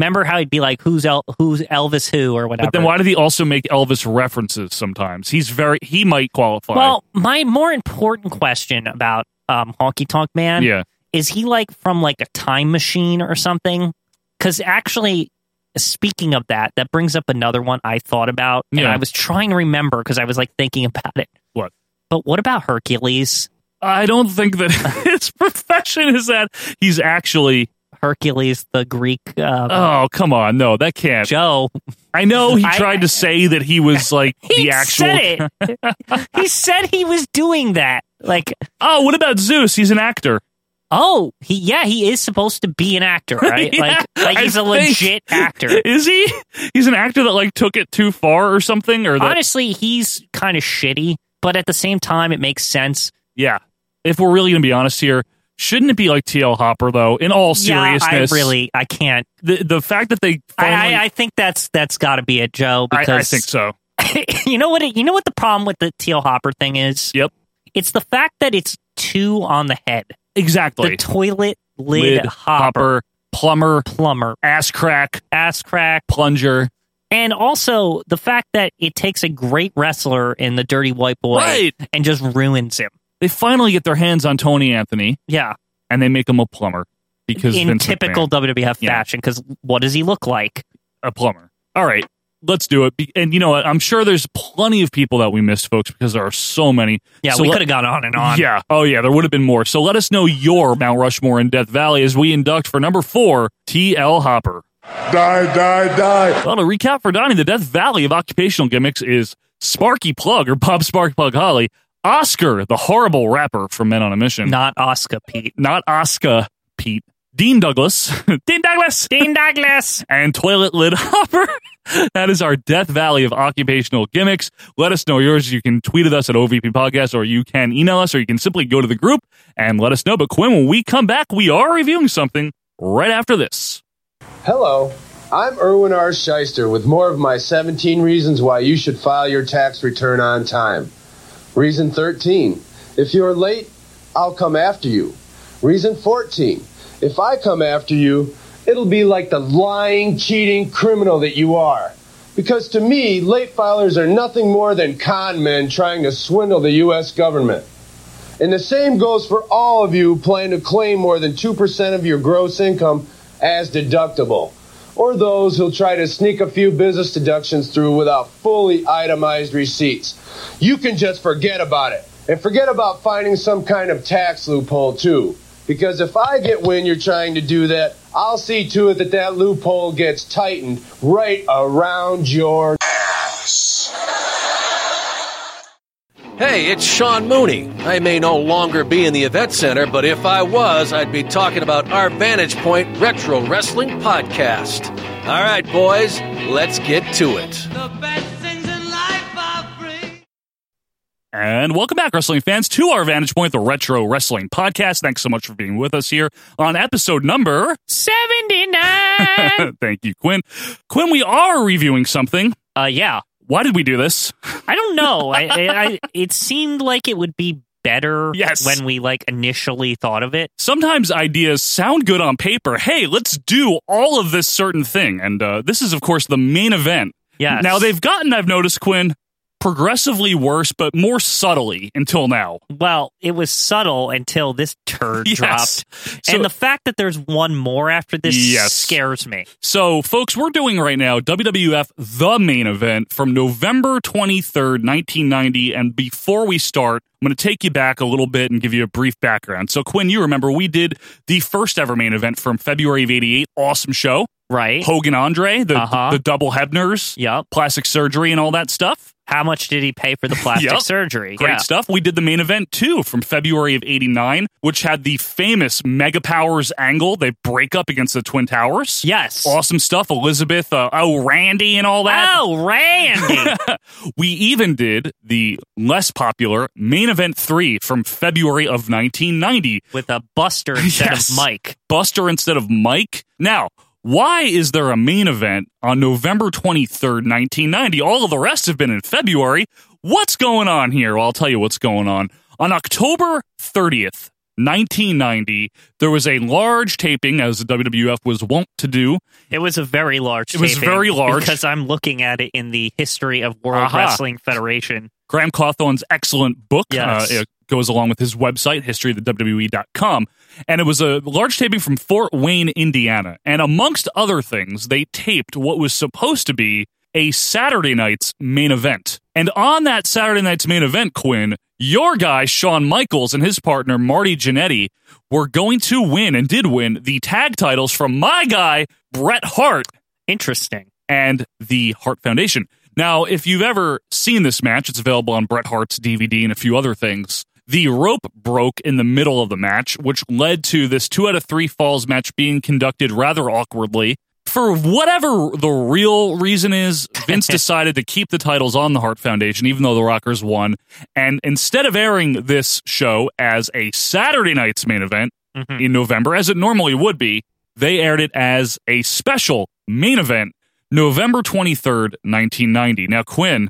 Speaker 2: Remember how he'd be like, "Who's El- who's Elvis who?" or whatever.
Speaker 1: But then why did he also make Elvis references sometimes? He's very he might qualify.
Speaker 2: Well, my more important question about um, Honky Tonk Man
Speaker 1: Yeah.
Speaker 2: is he like from like a time machine or something? Because actually, speaking of that, that brings up another one I thought about, and
Speaker 1: Yeah.
Speaker 2: I was trying to remember because I was like thinking about it.
Speaker 1: What?
Speaker 2: But what about Hercules?
Speaker 1: I don't think that his profession is that he's actually
Speaker 2: Hercules, the Greek. Uh,
Speaker 1: Oh, come on. No, that can't.
Speaker 2: Joe.
Speaker 1: I know he
Speaker 2: I-
Speaker 1: tried to say that he was like
Speaker 2: He
Speaker 1: the actual
Speaker 2: said it. he said he was doing that. Like,
Speaker 1: Oh, what about Zeus? He's an actor.
Speaker 2: oh, he yeah, he is supposed to be an actor, right?
Speaker 1: Yeah,
Speaker 2: like, like
Speaker 1: I
Speaker 2: he's a
Speaker 1: think-
Speaker 2: legit actor.
Speaker 1: Is he? He's an actor that like took it too far or something or that
Speaker 2: honestly, he's kind of shitty, but at the same time, it makes sense.
Speaker 1: Yeah. If we're really going to be honest here, shouldn't it be like TL Hopper though? In all seriousness,
Speaker 2: yeah, I really, I can't.
Speaker 1: the the fact that they finally,
Speaker 2: I, I, I think that's that's got to be it, Joe.
Speaker 1: I- I
Speaker 2: Because
Speaker 1: think so.
Speaker 2: you know what? It, you know what the problem with the teal hopper thing is?
Speaker 1: Yep.
Speaker 2: It's the fact that it's two on the head.
Speaker 1: Exactly.
Speaker 2: The toilet lid, hopper,
Speaker 1: plumber,
Speaker 2: plumber,
Speaker 1: ass crack,
Speaker 2: ass crack,
Speaker 1: plunger.
Speaker 2: and also the fact that it takes a great wrestler in the Dirty White Boy
Speaker 1: Right.
Speaker 2: and just ruins him.
Speaker 1: They finally get their hands on Tony Anthony
Speaker 2: Yeah.
Speaker 1: and they make him a plumber because
Speaker 2: in
Speaker 1: Vince
Speaker 2: typical
Speaker 1: McMahon-
Speaker 2: WWF
Speaker 1: Yeah.
Speaker 2: fashion. Because what does he look like?
Speaker 1: a plumber. All right, let's do it. Be- And you know what? I'm sure there's plenty of people that we missed, folks, because there are so many.
Speaker 2: Yeah,
Speaker 1: So
Speaker 2: we
Speaker 1: let-
Speaker 2: could have gone on and on.
Speaker 1: Yeah. Oh, yeah. There would have been more. So let us know your Mount Rushmore in Death Valley as we induct for number four, T.L. Hopper.
Speaker 14: Die, die, die.
Speaker 1: Well, to recap for Donnie, the Death Valley of occupational gimmicks is Sparky Plug or Bob Spark Plug Holly, Oscar, the horrible rapper from Men on a Mission,
Speaker 2: Not Oscar Pete.
Speaker 1: not Oscar Pete, Dean Douglas, Dean Douglas,
Speaker 2: Dean Douglas.
Speaker 1: and Toilet Lid Hopper. that is our Death Valley of occupational gimmicks. Let us know yours. You can tweet at us at OVP Podcast, or you can email us, or you can simply go to the group and let us know. But Quinn, when we come back, we are reviewing something right after this.
Speaker 6: Hello, I'm Erwin R. Shyster with more of my 17 reasons why you should file your tax return on time. Reason 13 If you're late, I'll come after you. Reason 14 If I come after you, it'll be like the lying, cheating criminal that you are. Because to me, late filers are nothing more than con men trying to swindle the U.S. government. And the same goes for all of you who plan to claim more than 2% of your gross income as deductible, or those who'll try to sneak a few business deductions through without fully itemized receipts. You can just forget about it. And forget about finding some kind of tax loophole, too. Because if I get wind you're trying to do that, I'll see to it that that loophole gets tightened right around your.
Speaker 7: Hey, it's Sean Mooney. I may no longer be in the event center, but if I was, I'd be talking about our Vantage Point Retro Wrestling Podcast. All right, boys, let's get to it.
Speaker 1: And welcome back, wrestling fans, to our Vantage Point, the Retro Wrestling Podcast. Thanks so much for being with us here on episode number
Speaker 2: 79.
Speaker 1: Thank you, Quinn. Quinn, we are reviewing something.
Speaker 2: Uh, yeah.
Speaker 1: Why did we do this?
Speaker 2: I don't know. I, I, I it seemed like it would be better
Speaker 1: Yes.
Speaker 2: when we like initially thought of it.
Speaker 1: Sometimes ideas sound good on paper. Hey, let's do all of this certain thing. And uh, this is, of course, the main event.
Speaker 2: Yes.
Speaker 1: Now, they've gotten, I've noticed, Quinn, progressively worse, but more subtly until now.
Speaker 2: Well, it was subtle until this turd
Speaker 1: Yes.
Speaker 2: dropped.
Speaker 1: So-
Speaker 2: and the fact that there's one more after this
Speaker 1: Yes.
Speaker 2: scares me.
Speaker 1: So, folks, we're doing right now WWF The Main Event from November 23rd, 1990. And before we start, I'm going to take you back a little bit and give you a brief background. So, Quinn, you remember we did the first ever main event from February of 88. Awesome show.
Speaker 2: Right.
Speaker 1: Hogan Andre, the,
Speaker 2: Uh-huh.
Speaker 1: the double Hebners,
Speaker 2: Yep.
Speaker 1: plastic surgery, and all that stuff.
Speaker 2: How much did he pay for the plastic
Speaker 1: Yep.
Speaker 2: surgery?
Speaker 1: Great
Speaker 2: Yeah.
Speaker 1: stuff. We did the main event too from February of 89, which had the famous Mega Powers angle. They break up against the Twin Towers.
Speaker 2: Yes.
Speaker 1: Awesome stuff. Elizabeth, uh, oh, Randy, and all that.
Speaker 2: Oh, Randy.
Speaker 1: We even did the less popular main event three from February of 1990.
Speaker 2: With a Buster instead of Mike.
Speaker 1: Buster instead of Mike. Now, why is there a main event on November 23rd, 1990? All of the rest have been in February. What's going on here? Well, I'll tell you what's going on. On October 30th, 1990, there was a large taping, as the WWF was wont to do.
Speaker 2: It was a very large
Speaker 1: It was
Speaker 2: taping
Speaker 1: very large.
Speaker 2: Because I'm looking at it in the history of World
Speaker 1: Aha.
Speaker 2: Wrestling Federation.
Speaker 1: Graham Cawthorne's excellent book.
Speaker 2: Yes.
Speaker 1: Uh, it goes along with his website, historyofthewwe.com. And it was a large taping from Fort Wayne, Indiana. And amongst other things, they taped what was supposed to be a Saturday night's main event. And on that Saturday night's main event, Quinn, your guy, Shawn Michaels, and his partner, Marty Jannetty, were going to win and did win the tag titles from my guy, Bret Hart
Speaker 2: Interesting.
Speaker 1: and the Hart Foundation. Now, if you've ever seen this match, it's available on Bret Hart's DVD and a few other things. The rope broke in the middle of the match, which led to this two out of three falls match being conducted rather awkwardly. For whatever the real reason is, Vince decided to keep the titles on the Hart Foundation, even though the Rockers won. And instead of airing this show as a Saturday night's main event in November, as it normally would be, they aired it as a special main event November 23rd, 1990. Now, Quinn,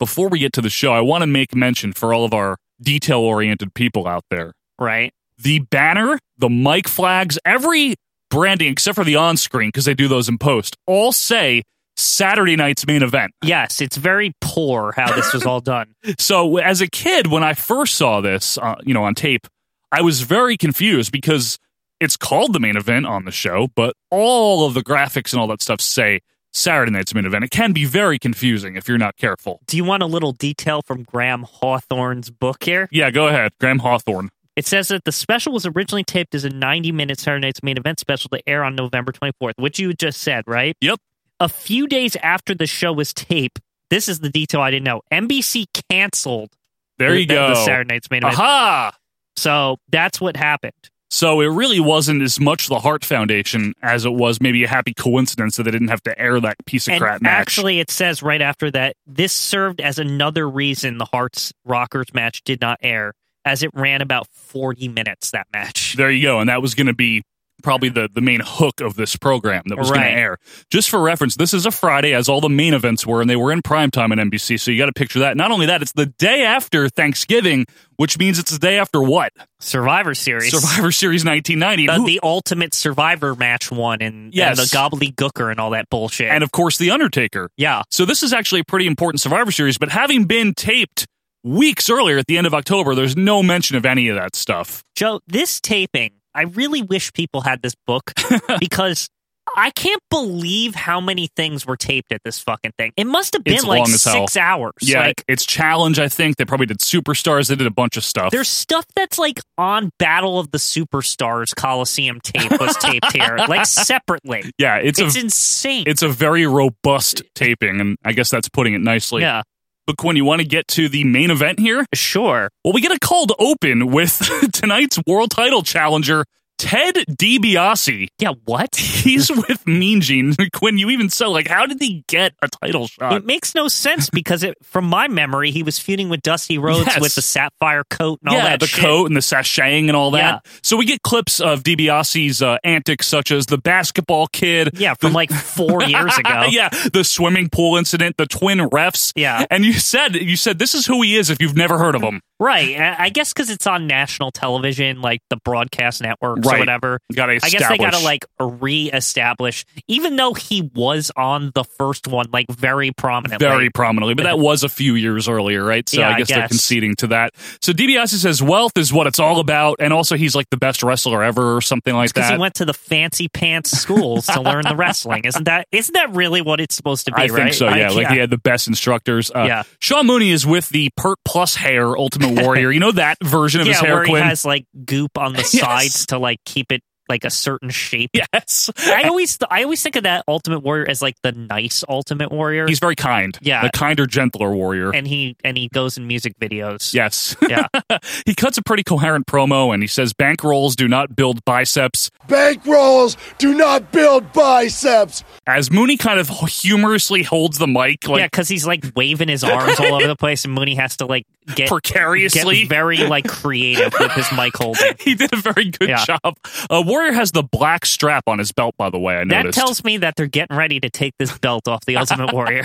Speaker 1: before we get to the show, I want to make mention for all of our detail oriented people out there.
Speaker 2: Right.
Speaker 1: The banner, the mic flags, every branding except for the on screen, because they do those in post, all say Saturday night's main event.
Speaker 2: Yes, it's very poor how this was all done.
Speaker 1: So as a kid, when I first saw this, uh, you know, on tape, I was very confused because it's called the main event on the show, but all of the graphics and all that stuff say Saturday Night's main event. It can be very confusing if you're not careful.
Speaker 2: Do you want a little detail from Graham Hawthorne's book here?
Speaker 1: Yeah, go ahead, Graham Hawthorne.
Speaker 2: It says that the special was originally taped as a 90 minute Saturday Night's Main Event special to air on November 24th, which you just said, right?
Speaker 1: Yep.
Speaker 2: A few days after the show was taped, this is the detail I didn't know. NBC canceled
Speaker 1: There
Speaker 2: the,
Speaker 1: you
Speaker 2: the-
Speaker 1: go. Uh-huh.
Speaker 2: the Saturday Night's Main Event.
Speaker 1: Aha!
Speaker 2: So that's what happened.
Speaker 1: So it really wasn't as much the Hart Foundation as it was maybe a happy coincidence that they didn't have to air that piece of
Speaker 2: and
Speaker 1: crap match.
Speaker 2: actually, it says right after that this served as another reason the Hearts Rockers match did not air, as it ran about 40 minutes that match.
Speaker 1: There you go. And that was going to be probably the, the main hook of this program that was going
Speaker 2: Right.
Speaker 1: to air. Just for reference, this is a Friday, as all the main events were, and they were in primetime on NBC. So you got to picture that. Not only that, it's the day after Thanksgiving, which means it's the day after what?
Speaker 2: Survivor Series.
Speaker 1: Survivor Series 1990.
Speaker 2: the,
Speaker 1: Who-
Speaker 2: the ultimate survivor match one and,
Speaker 1: Yes.
Speaker 2: and the gobbledygooker and all that bullshit.
Speaker 1: and of course, The Undertaker.
Speaker 2: yeah.
Speaker 1: So this is actually a pretty important Survivor Series, but having been taped weeks earlier at the end of October, there's no mention of any of that stuff.
Speaker 2: Joe, this taping, I really wish people had this book because I can't believe how many things were taped at this fucking thing. It must have been
Speaker 1: It's
Speaker 2: like
Speaker 1: long as hell.
Speaker 2: six hours.
Speaker 1: Yeah,
Speaker 2: Like,
Speaker 1: it's Challenge, I think. They probably did Superstars. They did a bunch of stuff.
Speaker 2: There's stuff that's like on Battle of the Superstars Coliseum tape was taped here, like separately.
Speaker 1: yeah, it's,
Speaker 2: It's
Speaker 1: a,
Speaker 2: insane.
Speaker 1: it's a very robust taping, and I guess that's putting it nicely.
Speaker 2: yeah,
Speaker 1: But Quinn, you want to get to the main event here?
Speaker 2: sure.
Speaker 1: Well, we get a cold open with tonight's world title challenger, Ted DiBiase.
Speaker 2: Yeah, what?
Speaker 1: He's with Mean Gene. Quinn, you even so like, how did he get a title shot?
Speaker 2: It makes no sense because it, from my memory, he was feuding with Dusty Rhodes
Speaker 1: Yes.
Speaker 2: with the sapphire coat and all
Speaker 1: yeah,
Speaker 2: that.
Speaker 1: the
Speaker 2: shit.
Speaker 1: coat and the sashaying and all that.
Speaker 2: Yeah.
Speaker 1: So we get clips of DiBiase's uh, antics, such as the basketball kid.
Speaker 2: Yeah, from like four years ago.
Speaker 1: yeah, the swimming pool incident, the twin refs.
Speaker 2: Yeah.
Speaker 1: and you said you said this is who he is if you've never heard of him.
Speaker 2: Right. I I guess because it's on national television, like the broadcast networks
Speaker 1: Right.
Speaker 2: or whatever.
Speaker 1: Gotta
Speaker 2: I guess they gotta
Speaker 1: establish.
Speaker 2: like reestablish, even though he was on the first one, like very prominently.
Speaker 1: Very prominently, but that was a few years earlier, right? So
Speaker 2: Yeah,
Speaker 1: I,
Speaker 2: I
Speaker 1: guess they're
Speaker 2: guess.
Speaker 1: conceding to that. So DiBiase says wealth is what it's all about, and also he's like the best wrestler ever, or something like
Speaker 2: because
Speaker 1: that.
Speaker 2: he went to the fancy pants schools to learn the wrestling. Isn't that isn't that really what it's supposed to be?
Speaker 1: I
Speaker 2: right?
Speaker 1: think so. Yeah, like he had the best instructors. Uh,
Speaker 2: Yeah.
Speaker 1: Sean Mooney is with the Pert Plus Hair Ultimate Warrior. You know that version of
Speaker 2: yeah,
Speaker 1: his hair.
Speaker 2: where
Speaker 1: Quinn?
Speaker 2: he has like goop on the
Speaker 1: Yes.
Speaker 2: sides to like keep it like a certain shape.
Speaker 1: Yes,
Speaker 2: I always I always think of that Ultimate Warrior as like the nice Ultimate Warrior.
Speaker 1: He's very kind.
Speaker 2: Yeah.
Speaker 1: a kinder, gentler warrior.
Speaker 2: and he and he goes in music videos.
Speaker 1: yes,
Speaker 2: Yeah.
Speaker 1: he cuts a pretty coherent promo, and he says bankrolls do not build biceps.
Speaker 8: Bankrolls do not build biceps.
Speaker 1: As Mooney kind of humorously holds the mic, like
Speaker 2: yeah, because he's like waving his arms all over the place, and Mooney has to like get
Speaker 1: Precariously.
Speaker 2: get very like creative with his mic holding.
Speaker 1: he did a very good
Speaker 2: Yeah.
Speaker 1: job. Uh, Warrior has the black strap on his belt, by the way. I
Speaker 2: That
Speaker 1: noticed.
Speaker 2: tells me that they're getting ready to take this belt off the Ultimate Warrior.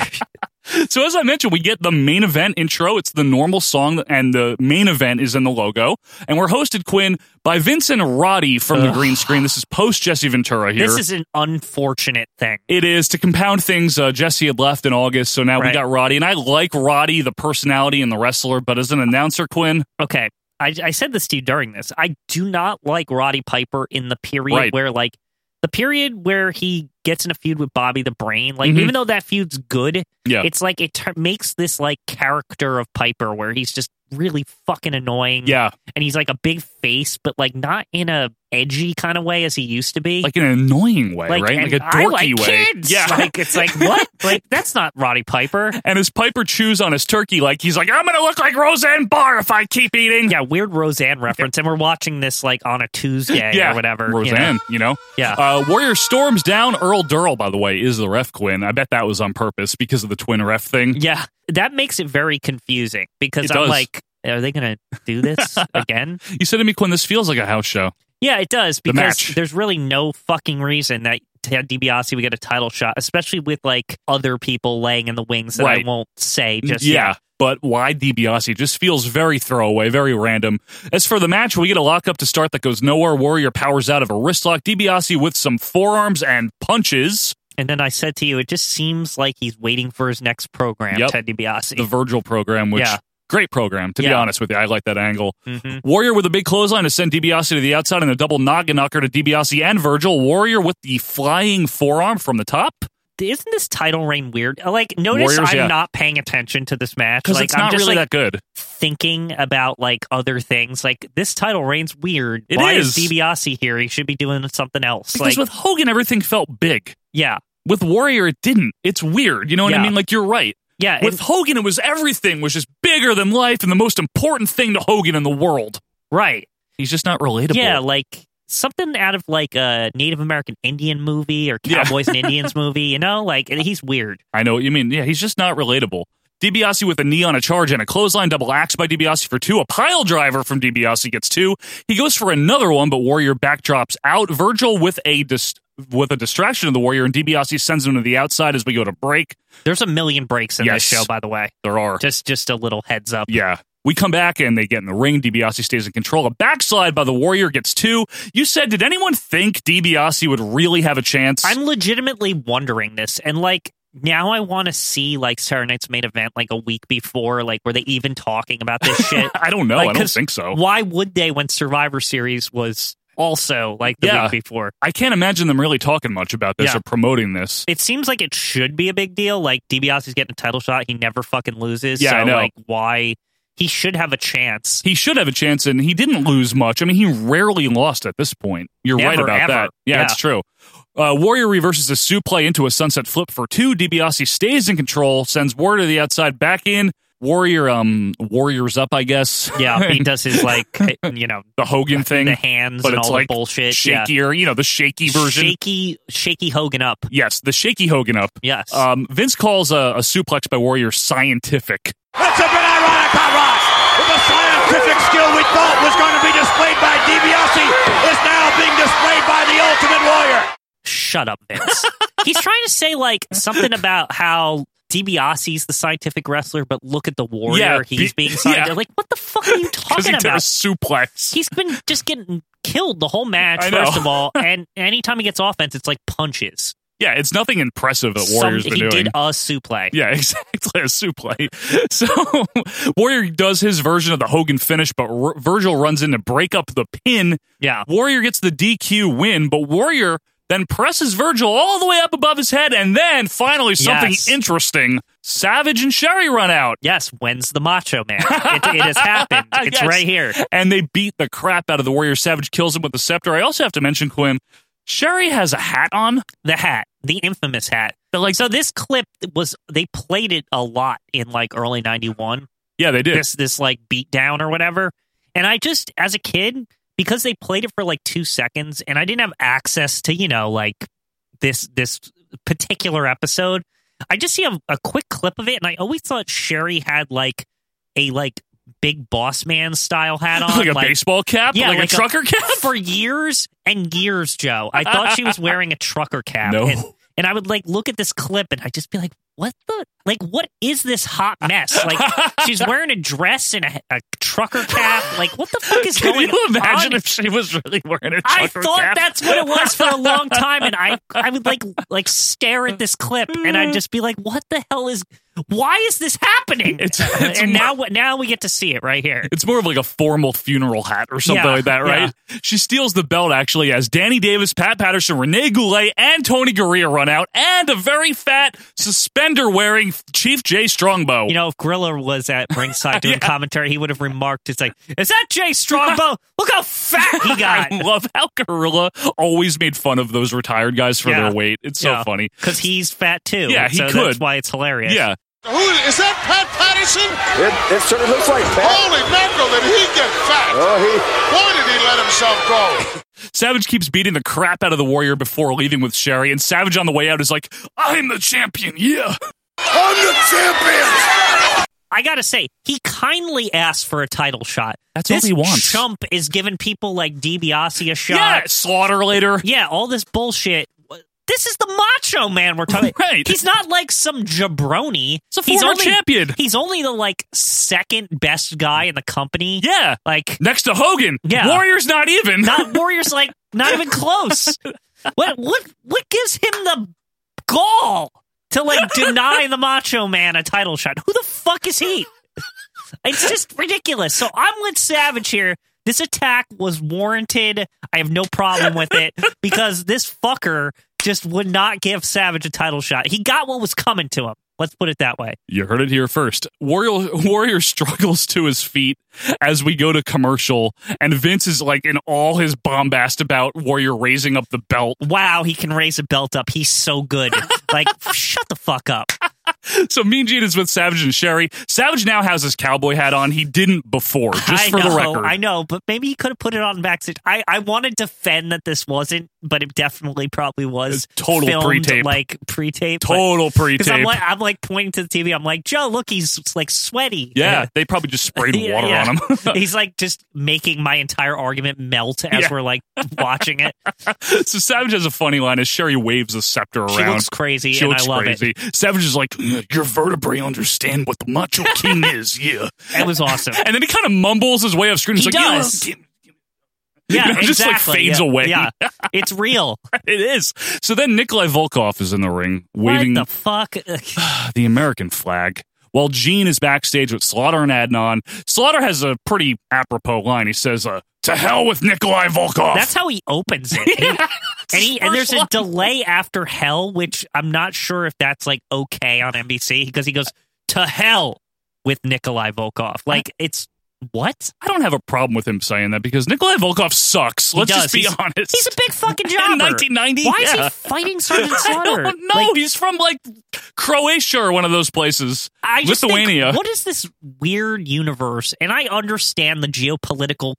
Speaker 1: so as I mentioned, we get the main event intro. It's the normal song, and the main event is in the logo. And we're hosted Quinn by Vincent Roddy from the
Speaker 2: Ugh.
Speaker 1: green screen. This is post Jesse Ventura here.
Speaker 2: This is an unfortunate thing.
Speaker 1: It is to compound things. Uh, Jesse had left in August, so now we
Speaker 2: Right.
Speaker 1: got Roddy, and I like Roddy, the personality and the wrestler, but as an announcer, Quinn,
Speaker 2: Okay, I, I said this to you during this. I do not like Roddy Piper in the period
Speaker 1: Right.
Speaker 2: where like the period where he gets in a feud with Bobby the Brain. Like
Speaker 1: Mhm.
Speaker 2: even though that feud's good,
Speaker 1: Yeah.
Speaker 2: it's like it tur makes this like character of Piper where he's just really fucking annoying.
Speaker 1: yeah,
Speaker 2: and he's like a big face, but like not in a edgy kind of way as he used to be.
Speaker 1: like in an annoying way,
Speaker 2: Like,
Speaker 1: right?
Speaker 2: and
Speaker 1: Like a
Speaker 2: I
Speaker 1: dorky
Speaker 2: like
Speaker 1: way.
Speaker 2: kids.
Speaker 1: Yeah.
Speaker 2: like it's like what? like that's not Roddy Piper.
Speaker 1: and as Piper chews on his turkey, like he's like, I'm gonna look like Roseanne Barr if I keep eating.
Speaker 2: Yeah, weird Roseanne reference, and we're watching this like on a Tuesday or whatever. you know?
Speaker 1: Roseanne, you know?
Speaker 2: Yeah.
Speaker 1: Uh, Warrior storms down. Earl Durrell, by the way, is the ref Quinn. I bet that was on purpose because of the twin ref thing.
Speaker 2: Yeah, that makes it very confusing because
Speaker 1: It
Speaker 2: I'm
Speaker 1: does.
Speaker 2: like, are they going to do this again?
Speaker 1: You said to me, Quinn, this feels like a house show.
Speaker 2: Yeah, it does
Speaker 1: The
Speaker 2: because
Speaker 1: match.
Speaker 2: there's really no fucking reason that Ted DiBiase would get a title shot, especially with like other people laying in the wings that
Speaker 1: Right.
Speaker 2: I won't say just
Speaker 1: yeah.
Speaker 2: yet.
Speaker 1: But why DiBiase? Just feels very throwaway, very random. As for the match, we get a lockup to start that goes nowhere. Warrior powers out of a wrist lock. DiBiase with some forearms and punches.
Speaker 2: And then I said to you, it just seems like he's waiting for his next program,
Speaker 1: Yep.
Speaker 2: Ted DiBiase.
Speaker 1: The Virgil program, which
Speaker 2: Yeah.
Speaker 1: great program, to be
Speaker 2: Yeah.
Speaker 1: honest with you. I like that angle.
Speaker 2: Mhm.
Speaker 1: Warrior with a big clothesline to send DiBiase to the outside and a double noggin knocker to DiBiase and Virgil. Warrior with the flying forearm from the top.
Speaker 2: Isn't this title reign weird? Like, notice
Speaker 1: Warriors,
Speaker 2: I'm
Speaker 1: yeah.
Speaker 2: not paying attention to this match
Speaker 1: Because
Speaker 2: like,
Speaker 1: it's
Speaker 2: I'm
Speaker 1: not
Speaker 2: just,
Speaker 1: really that
Speaker 2: like,
Speaker 1: good.
Speaker 2: thinking about like other things. Like this title reign's weird.
Speaker 1: It
Speaker 2: Why
Speaker 1: is.
Speaker 2: is DiBiase here? He should be doing something else.
Speaker 1: Because
Speaker 2: like
Speaker 1: with Hogan, everything felt big.
Speaker 2: yeah,
Speaker 1: With Warrior, it didn't. It's weird. You know what I
Speaker 2: Yeah.
Speaker 1: mean? Like, you're right.
Speaker 2: yeah.
Speaker 1: With
Speaker 2: and-
Speaker 1: Hogan, it was everything was just bigger than life and the most important thing to Hogan in the world.
Speaker 2: right.
Speaker 1: He's just not relatable.
Speaker 2: Yeah, like something out of like a Native American Indian movie or
Speaker 1: Yeah.
Speaker 2: Cowboys and Indians movie. You know, like and he's weird.
Speaker 1: I know what you mean. Yeah, he's just not relatable. DiBiase with a knee on a charge and a clothesline double axe by DiBiase for two. A pile driver from DiBiase gets two. He goes for another one, but Warrior backdrops out. Virgil with a dis- with a distraction of the Warrior, and DiBiase sends him to the outside as we go to break.
Speaker 2: There's a million breaks in
Speaker 1: Yes.
Speaker 2: this show, by the way.
Speaker 1: There are.
Speaker 2: Just just a little heads up.
Speaker 1: Yeah. We come back and they get in the ring. DiBiase stays in control. A backslide by the Warrior gets two. You said, did anyone think DiBiase would really have a chance?
Speaker 2: I'm legitimately wondering this, and like now I want to see like Saturday Night's main event like a week before. Like, were they even talking about this shit?
Speaker 1: I don't know.
Speaker 2: Like,
Speaker 1: Oh, I don't
Speaker 2: 'cause
Speaker 1: think so.
Speaker 2: Why would they when Survivor Series was also like the
Speaker 1: Yeah.
Speaker 2: week before?
Speaker 1: I can't imagine them really talking much about this
Speaker 2: Yeah.
Speaker 1: or promoting this.
Speaker 2: It seems like it should be a big deal. Like DiBiase's getting a title shot; he never fucking loses.
Speaker 1: Yeah,
Speaker 2: so
Speaker 1: I know.
Speaker 2: like why he should have a chance.
Speaker 1: He should have a chance, and he didn't lose much. I mean, he rarely lost at this point. You're
Speaker 2: Never,
Speaker 1: right about
Speaker 2: ever.
Speaker 1: that. Yeah,
Speaker 2: Yeah.
Speaker 1: it's true. Uh, Warrior reverses a suplex into a sunset flip for two. DiBiase stays in control, sends Warrior to the outside, back in. Warrior, um, Warrior's up, I guess.
Speaker 2: Yeah, he
Speaker 1: And
Speaker 2: does his like eh, you know
Speaker 1: the Hogan thing,
Speaker 2: the hands
Speaker 1: but
Speaker 2: and
Speaker 1: it's
Speaker 2: all
Speaker 1: like
Speaker 2: the bullshit. yeah.
Speaker 1: shakier. You know, the shaky version.
Speaker 2: shaky, shaky Hogan up.
Speaker 1: Yes, the shaky Hogan up.
Speaker 2: Yes.
Speaker 1: Um, Vince calls a, a suplex by Warrior scientific.
Speaker 8: That's a bit ironic, huh, Ross? With the scientific skill we thought was going to be displayed by DiBiase is now being displayed by the Ultimate Warrior.
Speaker 2: Shut up, Vince. He's trying to say like something about how DiBiase's the scientific wrestler, but look at the warrior
Speaker 1: Yeah,
Speaker 2: he's
Speaker 1: be-
Speaker 2: being signed.
Speaker 1: yeah.
Speaker 2: Like, what the fuck are you
Speaker 1: because he
Speaker 2: talking
Speaker 1: did a
Speaker 2: about?
Speaker 1: suplex.
Speaker 2: He's been just getting killed the whole match,
Speaker 1: I know.
Speaker 2: first of all. And anytime he gets offense, it's like punches.
Speaker 1: Yeah, it's nothing impressive that
Speaker 2: Some-
Speaker 1: Warrior's been
Speaker 2: he
Speaker 1: doing.
Speaker 2: did a suplex.
Speaker 1: Yeah, exactly. A suplex. So Warrior does his version of the Hogan finish, but R- Virgil runs in to break up the pin.
Speaker 2: Yeah.
Speaker 1: Warrior gets the DQ win, but Warrior then presses Virgil all the way up above his head, and then finally something
Speaker 2: Yes.
Speaker 1: interesting. Savage and Sherry run out.
Speaker 2: Yes, when's the Macho Man? it, it has happened. It's
Speaker 1: Yes.
Speaker 2: right here.
Speaker 1: And they beat the crap out of the Warrior. Savage kills him with the scepter. I also have to mention, Quinn, Sherry has a hat on.
Speaker 2: The hat, the infamous hat.
Speaker 1: like-
Speaker 2: so this clip was they played it a lot in like early '91.
Speaker 1: Yeah, they did.
Speaker 2: This this like beatdown or whatever. And I just as a kid because they played it for like two seconds, and I didn't have access to you know like this this particular episode. I just see a, a quick clip of it, and I always thought Sherry had like a like big boss man style hat on,
Speaker 1: like a baseball cap,
Speaker 2: yeah,
Speaker 1: like, a trucker cap.
Speaker 2: for years and years, Joe. I thought she was wearing a trucker cap.
Speaker 1: No.
Speaker 2: And, and I would like look at this clip and I'd just be like, what the? Like, what is this hot mess? Like, she's wearing a dress and a, a trucker cap. Like, what the fuck is
Speaker 1: Can
Speaker 2: going
Speaker 1: you imagine
Speaker 2: on?
Speaker 1: if she was really wearing a trucker
Speaker 2: I thought
Speaker 1: cap?
Speaker 2: that's what it was for a long time, and I I would like like stare at this clip, and I'd just be like, "What the hell is? Why is this happening?"
Speaker 1: It's- it's
Speaker 2: and
Speaker 1: mo-
Speaker 2: now now we get to see it right here.
Speaker 1: It's more of like a formal funeral hat or something
Speaker 2: Yeah,
Speaker 1: like that, right? She steals the belt actually as Danny Davis, Pat Patterson, Renee Goulet, and Tony Gurria run out, and a very fat suspender wearing Chief Jay Strongbow.
Speaker 2: You know, if Griller was at ringside doing commentary, he would have remarked, "It's like, is that Jay Strongbow? Look how fat he got."
Speaker 1: I love how Gorilla always made fun of those retired guys for
Speaker 2: Yeah.
Speaker 1: their weight. It's
Speaker 2: Yeah.
Speaker 1: so funny.
Speaker 2: because he's fat too.
Speaker 1: Yeah, he
Speaker 2: so
Speaker 1: could.
Speaker 2: That's why it's hilarious.
Speaker 1: Yeah.
Speaker 8: Who is that? Pat Patterson?
Speaker 15: It, it certainly looks like Pat.
Speaker 8: Holy mackerel! Did he get fat?
Speaker 15: Oh, he.
Speaker 8: Why did he let himself go?
Speaker 1: Savage keeps beating the crap out of the Warrior before leaving with Sherry, and Savage on the way out is like, I'm the champion, yeah.
Speaker 8: I'm the champion.
Speaker 2: I gotta say, he kindly asked for a title shot.
Speaker 1: That's all
Speaker 2: this
Speaker 1: he wants.
Speaker 2: Chump is giving people like DiBiase a shot.
Speaker 1: Yeah, slaughter later.
Speaker 2: Yeah, all this bullshit. This is the Macho Man we're talking.
Speaker 1: Right.
Speaker 2: He's not like some jabroni.
Speaker 1: He's a
Speaker 2: he's
Speaker 1: former
Speaker 2: only,
Speaker 1: champion.
Speaker 2: He's only the like second best guy in the company.
Speaker 1: Yeah.
Speaker 2: Like
Speaker 1: Next to Hogan.
Speaker 2: Yeah.
Speaker 1: Warrior's not even.
Speaker 2: Not Warriors like not even close. what what what gives him the gall to like deny the Macho Man a title shot? Who the fuck is he? It's just ridiculous. So I'm with Savage here. This attack was warranted. I have no problem with it because this fucker just would not give Savage a title shot. He got what was coming to him. Let's put it that way.
Speaker 1: You heard it here first. Warrior Warrior struggles to his feet as we go to commercial, and Vince is like in all his bombast about Warrior raising up the belt.
Speaker 2: Wow, he can raise a belt up. He's so good. Like, shut the fuck up.
Speaker 1: So Mean Gene is with Savage and Sherry. Savage now has his cowboy hat on. He didn't before, just
Speaker 2: I
Speaker 1: for
Speaker 2: know,
Speaker 1: the record.
Speaker 2: I know, but maybe he could have put it on backstage. I, I want to defend that this wasn't, but it definitely probably was.
Speaker 1: Total
Speaker 2: filmed,
Speaker 1: pre-tape.
Speaker 2: Like pre-tape.
Speaker 1: Total
Speaker 2: Because I'm
Speaker 1: pre-tape.
Speaker 2: like, I'm like pointing to the TV. I'm like, Joe, look, he's like sweaty.
Speaker 1: yeah, they probably just sprayed
Speaker 2: Yeah,
Speaker 1: water
Speaker 2: yeah.
Speaker 1: on him.
Speaker 2: he's like just making my entire argument melt as
Speaker 1: Yeah.
Speaker 2: we're like watching it.
Speaker 1: so Savage has a funny line as Sherry waves a scepter around.
Speaker 2: She looks crazy,
Speaker 1: She
Speaker 2: and
Speaker 1: looks
Speaker 2: I love
Speaker 1: crazy.
Speaker 2: it.
Speaker 1: Savage is like, "Mm, your vertebrae understand what the Macho King is, yeah.
Speaker 2: It was awesome.
Speaker 1: And then he kind of mumbles his way up screen. He's
Speaker 2: He
Speaker 1: like, "Yeah,
Speaker 2: does.
Speaker 1: give-
Speaker 2: Yeah,
Speaker 1: You know, just, like,
Speaker 2: exactly.
Speaker 1: fades
Speaker 2: Yeah.
Speaker 1: away.
Speaker 2: Yeah, it's real.
Speaker 1: It is. So then Nikolai Volkov is in the ring waving
Speaker 2: What
Speaker 1: the,
Speaker 2: the fuck?
Speaker 1: American flag. While Gene is backstage with Slaughter and Adnan, Slaughter has a pretty apropos line. He says, uh, "To hell with Nikolai Volkov."
Speaker 2: That's how he opens it. He- and, he, and there's a
Speaker 1: First line.
Speaker 2: delay after hell, which I'm not sure if that's like okay on NBC because he goes to hell with Nikolai Volkov. Like it's what?
Speaker 1: I don't have a problem with him saying that because Nikolai Volkov sucks.
Speaker 2: He
Speaker 1: Let's
Speaker 2: does.
Speaker 1: just be
Speaker 2: He's-
Speaker 1: honest.
Speaker 2: He's a big fucking jobber.
Speaker 1: 1990,
Speaker 2: Why is
Speaker 1: yeah.
Speaker 2: he fighting Sergeant
Speaker 1: I
Speaker 2: Slaughter?
Speaker 1: don't know.
Speaker 2: Like,
Speaker 1: he's from like Croatia or one of those places.
Speaker 2: I just think,
Speaker 1: Lithuania.
Speaker 2: what is this weird universe? And I understand the geopolitical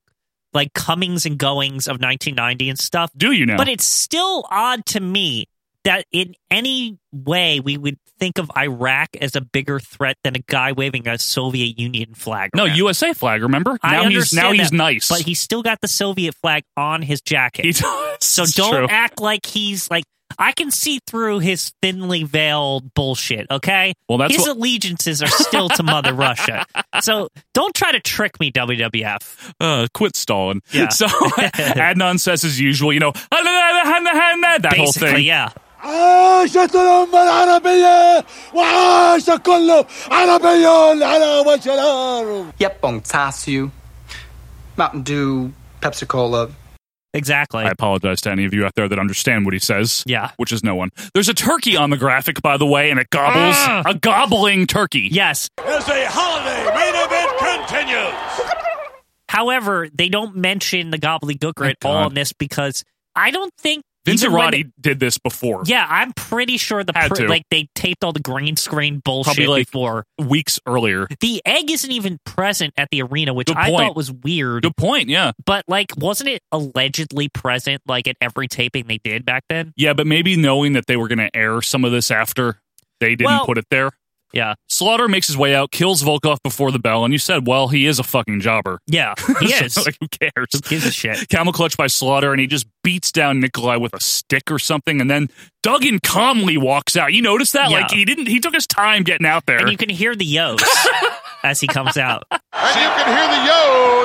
Speaker 2: like comings and goings of 1990 and stuff.
Speaker 1: Do you know?
Speaker 2: But it's still odd to me that in any way we would think of Iraq as a bigger threat than a guy waving a Soviet Union flag.
Speaker 1: no
Speaker 2: around.
Speaker 1: USA flag. Remember?
Speaker 2: I
Speaker 1: now he's
Speaker 2: understand
Speaker 1: now he's
Speaker 2: that,
Speaker 1: nice.
Speaker 2: but he's still got the Soviet flag on his jacket.
Speaker 1: He does.
Speaker 2: so
Speaker 1: It's
Speaker 2: don't
Speaker 1: true.
Speaker 2: act like he's like I can see through his thinly veiled bullshit. Okay,
Speaker 1: well, that's
Speaker 2: his
Speaker 1: what-
Speaker 2: allegiances are still to Mother Russia. So don't try to trick me, WWF.
Speaker 1: Uh, quit stalling.
Speaker 2: Yeah.
Speaker 1: So Adnan says as usual, you know, that whole
Speaker 2: Basically,
Speaker 1: thing.
Speaker 2: yeah.
Speaker 8: عاش الأمة العربية وعاش كل عربي على وجه الأرض
Speaker 16: Yep, Bonsasu, Mountain Dew, Pepsi Cola.
Speaker 2: Exactly.
Speaker 1: I apologize to any of you out there that understand what he says.
Speaker 2: Yeah.
Speaker 1: Which is no one. There's a turkey on the graphic, by the way, and it gobbles.
Speaker 2: Ah!
Speaker 1: A gobbling turkey.
Speaker 2: Yes.
Speaker 6: As the holiday main event continues.
Speaker 2: However, they don't mention the gobbledygook at all in this because I don't think
Speaker 1: Vince
Speaker 2: even when-
Speaker 1: Roddy did this before.
Speaker 2: Yeah, I'm pretty sure the
Speaker 1: Had
Speaker 2: pr-
Speaker 1: to.
Speaker 2: like they taped all the green screen bullshit
Speaker 1: Probably like
Speaker 2: before.
Speaker 1: weeks earlier.
Speaker 2: The egg isn't even present at the arena, which
Speaker 1: Good
Speaker 2: I
Speaker 1: point.
Speaker 2: thought was weird.
Speaker 1: Good point, yeah.
Speaker 2: But like, wasn't it allegedly present like at every taping they did back then?
Speaker 1: Yeah, but maybe knowing that they were going to air some of this after they didn't
Speaker 2: Well-
Speaker 1: put it there.
Speaker 2: Yeah.
Speaker 1: Slaughter makes his way out, kills Volkov before the bell, and you said, well, he is a fucking jobber.
Speaker 2: Yeah, he is.
Speaker 1: like, who cares?
Speaker 2: Gives a shit.
Speaker 1: Camel clutch by Slaughter, and he just beats down Nikolai with a stick or something, and then Duggan calmly walks out. You notice that?
Speaker 2: Yeah.
Speaker 1: Like he didn't. He took his time getting out there.
Speaker 2: And you can hear the yos as he comes out.
Speaker 6: And you can hear the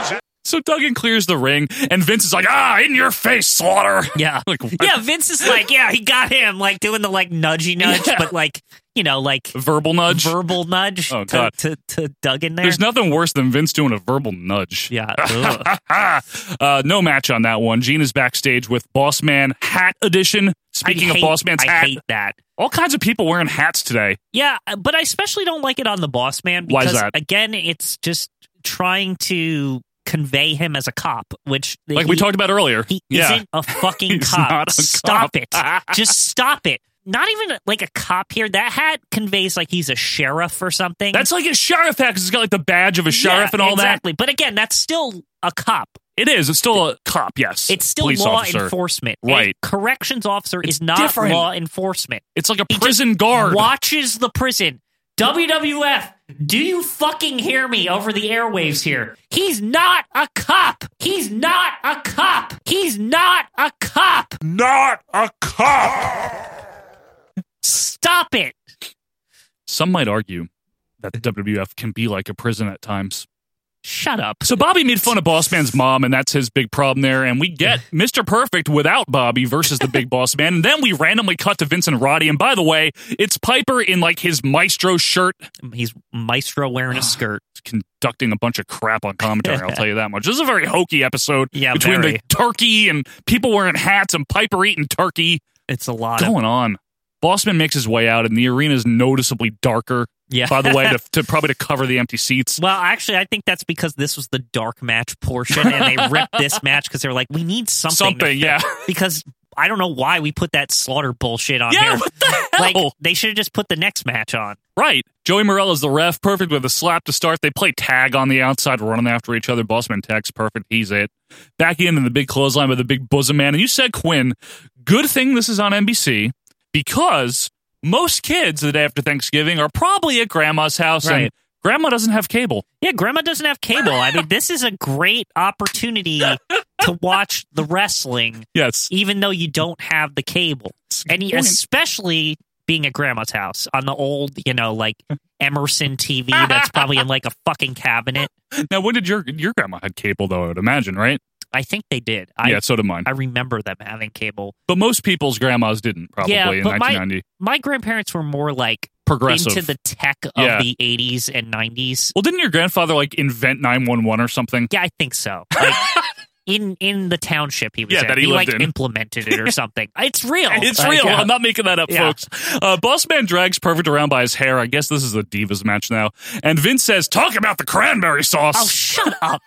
Speaker 6: yos.
Speaker 1: so Duggan clears the ring, and Vince is like, "Ah, in your face, Slaughter!"
Speaker 2: Yeah.
Speaker 1: like what?
Speaker 2: Yeah, Vince is like, yeah, he got him, like doing the like nudgy nudge,
Speaker 1: Yeah.
Speaker 2: but like, you know, like
Speaker 1: verbal nudge.
Speaker 2: verbal nudge
Speaker 1: Oh,
Speaker 2: to,
Speaker 1: God.
Speaker 2: to, to Duggan there.
Speaker 1: There's nothing worse than Vince doing a verbal nudge.
Speaker 2: yeah. ugh.
Speaker 1: uh, no match on that one. Gene is backstage with Boss Man Hat Edition. Speaking
Speaker 2: I
Speaker 1: of
Speaker 2: hate-
Speaker 1: Boss Man's
Speaker 2: I
Speaker 1: hat,
Speaker 2: hate that.
Speaker 1: all kinds of people wearing hats today.
Speaker 2: Yeah, uh, but I especially don't like it on the boss man
Speaker 1: Why is
Speaker 2: because
Speaker 1: that?
Speaker 2: again, it's just trying to convey him as a cop, which
Speaker 1: Like we
Speaker 2: he-
Speaker 1: talked about earlier.
Speaker 2: He
Speaker 1: yeah.
Speaker 2: isn't a fucking
Speaker 1: He's
Speaker 2: cop.
Speaker 1: not a
Speaker 2: stop
Speaker 1: cop.
Speaker 2: it. Just stop it. Not even like a cop here. That hat conveys like he's a sheriff or something.
Speaker 1: That's like a sheriff hat because it's got like the badge of a sheriff and all
Speaker 2: exactly. But again, that's still a cop.
Speaker 1: that. It is. It's still a cop, yes.
Speaker 2: It's still
Speaker 1: Police
Speaker 2: law
Speaker 1: officer.
Speaker 2: enforcement.
Speaker 1: Right.
Speaker 2: A corrections officer is not
Speaker 1: different.
Speaker 2: law enforcement.
Speaker 1: It's like a
Speaker 2: He
Speaker 1: prison
Speaker 2: just
Speaker 1: guard.
Speaker 2: Watches the prison. WWF, do you fucking hear me over the airwaves here? He's not a cop. He's not a cop. He's not a cop.
Speaker 1: Not a cop.
Speaker 2: Stop it.
Speaker 1: Some might argue that the WWF can be like a prison at times.
Speaker 2: Shut up.
Speaker 1: So Bobby made fun of Boss Man's mom, and that's his big problem there. And we get Mr. Perfect without Bobby versus the Big Boss Man. And then we randomly cut to Vincent Roddy. And by the way, it's Piper in like his maestro shirt
Speaker 2: He's maestro wearing a skirt.
Speaker 1: conducting a bunch of crap on commentary. I'll tell you that much. This is a very hokey episode.
Speaker 2: Yeah,
Speaker 1: between
Speaker 2: very.
Speaker 1: the turkey and people wearing hats and Piper eating turkey.
Speaker 2: It's a lot. of-
Speaker 1: going on? Bossman makes his way out, and the arena is noticeably darker.
Speaker 2: Yeah.
Speaker 1: By the way, to, to probably to cover the empty seats.
Speaker 2: Well, actually, I think that's because this was the dark match portion, and they ripped this match because they were like, "We need something." to
Speaker 1: Something, yeah.
Speaker 2: because I don't know why we put that slaughter bullshit on
Speaker 1: Yeah,
Speaker 2: here.
Speaker 1: what the hell?
Speaker 2: Like they should have just put the next match on.
Speaker 1: Right. Joey Morel is the ref, perfect with a slap to start. They play tag on the outside, running after each other. Bossman tags perfect. He's it. Back in in the big clothesline with the big bosom man. And you said, Quinn, good thing this is on NBC because most kids the day after Thanksgiving are probably at grandma's house and
Speaker 2: Right.
Speaker 1: grandma doesn't have cable.
Speaker 2: Yeah, Grandma doesn't have cable. I mean, this is a great opportunity to watch the wrestling,
Speaker 1: Yes.
Speaker 2: even though you don't have the cable, and
Speaker 1: good point.
Speaker 2: especially being at Grandma's house on the old, you know, like Emerson TV that's probably in like a fucking cabinet.
Speaker 1: Now, when did your your grandma had cable though? I would imagine, right?
Speaker 2: I think they did. I,
Speaker 1: yeah, so did mine.
Speaker 2: I remember them having cable.
Speaker 1: but most people's grandmas didn't probably
Speaker 2: yeah,
Speaker 1: in
Speaker 2: but
Speaker 1: 1990.
Speaker 2: my my grandparents were more like
Speaker 1: Progressive.
Speaker 2: into the tech of
Speaker 1: Yeah.
Speaker 2: the eighties and nineties.
Speaker 1: well, didn't your grandfather like invent 911 or something?
Speaker 2: Yeah, I think so. Like, in in the township he was
Speaker 1: Yeah,
Speaker 2: in,
Speaker 1: that he
Speaker 2: like
Speaker 1: lived in.
Speaker 2: implemented it or something. It's real.
Speaker 1: It's
Speaker 2: Like,
Speaker 1: real.
Speaker 2: yeah.
Speaker 1: I'm not making that up,
Speaker 2: Yeah.
Speaker 1: folks. Uh, Bossman drags Perfect around by his hair. I guess this is a Divas match now. And Vince says, Talk about the cranberry sauce.
Speaker 2: Oh, shut up.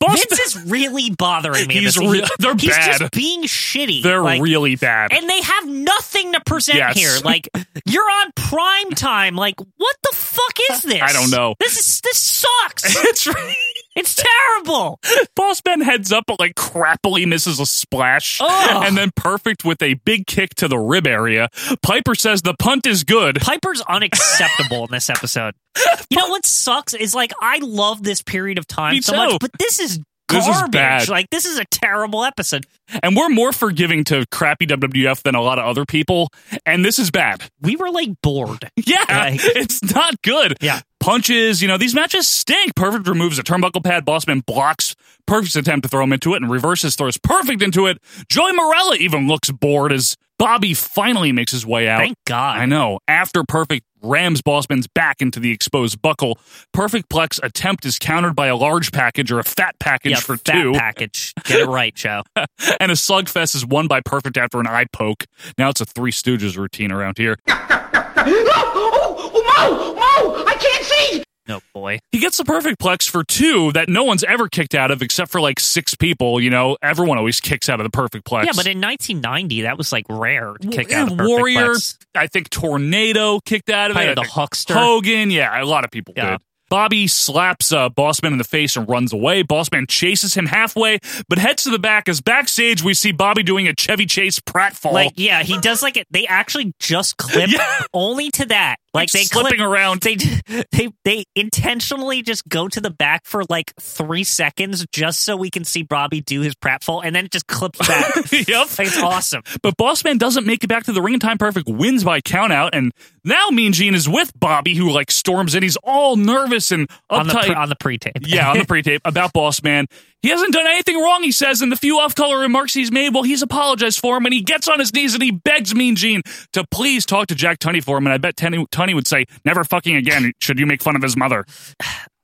Speaker 1: Boss
Speaker 2: Vince is really bothering me. in
Speaker 1: He's
Speaker 2: this. He-
Speaker 1: real- they're
Speaker 2: he's
Speaker 1: bad.
Speaker 2: just being shitty.
Speaker 1: They're
Speaker 2: Like,
Speaker 1: really bad.
Speaker 2: And they have nothing to present
Speaker 1: Yes.
Speaker 2: here. Like you're on prime time. Like what the fuck is this?
Speaker 1: I don't know.
Speaker 2: This is this sucks.
Speaker 1: it's re-
Speaker 2: it's terrible.
Speaker 1: Bossman heads up, but like crappily misses a splash.
Speaker 2: Ugh.
Speaker 1: And then Perfect with a big kick to the rib area. Piper says, The punt is good.
Speaker 2: Piper's unacceptable in this episode. You know what sucks is like I love this period of time
Speaker 1: Me
Speaker 2: so
Speaker 1: too.
Speaker 2: much, but this is
Speaker 1: This
Speaker 2: garbage.
Speaker 1: is bad.
Speaker 2: Like this is a terrible episode.
Speaker 1: And we're more forgiving to crappy WWF than a lot of other people, and this is bad.
Speaker 2: We were like bored.
Speaker 1: yeah, it's not good.
Speaker 2: Yeah.
Speaker 1: Punches, you know, these matches stink. Perfect removes a turnbuckle pad. Bossman blocks Perfect's attempt to throw him into it and reverses, throws Perfect into it. Joey Morella even looks bored as Bobby finally makes his way out.
Speaker 2: Thank God.
Speaker 1: I know. After Perfect rams Bossman's back into the exposed buckle, Perfect Plex attempt is countered by a large package or a fat package
Speaker 2: yeah,
Speaker 1: for
Speaker 2: fat
Speaker 1: two.
Speaker 2: package. Get it right, Joe.
Speaker 1: and a slugfest is won by Perfect after an eye poke. Now it's a Three Stooges routine around here.
Speaker 8: Oh, oh, Mo! Mo! I can't see!
Speaker 2: No Oh, boy.
Speaker 1: He gets the perfect plex for two that no one's ever kicked out of except for like six people. You know, everyone always kicks out of the perfect plex.
Speaker 2: Yeah, but in 1990, that was like rare to kick
Speaker 1: Yeah,
Speaker 2: out a perfect
Speaker 1: Warrior,
Speaker 2: plex.
Speaker 1: I think Tornado kicked out of
Speaker 2: Probably
Speaker 1: it. I
Speaker 2: the
Speaker 1: think
Speaker 2: Huckster.
Speaker 1: Hogan, yeah, a lot of people
Speaker 2: Yeah.
Speaker 1: did. Bobby slaps uh, Bossman in the face and runs away. Bossman chases him halfway, but heads to the back. As backstage, we see Bobby doing a Chevy Chase pratfall.
Speaker 2: Like yeah, he does like it. They actually just clip
Speaker 1: Yeah.
Speaker 2: only to that. Like they clip-
Speaker 1: slipping around.
Speaker 2: They they they intentionally just go to the back for like three seconds just so we can see Bobby do his pratfall, and then it just clips back.
Speaker 1: yep.
Speaker 2: Like, it's awesome.
Speaker 1: But Bossman doesn't make it back to the ring in time. Perfect wins by countout, and now Mean Gene is with Bobby, who like storms in. He's all nervous and uptight
Speaker 2: on the pre- on the pre-tape.
Speaker 1: yeah, on the pre-tape about Bossman. He hasn't done anything wrong, he says, and the few off-color remarks he's made, well, he's apologized for him, and he gets on his knees and he begs Mean Gene to please talk to Jack Tunney for him, and I bet Tunney, Tunney would say, never fucking again should you make fun of his mother.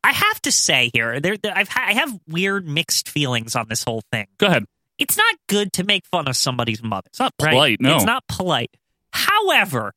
Speaker 2: I have to say here, there, there I've ha- I have weird mixed feelings on this whole thing.
Speaker 1: Go ahead.
Speaker 2: It's not good to make fun of somebody's mother. It's
Speaker 1: not polite, no.
Speaker 2: It's not polite. However,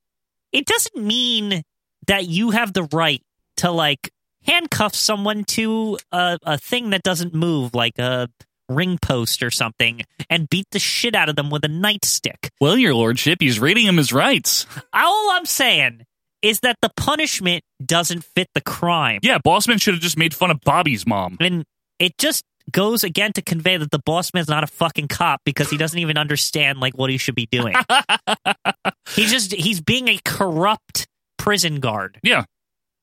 Speaker 2: it doesn't mean that you have the right to like handcuff someone to a, a thing that doesn't move, like a ring post or something, and beat the shit out of them with a nightstick.
Speaker 1: Well, your lordship, he's reading him his rights.
Speaker 2: All I'm saying is that the punishment doesn't fit the crime.
Speaker 1: Yeah, Bossman should have just made fun of Bobby's mom.
Speaker 2: and it just goes again to convey that the boss man's not a fucking cop because he doesn't even understand like what he should be doing. he's just he's being a corrupt prison guard
Speaker 1: Yeah,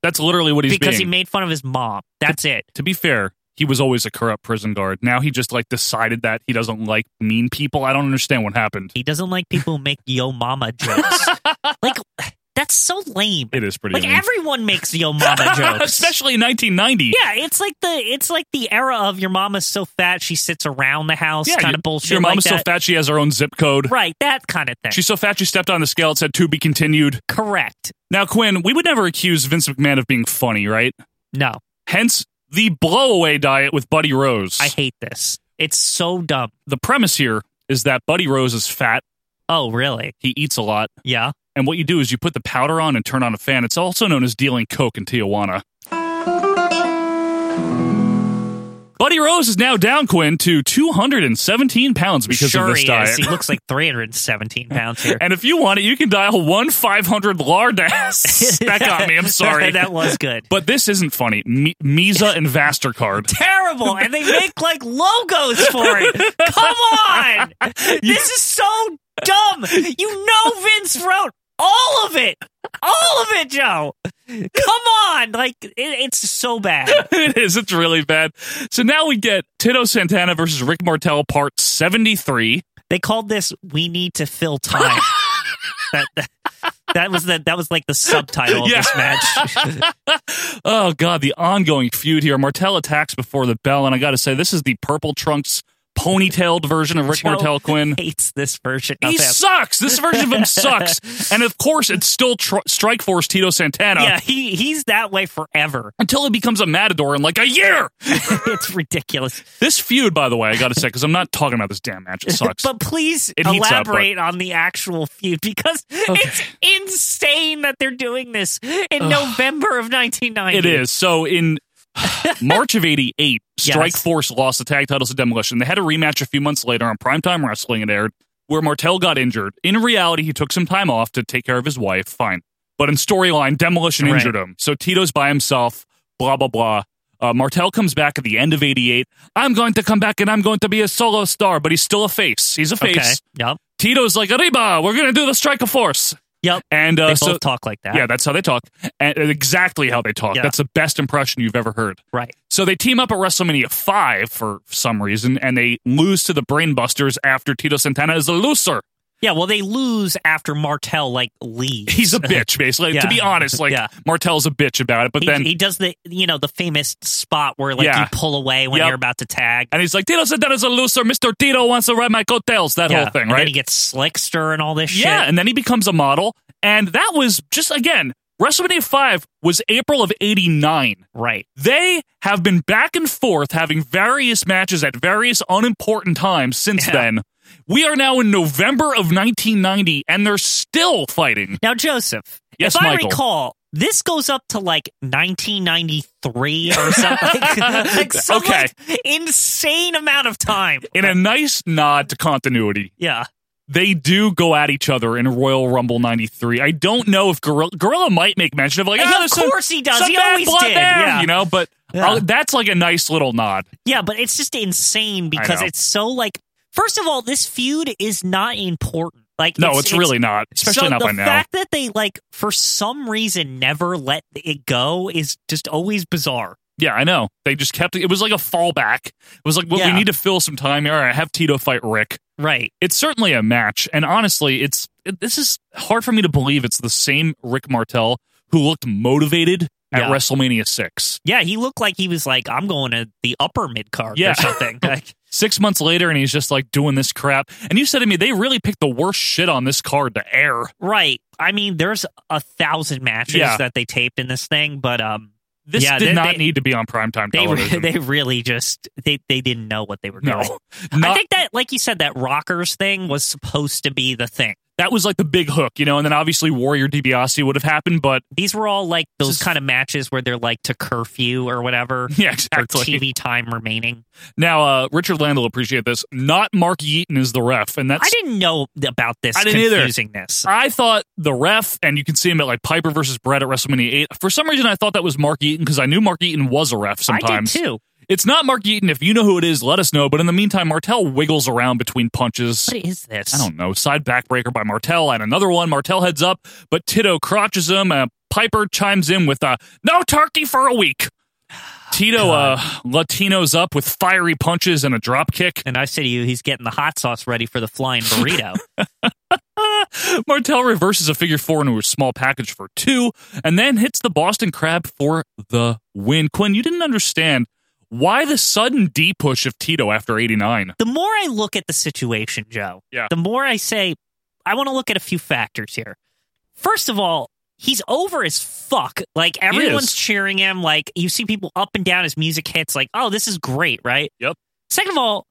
Speaker 1: that's literally what he's
Speaker 2: because he
Speaker 1: being.
Speaker 2: made fun of his mom. That's it.
Speaker 1: to be fair, he was always a corrupt prison guard. Now he just like decided that he doesn't like mean people. I don't understand what happened.
Speaker 2: He doesn't like people who make yo mama jokes. like that's so lame.
Speaker 1: It is pretty
Speaker 2: Like
Speaker 1: lame.
Speaker 2: everyone makes yo mama jokes.
Speaker 1: especially in 1990.
Speaker 2: Yeah, it's like the it's like the era of your mama's so fat she sits around the house kind
Speaker 1: your-
Speaker 2: of bullshit.
Speaker 1: Your
Speaker 2: like
Speaker 1: mom's so
Speaker 2: that.
Speaker 1: fat she has her own zip code.
Speaker 2: Right, that kind of thing.
Speaker 1: She's so fat she stepped on the scale. It said to be continued.
Speaker 2: correct.
Speaker 1: Now, Quinn, we would never accuse Vince McMahon of being funny, right?
Speaker 2: No.
Speaker 1: Hence the blowaway diet with Buddy Rose.
Speaker 2: I hate this. It's so dumb.
Speaker 1: the premise here is that Buddy Rose is fat.
Speaker 2: Oh, really?
Speaker 1: He eats a lot.
Speaker 2: Yeah.
Speaker 1: And what you do is you put the powder on and turn on a fan. It's also known as dealing coke in Tijuana. Buddy Rose is now down, Quinn, to 217 pounds because
Speaker 2: sure
Speaker 1: of this
Speaker 2: he
Speaker 1: diet.
Speaker 2: is. He looks like 317 pounds here.
Speaker 1: And if you want it, you can dial 1 500 lardass. that got me. I'm sorry.
Speaker 2: that was good.
Speaker 1: But this isn't funny. M- Misa and Vastercard.
Speaker 2: Terrible. And they make like logos for it. Come on. This is so dumb. You know Vince wrote all of it. All of it, Joe. Come on. Like, it, it's so bad.
Speaker 1: it is. It's really bad. So now we get Tito Santana versus Rick Martel, part 73.
Speaker 2: They called this "We Need to Fill Time." that, that, that was the that was like the subtitle of
Speaker 1: Yeah.
Speaker 2: this match.
Speaker 1: Oh, God, the ongoing feud here. Martel attacks before the bell. And I got to say, this is the purple trunks ponytailed version of Rick
Speaker 2: Joe
Speaker 1: Martel, Quinn.
Speaker 2: hates this version. of
Speaker 1: He
Speaker 2: him.
Speaker 1: sucks. This version of him sucks. And of course, it's still tr- Strike Force Tito Santana.
Speaker 2: Yeah, he he's that way forever.
Speaker 1: until he becomes a matador in like a year.
Speaker 2: it's ridiculous.
Speaker 1: This feud, by the way, I got to say, because I'm not talking about this damn match. It sucks.
Speaker 2: But please
Speaker 1: It heats up, but-
Speaker 2: elaborate on the actual feud because it's insane that they're doing this in November of 1990.
Speaker 1: it is. So in March of 88,
Speaker 2: Yes.
Speaker 1: Strike Force lost the tag titles to Demolition. They had a rematch a few months later on Primetime Wrestling, it aired, where Martel got injured. In reality, he took some time off to take care of his wife. Fine. But in storyline, Demolition
Speaker 2: Right.
Speaker 1: injured him. So Tito's by himself, blah, blah, blah. Uh, Martel comes back at the end of 88. I'm going to come back and I'm going to be a solo star, but he's still a face. He's a face.
Speaker 2: Okay. Yep.
Speaker 1: Tito's like, Arriba, we're going to do the strike of force.
Speaker 2: Yep.
Speaker 1: And uh,
Speaker 2: They
Speaker 1: so
Speaker 2: both talk like that.
Speaker 1: Yeah, that's how they talk, and and exactly how they talk.
Speaker 2: Yeah.
Speaker 1: That's the best impression you've ever heard.
Speaker 2: Right.
Speaker 1: So they team up at WrestleMania five for some reason, and they lose to the Brainbusters after Tito Santana is a loser.
Speaker 2: Yeah, well, they lose after Martel like leaves.
Speaker 1: He's a bitch, basically.
Speaker 2: Yeah.
Speaker 1: To be honest, like
Speaker 2: Yeah.
Speaker 1: Martel's a bitch about it, but
Speaker 2: he,
Speaker 1: then
Speaker 2: he does the you know the famous spot where like
Speaker 1: Yeah.
Speaker 2: you pull away when
Speaker 1: Yep.
Speaker 2: you're about to tag.
Speaker 1: and he's like, Tito Santana's a loser. Mister Tito wants to ride my coattails. That
Speaker 2: Yeah.
Speaker 1: whole thing,
Speaker 2: And
Speaker 1: right?
Speaker 2: then he gets Slickster and all this shit.
Speaker 1: Yeah, and then he becomes a model. And that was just again, WrestleMania 5 was April of 89.
Speaker 2: Right.
Speaker 1: They have been back and forth having various matches at various unimportant times since then. We are now in November of 1990 and they're still fighting.
Speaker 2: Now, Joseph,
Speaker 1: Yes,
Speaker 2: if I
Speaker 1: Michael.
Speaker 2: recall, this goes up to like 1993 or something. like some
Speaker 1: Okay.
Speaker 2: like, insane amount of time.
Speaker 1: In a nice nod to continuity,
Speaker 2: Yeah.
Speaker 1: they do go at each other in Royal Rumble 93. I don't know if Gorilla, Gorilla might make mention of like,
Speaker 2: Yeah,
Speaker 1: "Oh,
Speaker 2: of
Speaker 1: there's some-
Speaker 2: course he does.
Speaker 1: some
Speaker 2: He
Speaker 1: bad
Speaker 2: always
Speaker 1: blood
Speaker 2: did."
Speaker 1: there,"
Speaker 2: Yeah.
Speaker 1: You know, but
Speaker 2: Yeah.
Speaker 1: I'll- that's like a nice little nod.
Speaker 2: Yeah, but it's just insane because
Speaker 1: know.
Speaker 2: it's so like. First of all, this feud is not important. Like,
Speaker 1: No, it's really not, especially
Speaker 2: so
Speaker 1: not
Speaker 2: the
Speaker 1: by now.
Speaker 2: fact that they like for some reason never let it go is just always bizarre.
Speaker 1: Yeah, I know. They just kept it. was like a fallback. It was like, well, we
Speaker 2: Yeah.
Speaker 1: need to fill some time. All right, have Tito fight Rick.
Speaker 2: Right.
Speaker 1: It's certainly a match, and honestly, it's it, this is hard for me to believe it's the same Rick Martel who looked motivated at
Speaker 2: Yeah.
Speaker 1: WrestleMania six.
Speaker 2: Yeah, he looked like he was like, I'm going to the upper mid card
Speaker 1: Yeah.
Speaker 2: or something. Like,
Speaker 1: Six months later, and he's just like doing this crap. And you said to me, they really picked the worst shit on this card to air.
Speaker 2: right. I mean, there's a thousand matches
Speaker 1: Yeah.
Speaker 2: that they taped in this thing, but um,
Speaker 1: This
Speaker 2: yeah,
Speaker 1: did
Speaker 2: they-
Speaker 1: not
Speaker 2: they,
Speaker 1: need to be on primetime
Speaker 2: They re-
Speaker 1: television.
Speaker 2: they really just they they didn't know what they were
Speaker 1: No.
Speaker 2: doing. I
Speaker 1: Not-
Speaker 2: think that, like you said, that rockers thing was supposed to be the thing.
Speaker 1: that was like the big hook, you know. And then obviously Warrior DiBiase would have happened, but
Speaker 2: These were all like those kind of matches where they're like to curfew or whatever.
Speaker 1: Yeah,
Speaker 2: Or
Speaker 1: exactly.
Speaker 2: TV time remaining.
Speaker 1: Now, uh, Richard Land will appreciate this. Not Mark Yeaton is the ref, and that's
Speaker 2: I didn't know about this.
Speaker 1: I didn't either.
Speaker 2: confusingness.
Speaker 1: I thought the ref, and you can see him at like Piper versus Brett at WrestleMania eight. For some reason, I thought that was Mark Yeaton because I knew Mark Yeaton was a ref.
Speaker 2: I did
Speaker 1: Sometimes
Speaker 2: too.
Speaker 1: It's not Mark Yeaton. If you know who it is, let us know. But in the meantime, Martel wiggles around between punches.
Speaker 2: What is this?
Speaker 1: I don't know. Side backbreaker by Martel and another one. Martel heads up, but Tito crotches him. Uh, Piper chimes in with uh, "No turkey for a week." Tito uh, Latinos up with fiery punches and a drop kick.
Speaker 2: And I say to you, he's getting the hot sauce ready for the flying burrito.
Speaker 1: Martel reverses a figure four into a small package for two, and then hits the Boston Crab for the win. Quinn, you didn't understand why the sudden D push of Tito after 89.
Speaker 2: the more I look at the situation, Joe,
Speaker 1: Yeah.
Speaker 2: the more I say, I want to look at a few factors here. First of all, he's over as fuck. Like everyone's
Speaker 1: is.
Speaker 2: cheering him. Like you see people up and down as music hits, like, oh, this is great, right?
Speaker 1: Yep.
Speaker 2: Second of all,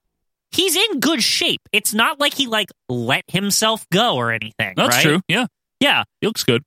Speaker 2: he's in good shape. It's not like he like let himself go or anything.
Speaker 1: That's
Speaker 2: right?
Speaker 1: true. Yeah.
Speaker 2: Yeah.
Speaker 1: He looks good.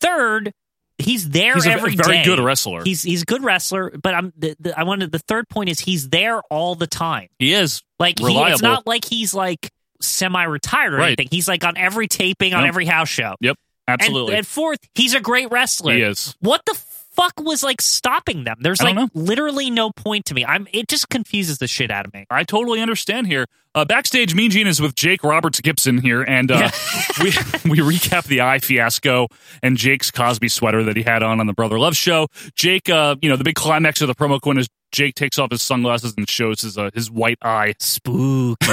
Speaker 2: Third, he's there
Speaker 1: He's a
Speaker 2: every
Speaker 1: very
Speaker 2: day.
Speaker 1: good wrestler.
Speaker 2: He's he's a good wrestler, but I'm the, the, I wanted the third point is he's there all the time.
Speaker 1: He is.
Speaker 2: Like he,
Speaker 1: reliable.
Speaker 2: it's not like he's like semi-retired or
Speaker 1: Right.
Speaker 2: anything. He's like on every taping, on
Speaker 1: Yep.
Speaker 2: every house show.
Speaker 1: Yep.
Speaker 2: And-
Speaker 1: Absolutely.
Speaker 2: And, fourth, he's a great wrestler.
Speaker 1: He is.
Speaker 2: What the fuck was like stopping them? There's
Speaker 1: I
Speaker 2: like
Speaker 1: don't
Speaker 2: literally no point to me. I'm. It just confuses the shit out of me.
Speaker 1: I totally understand here. Uh, backstage, Mean Gene is with Jake Roberts Gibson here, and uh, we we recap the eye fiasco and Jake's Cosby sweater that he had on on the Brother Love show. Jake, uh, you know, the big climax of the promo Quinn is Jake takes off his sunglasses and shows his uh, his white eye.
Speaker 2: Spooky.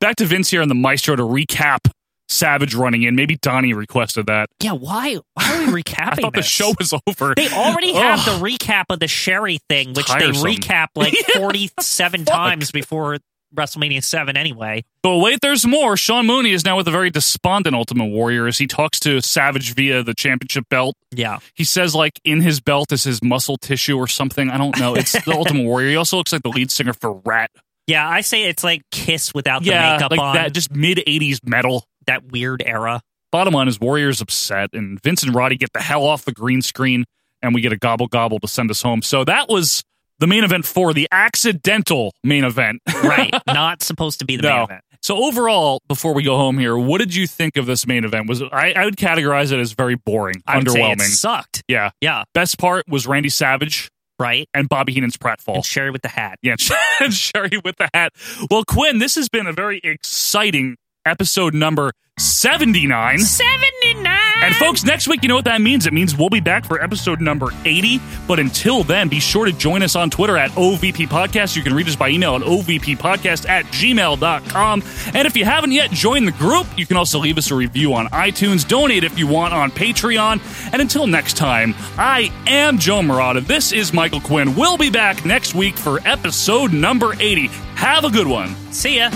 Speaker 1: Back to Vince here and the Maestro to recap Savage running in. Maybe Donnie requested that.
Speaker 2: yeah. Why? Why are we recapping?
Speaker 1: I thought the
Speaker 2: this?
Speaker 1: show was over.
Speaker 2: They already have
Speaker 1: Ugh.
Speaker 2: the recap of the Sherry thing, which
Speaker 1: Tiresome.
Speaker 2: they recap like 47 times before WrestleMania 7 anyway.
Speaker 1: But wait, there's more. Sean Mooney is now with a very despondent Ultimate Warrior as he talks to Savage via the championship belt.
Speaker 2: Yeah.
Speaker 1: He says, like, in his belt is his muscle tissue or something. I don't know. It's the Ultimate Warrior. He also looks like the lead singer for Rat.
Speaker 2: Yeah, I say it's like Kiss without the
Speaker 1: Yeah,
Speaker 2: makeup
Speaker 1: like
Speaker 2: on.
Speaker 1: that, just mid 80s metal.
Speaker 2: that weird era.
Speaker 1: Bottom line is Warrior's upset, and Vince and Roddy get the hell off the green screen, and we get a gobble gobble to send us home. So that was the main event for the accidental main event.
Speaker 2: Right. Not supposed to be the main
Speaker 1: No.
Speaker 2: event.
Speaker 1: So overall, before we go home here, what did you think of this main event? Was it- I, I would categorize it as very boring,
Speaker 2: I would say it
Speaker 1: underwhelming.
Speaker 2: sucked.
Speaker 1: yeah.
Speaker 2: Yeah.
Speaker 1: Best part was Randy Savage
Speaker 2: Right.
Speaker 1: and Bobby Heenan's pratfall.
Speaker 2: And Sherry with the hat.
Speaker 1: yeah, and Sherry with the hat. Well, Quinn, this has been a very exciting episode number 79.
Speaker 17: 79.
Speaker 1: And folks, next week, you know what that means? It means we'll be back for episode number 80. But until then, be sure to join us on Twitter at OVP Podcast. You can reach us by email at OVPpodcast at gmail.com. And if you haven't yet joined the group, you can also leave us a review on iTunes, donate if you want on Patreon. And until next time, I am Joe Murata. This is Michael Quinn. We'll be back next week for episode number 80. Have a good one.
Speaker 2: See ya.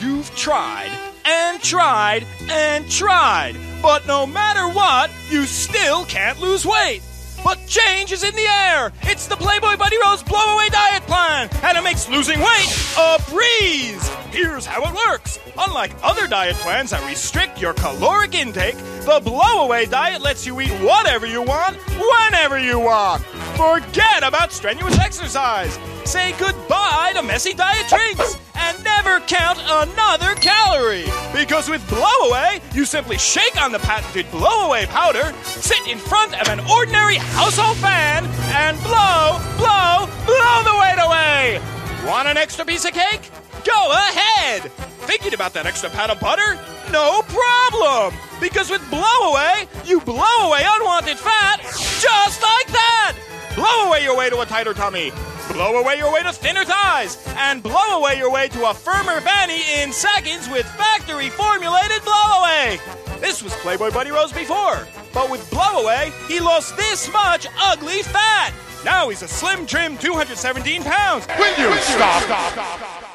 Speaker 6: You've tried and tried and tried, but no matter what, you still can't lose weight. But change is in the air. It's the Playboy Buddy Rose Blow Away Diet Plan, and it makes losing weight a breeze. Here's how it works. Unlike other diet plans that restrict your caloric intake, the Blow Away Diet lets you eat whatever you want, whenever you want. Forget about strenuous exercise. Say goodbye to messy diet drinks and never count another calorie. Because with Blowaway, you simply shake on the patented Blowaway powder, sit in front of an ordinary household fan, and blow, blow, blow the weight away. Want an extra piece of cake? Go ahead. Thinking about that extra pat of butter? No problem. Because with Blowaway, you blow away unwanted fat just like that. Blow away your way to a tighter tummy. Blow away your way to thinner thighs. And blow away your way to a firmer fanny in seconds with factory formulated blow away. This was Playboy Buddy Rose before. But with blow away, he lost this much ugly fat. Now he's a slim, trim 217 pounds.
Speaker 8: Will you stop?